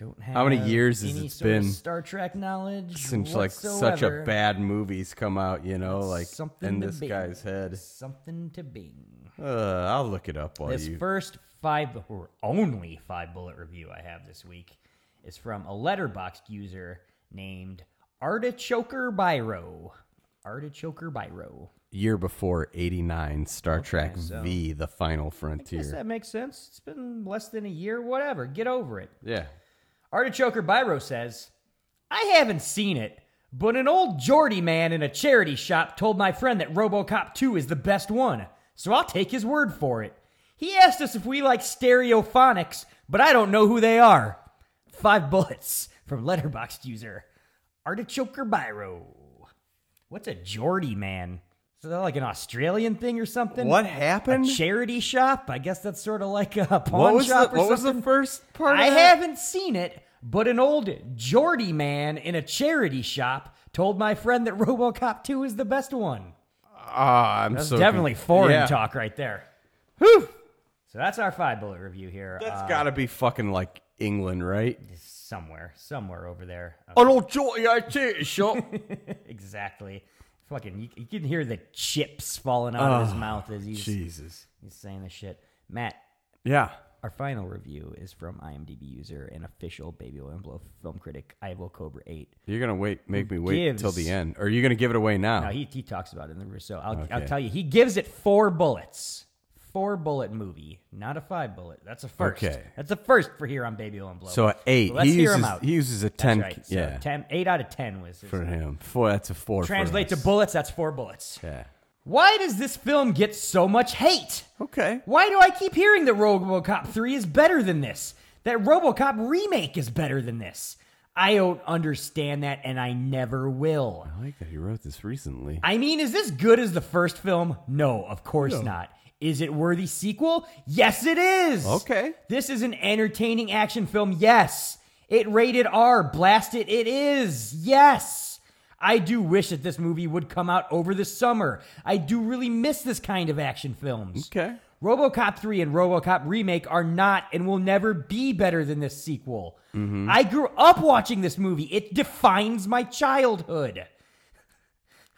S3: Don't have
S2: how many years has
S3: any
S2: it
S3: sort of
S2: been?
S3: Star Trek knowledge
S2: since like such a
S3: whatsoever.
S2: bad movies come out, you know, like
S3: something
S2: in
S3: to
S2: this
S3: be.
S2: guy's head.
S3: something to Bing.
S2: Uh, I'll look it up while
S3: this
S2: you.
S3: first five or only five bullet review I have this week is from a letterboxed user named Artichoker Biro. Artichoker Biro.
S2: Year before 89, Star Trek
S3: so-
S2: V, The Final
S3: Yes,
S2: Frontier.
S3: that makes sense. It's been less than a year, whatever. Get over it.
S2: Yeah.
S3: Artichoker Biro says, I haven't seen it, but an old Geordie man in a charity shop told my friend that Robocop 2 is the best one, so I'll take his word for it. He asked us if we like stereophonics, but I don't know who they are. Five bullets from Letterboxd user Artichoker Biro. What's a Geordie man? Is that like an Australian thing or something?
S2: What happened?
S3: A charity shop? I guess that's sort of like a pawn
S2: What was
S3: shop
S2: the-
S3: or
S2: what was the
S3: something.
S2: first part of
S3: I
S2: that?
S3: haven't seen it, but an old Geordie man in a charity shop told my friend that RoboCop 2 is the best one.
S2: Ah, I'm
S3: That's
S2: so
S3: definitely
S2: conf-
S3: foreign
S2: Yeah.
S3: talk right there. Whew. So that's our five bullet review here.
S2: That's
S3: Uh,
S2: gotta be fucking like England, right?
S3: somewhere, somewhere over there. Uh,
S2: Oh, Geordie, I tell shot.
S3: exactly. Fucking, you, you can hear the chips falling out of his
S2: Oh,
S3: mouth as he's
S2: Jesus.
S3: He's saying this shit. Matt.
S2: Yeah.
S3: Our final review is from IMDb user and official Baby Oil and Blow film critic Ivo Cobra Eight.
S2: You're gonna wait, make me wait
S3: gives-
S2: till the end, or are you gonna give it away now?
S3: No, he, he talks about it in the review. So I'll, I'll
S2: Oh. Okay.
S3: tell you, he gives it four bullets. Four bullet movie, not a five bullet. That's a first.
S2: Okay.
S3: That's a first for here on Baby Oil and Blow.
S2: So a eight.
S3: Let's
S2: He
S3: hear him
S2: uses-
S3: out.
S2: he uses a
S3: That's
S2: 10
S3: right. So
S2: yeah.
S3: 10 eight out of ten was his
S2: for him, four. That's a four. for
S3: Translate to
S2: us.
S3: bullets. That's four bullets.
S2: Yeah.
S3: Why does this film get so much hate?
S2: Okay.
S3: Why do I keep hearing that RoboCop 3 is better than this? That RoboCop remake is better than this? I don't understand that and I never will.
S2: I like that he wrote this recently.
S3: I mean, is this good as the first film? No, of course
S2: No.
S3: not. Is it worthy sequel? Yes, it is.
S2: Okay.
S3: This is an entertaining action film. Yes. It rated R. Blast it. It is. Yes. I do wish that this movie would come out over the summer. I do really miss this kind of action films.
S2: Okay.
S3: RoboCop 3 and RoboCop Remake are not and will never be better than this sequel.
S2: Mhm.
S3: I grew up watching this movie. It defines my childhood.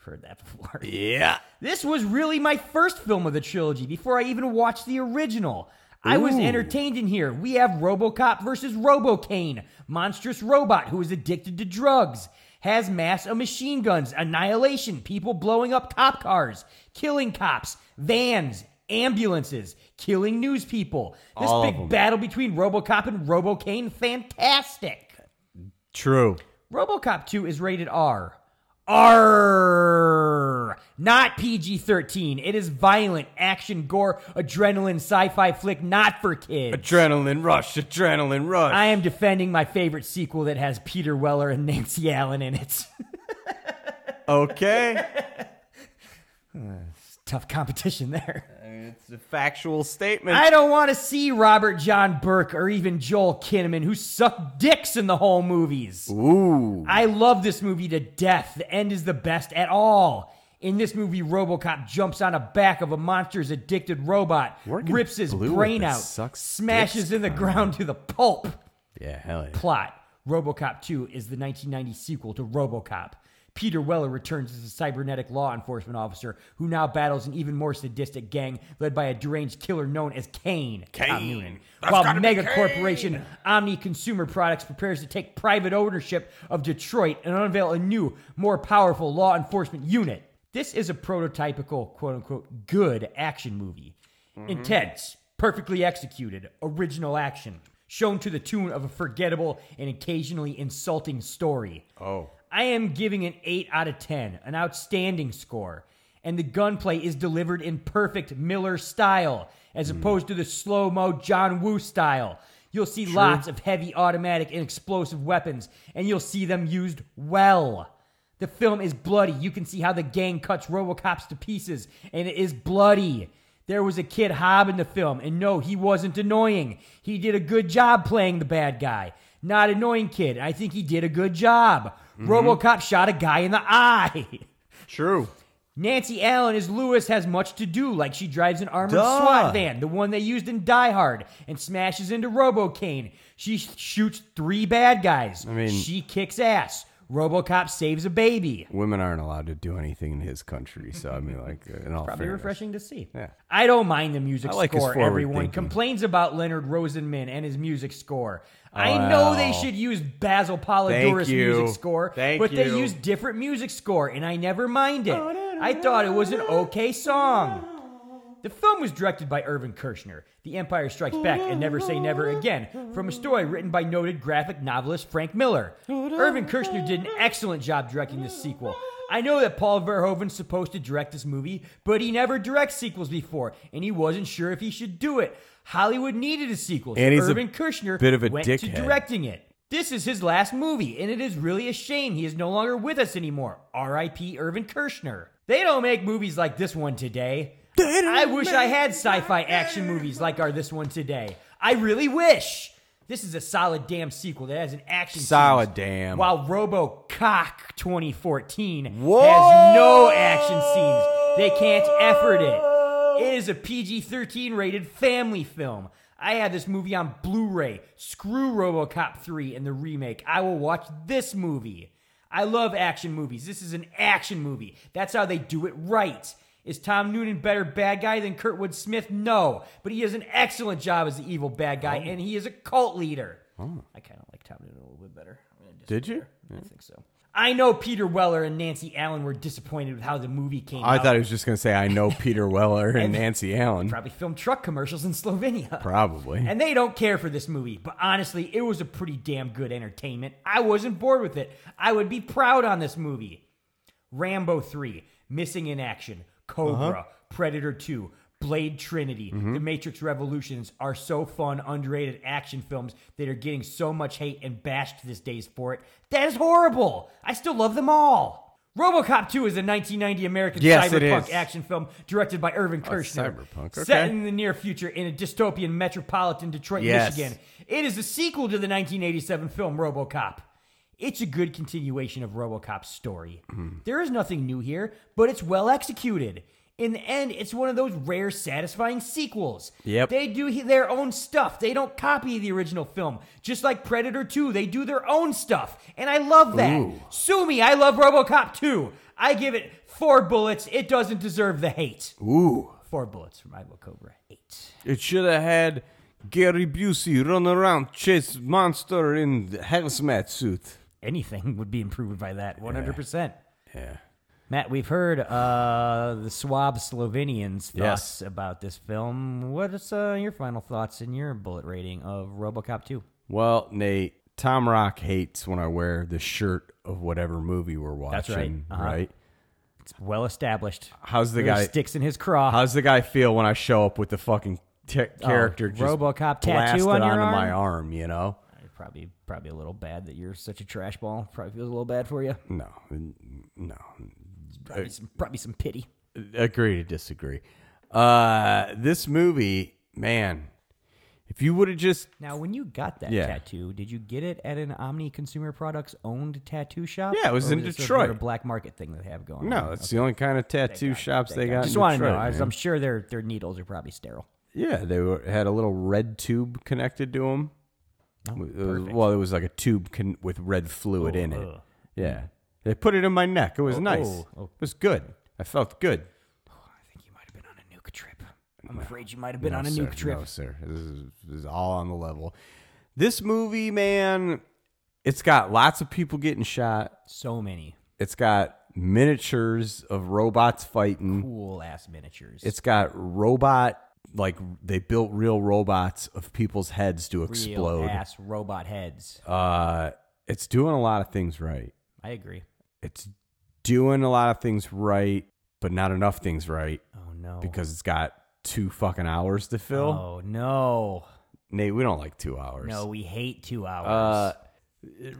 S3: Heard that before.
S2: Yeah.
S3: This was really my first film of the trilogy before I even watched the original. I was
S2: Ooh.
S3: entertained in here. We have Robocop versus Robocane, monstrous robot who is addicted to drugs, has mass of machine guns, annihilation, people blowing up cop cars, killing cops, vans, ambulances, killing news people. This
S2: All of
S3: big
S2: them.
S3: battle between Robocop and Robocane, fantastic.
S2: True.
S3: RoboCop 2 is rated R. R. Not PG 13. It is violent, action, gore, adrenaline, sci fi flick, not for kids.
S2: Adrenaline rush. Adrenaline rush.
S3: I am defending my favorite sequel that has Peter Weller and Nancy Allen in it.
S2: okay.
S3: Tough competition there.
S2: it's a factual statement.
S3: I don't want to see Robert John Burke or even Joel Kinnaman, who sucked dicks in the whole movies.
S2: Ooh.
S3: I love this movie to death. The end is the best at all. In this movie, RoboCop jumps on the back of a monster's addicted robot,
S2: Working
S3: rips his
S2: blue with
S3: brain
S2: the
S3: out,
S2: sucks
S3: smashes
S2: dicks
S3: in the
S2: comment.
S3: ground to the pulp.
S2: yeah. Hell yeah.
S3: Plot: RoboCop 2 is the 1990 sequel to RoboCop. Peter Weller returns as a cybernetic law enforcement officer who now battles an even more sadistic gang led by a deranged killer known as Kane. Tom
S2: Kane.
S3: Noonan.
S2: That's
S3: While
S2: gotta be
S3: mega
S2: Kane.
S3: corporation Omni Consumer Products prepares to take private ownership of Detroit and unveil a new, more powerful law enforcement unit. This is a prototypical, quote unquote, good action movie. Intense, perfectly executed, original action, shown to the tune of a forgettable and occasionally insulting story.
S2: Oh.
S3: I am giving an 8 out of 10, an outstanding score. And the gunplay is delivered in perfect Miller style, as opposed to the slow mo John Woo style. You'll see lots of heavy automatic and explosive weapons, and you'll see them used well. The film is bloody. You can see how the gang cuts Robocops to pieces, and it is bloody. There was a kid Hob in the film, and no, he wasn't annoying. He did a good job playing the bad guy. Not annoying kid. I think he did a good job. Robocop shot a guy in the eye.
S2: True.
S3: Nancy Allen as Lewis has much to do, like she drives an armored
S2: Duh.
S3: SWAT van, the one they used in Die Hard, and smashes into Robocane. She sh- shoots three bad guys.
S2: I mean-
S3: she kicks ass. RoboCop saves a baby.
S2: Women aren't allowed to do anything in his country, so I mean, like, uh, in all
S3: Probably
S2: fairness.
S3: refreshing to see.
S2: Yeah.
S3: I don't mind the music
S2: I like his
S3: score.
S2: forward
S3: Everyone
S2: thinking.
S3: complains about Leonard Rosenman and his music score. I know they
S2: Wow.
S3: should use Basil Polidorus
S2: you.
S3: music score,
S2: Thank
S3: but they
S2: you.
S3: use different music score, and I never mind it. I thought it was an okay song. The film was directed by Irvin Kershner, The Empire Strikes Back and Never Say Never Again, from a story written by noted graphic novelist Frank Miller. Irvin Kershner did an excellent job directing this sequel. I know that Paul Verhoeven's supposed to direct this movie, but he never directs sequels before, and he wasn't sure if he should do it. Hollywood needed a sequel, so
S2: And he's a
S3: Irvin Kershner
S2: bit of a
S3: went to
S2: dickhead.
S3: directing it. This is his last movie, and it is really a shame he is no longer with us anymore. R.I.P. Irvin Kershner. They don't make movies like this one today. I wish I had sci fi action movies like are this one today. I really wish. This is a solid damn sequel that has an action
S2: Solid
S3: sequence,
S2: damn.
S3: While RoboCock 2014 has no action scenes. They can't effort it. It is a PG 13 rated family film. I had this movie on Blu ray. Screw Robocop 3 and the remake. I will watch this movie. I love action movies. This is an action movie. That's how they do it right. Is Tom Noonan better bad guy than Kurtwood Smith? No. But he does an excellent job as the evil bad guy, and he is a cult leader.
S2: Oh.
S3: I kind of like Tom Noonan a little bit better. I'm gonna
S2: Did you?
S3: I think so. I know Peter Weller and Nancy Allen were disappointed with how the movie came
S2: I
S3: out.
S2: thought he was just going to say, I know Peter Weller and
S3: And-
S2: Nancy Allen.
S3: probably filmed truck commercials in Slovenia.
S2: Probably.
S3: And they don't care for this movie, but honestly, it was a pretty damn good entertainment. I wasn't bored with it. I would be proud on this movie. Rambo 3, Missing in Action, Cobra,
S2: Uh-huh.
S3: Predator 2, Blade Trinity,
S2: Mhm.
S3: The Matrix Revolutions are so fun, underrated action films that are getting so much hate and bashed these days for it. That is horrible. I still love them all. Robocop 2 is a 1990 American
S2: Yes, it
S3: cyberpunk
S2: is.
S3: action film directed by Irvin
S2: Oh,
S3: Kershner.
S2: cyberpunk,
S3: Set
S2: okay.
S3: in the near future in a dystopian metropolitan Detroit,
S2: Yes.
S3: Michigan. It is the sequel to the 1987 film RoboCop. It's a good continuation of RoboCop's story.
S2: Hmm.
S3: There is nothing new here, but it's well executed. In the end, it's one of those rare, satisfying sequels.
S2: Yep.
S3: They do he- their own stuff. They don't copy the original film. Just like Predator 2, they do their own stuff. And I love that.
S2: Ooh.
S3: Sue me, I love RoboCop 2. I give it four bullets. It doesn't deserve the hate.
S2: Ooh.
S3: Four bullets from I Will Cobra 8.
S2: It should have had Gary Busey run around, chase monster in hazmat suit.
S3: Anything would be improved by that, 100%.
S2: Yeah.
S3: Matt, we've heard uh, the Swab Slovenians' thoughts
S2: Yes.
S3: about this film. What's uh, your final thoughts and your bullet rating of RoboCop 2?
S2: Well, Nate, Tom Rock hates when I wear the shirt of whatever movie we're
S3: That's right.
S2: watching.
S3: Uh-huh.
S2: right?
S3: It's well established.
S2: How's the
S3: Really
S2: guy
S3: sticks in his craw?
S2: How's the guy feel when I show up with the fucking t- character just
S3: Oh, RoboCop
S2: blasted
S3: tattoo on your
S2: onto
S3: arm?
S2: my arm? You know?
S3: Probably, probably a little bad that you're such a trash ball. Probably feels a little bad for you.
S2: No, no.
S3: Probably, some, probably some pity.
S2: agree to disagree. Uh, this movie, man, if you would have just
S3: Now, when you got that
S2: Yeah.
S3: tattoo, did you get it at an Omni Consumer Products owned tattoo shop?
S2: Yeah, it was
S3: Or
S2: in
S3: this some
S2: Detroit.
S3: sort of black market thing that they have going. on?
S2: no, it's the only kind of tattoo shops they got.
S3: Just
S2: in
S3: want to
S2: Detroit,
S3: know. I was,
S2: man.
S3: I'm sure their their needles are probably sterile.
S2: Yeah, they were, had a little red tube connected to them. Uh,
S3: Oh,
S2: well, it was like a tube con- with red fluid in it.
S3: ugh.
S2: Yeah, they put it in my neck. It was
S3: uh. Oh,
S2: nice.
S3: oh, oh.
S2: It was good. I felt good.
S3: I'm afraid you might have been
S2: No,
S3: on a
S2: sir.
S3: nuke trip.
S2: No, sir. This is, this is all on the level. This movie, man, it's got lots of people getting shot.
S3: So many
S2: It's got miniatures of robots fighting.
S3: cool ass miniatures.
S2: Hmm. It's got robot like they built real robots of people's heads to explode.
S3: Real ass robot heads.
S2: Uh, it's doing a lot of things right.
S3: I agree.
S2: It's doing a lot of things right, but not enough things right.
S3: Oh no.
S2: Because it's got two fucking hours to fill.
S3: Oh no.
S2: Nate, we don't like two hours.
S3: No, we hate two hours.
S2: Uh,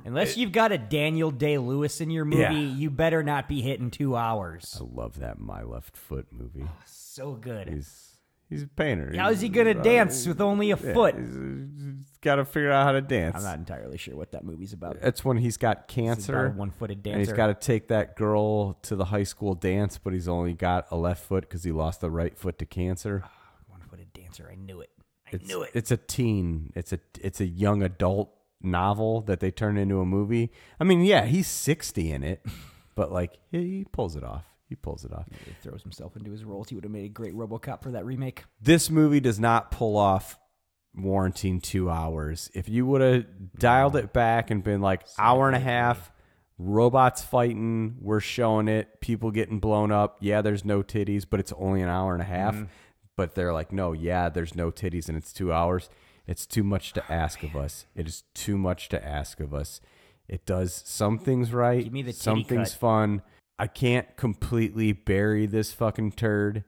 S3: Unless you've got a Daniel Day Lewis in your movie,
S2: Yeah. Oh.
S3: you better not be hitting two hours.
S2: I love that My Left Foot movie.
S3: So good.
S2: He's he's a painter.
S3: How is he gonna
S2: uh,
S3: dance with only a
S2: yeah,
S3: foot?
S2: He's, he's got to figure out how to dance.
S3: I'm not entirely sure what that movie's about.
S2: That's when he's got cancer.
S3: about a one-footed
S2: And he's
S3: dancer.
S2: got to take that girl to the high school dance, but he's only got a left foot because he lost the right foot to cancer.
S3: One footed dancer. I knew it. I
S2: It's,
S3: knew it.
S2: It's a teen. It's a it's a young adult novel that they turn into a movie. I mean, yeah, he's 60 in it, but like he, he pulls it off. He pulls it off.
S3: He throws himself into his roles. He would have made a great RoboCop for that remake.
S2: This movie does not pull off warranting two hours. If you would have dialed it back and been like hour and a half, robots fighting, we're showing it, people getting blown up. Yeah, there's no titties, but it's only an hour and a half.
S3: Mhm.
S2: But they're like, no, yeah, there's no titties and it's two hours. It's too much
S3: Oh,
S2: to ask of us. It is too much to ask of us. It does some things right,
S3: Give me the titty
S2: some things
S3: cut.
S2: fun. I can't completely bury this fucking turd.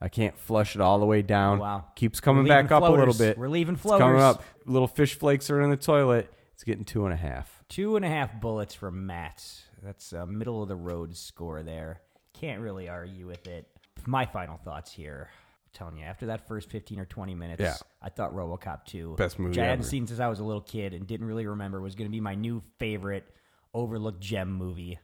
S2: I can't flush it all the way down.
S3: Wow.
S2: Keeps coming
S3: We're leaving
S2: back up a little
S3: floaters.
S2: bit.
S3: We're leaving
S2: It's coming
S3: floaters.
S2: up. Little fish flakes are in the toilet. It's getting two and a half.
S3: Two and a half bullets from Matt. That's a middle of the road score there. Can't really argue with it. My final thoughts here. I'm telling you, after that first 15 or 20 minutes,
S2: Yeah.
S3: I thought Robocop 2,
S2: Best movie
S3: which I hadn't
S2: ever.
S3: seen since I was a little kid and didn't really remember, was going to be my new favorite overlooked gem movie.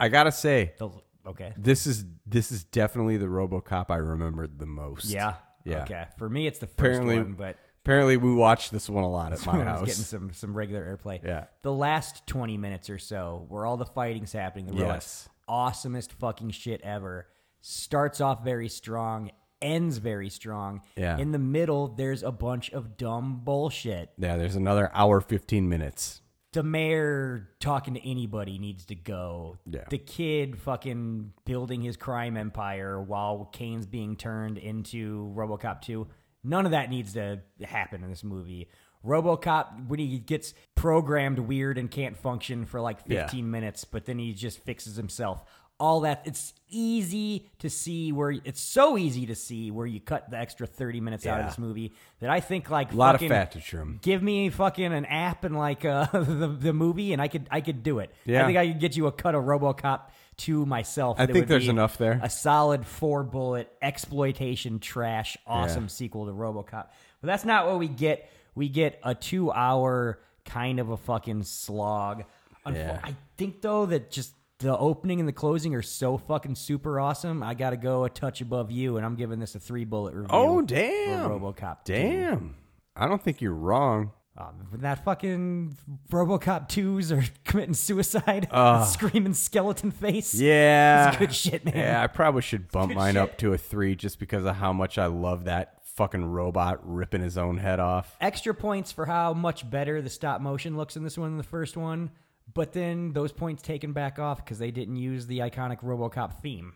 S2: I gotta say,
S3: The, okay.
S2: this is this is definitely the RoboCop I remembered the most.
S3: Yeah.
S2: yeah.
S3: Okay. For me, it's the first
S2: apparently,
S3: one, but
S2: apparently we watched this one a lot at
S3: This
S2: my
S3: one was
S2: house.
S3: getting some some regular airplay.
S2: Yeah.
S3: The last twenty minutes or so, where all the fighting's happening, the robots, awesomest fucking shit ever. Starts off very strong, ends very strong.
S2: Yeah.
S3: In the middle, there's a bunch of dumb bullshit.
S2: yeah, there's another hour fifteen minutes.
S3: The mayor talking to anybody needs to go.
S2: Yeah.
S3: The kid fucking building his crime empire while Kane's being turned into RoboCop 2. None of that needs to happen in this movie. RoboCop when he gets programmed weird and can't function for like
S2: Yeah.
S3: 15 minutes, but then he just fixes himself. All that it's easy to see where it's so easy to see where you cut the extra 30 minutes out of
S2: Yeah.
S3: this movie that I think like
S2: A lot
S3: fucking-
S2: of fat to trim.
S3: give me fucking an app and like uh, the the movie, and I could I could do it.
S2: Yeah.
S3: I think I could get you a cut of RoboCop to myself.
S2: I
S3: that
S2: think
S3: would
S2: there's
S3: be
S2: enough there.
S3: A solid four bullet exploitation trash awesome
S2: Yeah.
S3: sequel to RoboCop, but that's not what we get. We get a two hour kind of a fucking slog. Unfo-
S2: Yeah.
S3: I think though that just. The opening and the closing are so fucking super awesome. I gotta go a touch above you, and I'm giving this a three bullet review.
S2: Oh
S3: for
S2: damn!
S3: RoboCop! two.
S2: Damn. I don't think you're wrong.
S3: Um, When that fucking RoboCop twos are committing suicide,
S2: Ugh.
S3: screaming skeleton face.
S2: Yeah.
S3: it's good shit, man.
S2: Yeah, I probably should bump
S3: good
S2: mine
S3: shit.
S2: up to a three just because of how much I love that fucking robot ripping his own head off.
S3: Extra points for how much better the stop motion looks in this one than the first one, but then those points taken back off because they didn't use the iconic RoboCop theme,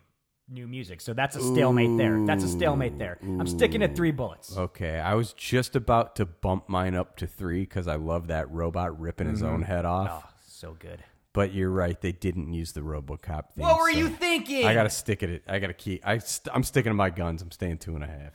S3: new music. So that's a stalemate there. That's a stalemate there. I'm sticking at three bullets.
S2: Okay, I was just about to bump mine up to three because I love that robot ripping his own
S3: Mhm.
S2: head off.
S3: Oh, so good.
S2: But you're right; they didn't use the RoboCop. Theme,
S3: What were
S2: so
S3: you thinking?
S2: I gotta stick at it. I gotta keep. I st- I'm sticking to my guns. I'm staying two and a half.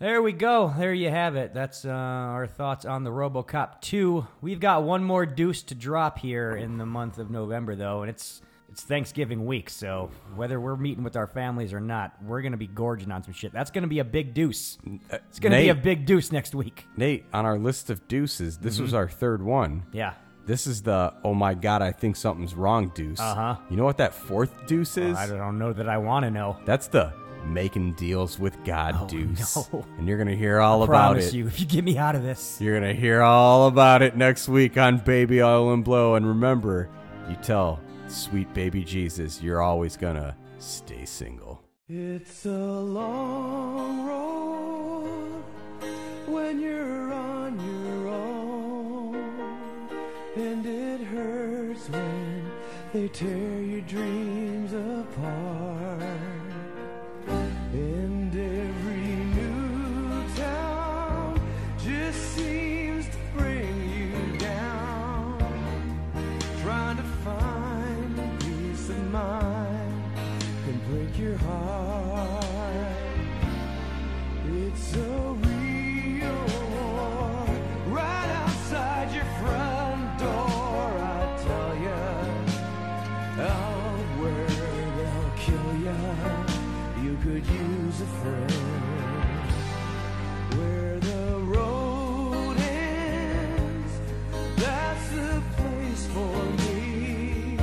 S3: There we go. There you have it. That's uh, our thoughts on the RoboCop 2. We've got one more deuce to drop here in the month of November, though, and it's it's Thanksgiving week. So whether we're meeting with our families or not, we're gonna be gorging on some shit. That's gonna be a big deuce. It's gonna be
S2: Uh, Nate.
S3: a big deuce next week.
S2: Nate, on our list of deuces, this was
S3: Mhm.
S2: our third one.
S3: Yeah.
S2: This is the oh my god, I think something's wrong deuce.
S3: Uh-huh.
S2: You know what that fourth deuce is?
S3: I don't know that I want to know.
S2: That's the making deals with God deuce.
S3: Oh, no.
S2: And you're gonna hear all about
S3: Promise
S2: it.
S3: you, if you get me out of this.
S2: You're going to hear all about it next week on Baby Oil and Blow. And remember, you tell sweet baby Jesus you're always going to stay single.
S16: It's a long road when you're on your own, and it hurts when they tear your dreams apart. And every new town just seems to bring you down, trying to find peace of mind can break your heart. It's a real war right outside your front door. I tell ya, out where they'll kill ya. You could use a friend. Where the road ends, that's the place for me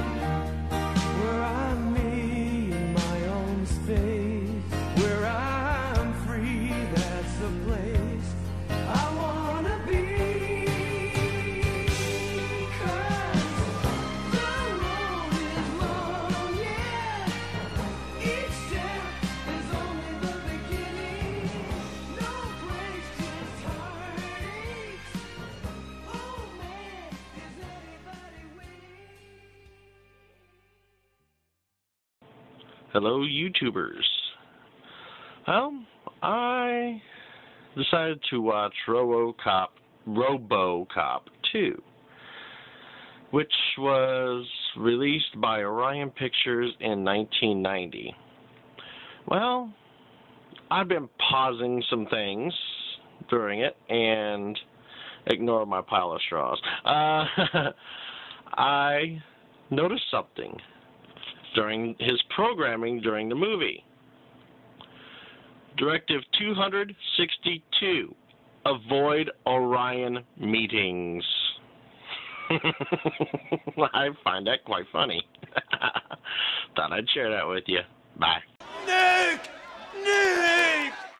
S16: where I'm me in my own space, where I'm free, that's the place I wanna be.
S17: Hello, YouTubers. Well, I decided to watch RoboCop, RoboCop 2, which was released by Orion Pictures in 1990. Well, I've been pausing some things during it and ignore my pile of straws. Uh, I noticed something during his programming during the movie. Directive 262 Avoid Orion meetings. I find that quite funny. Thought I'd share that with you. Bye.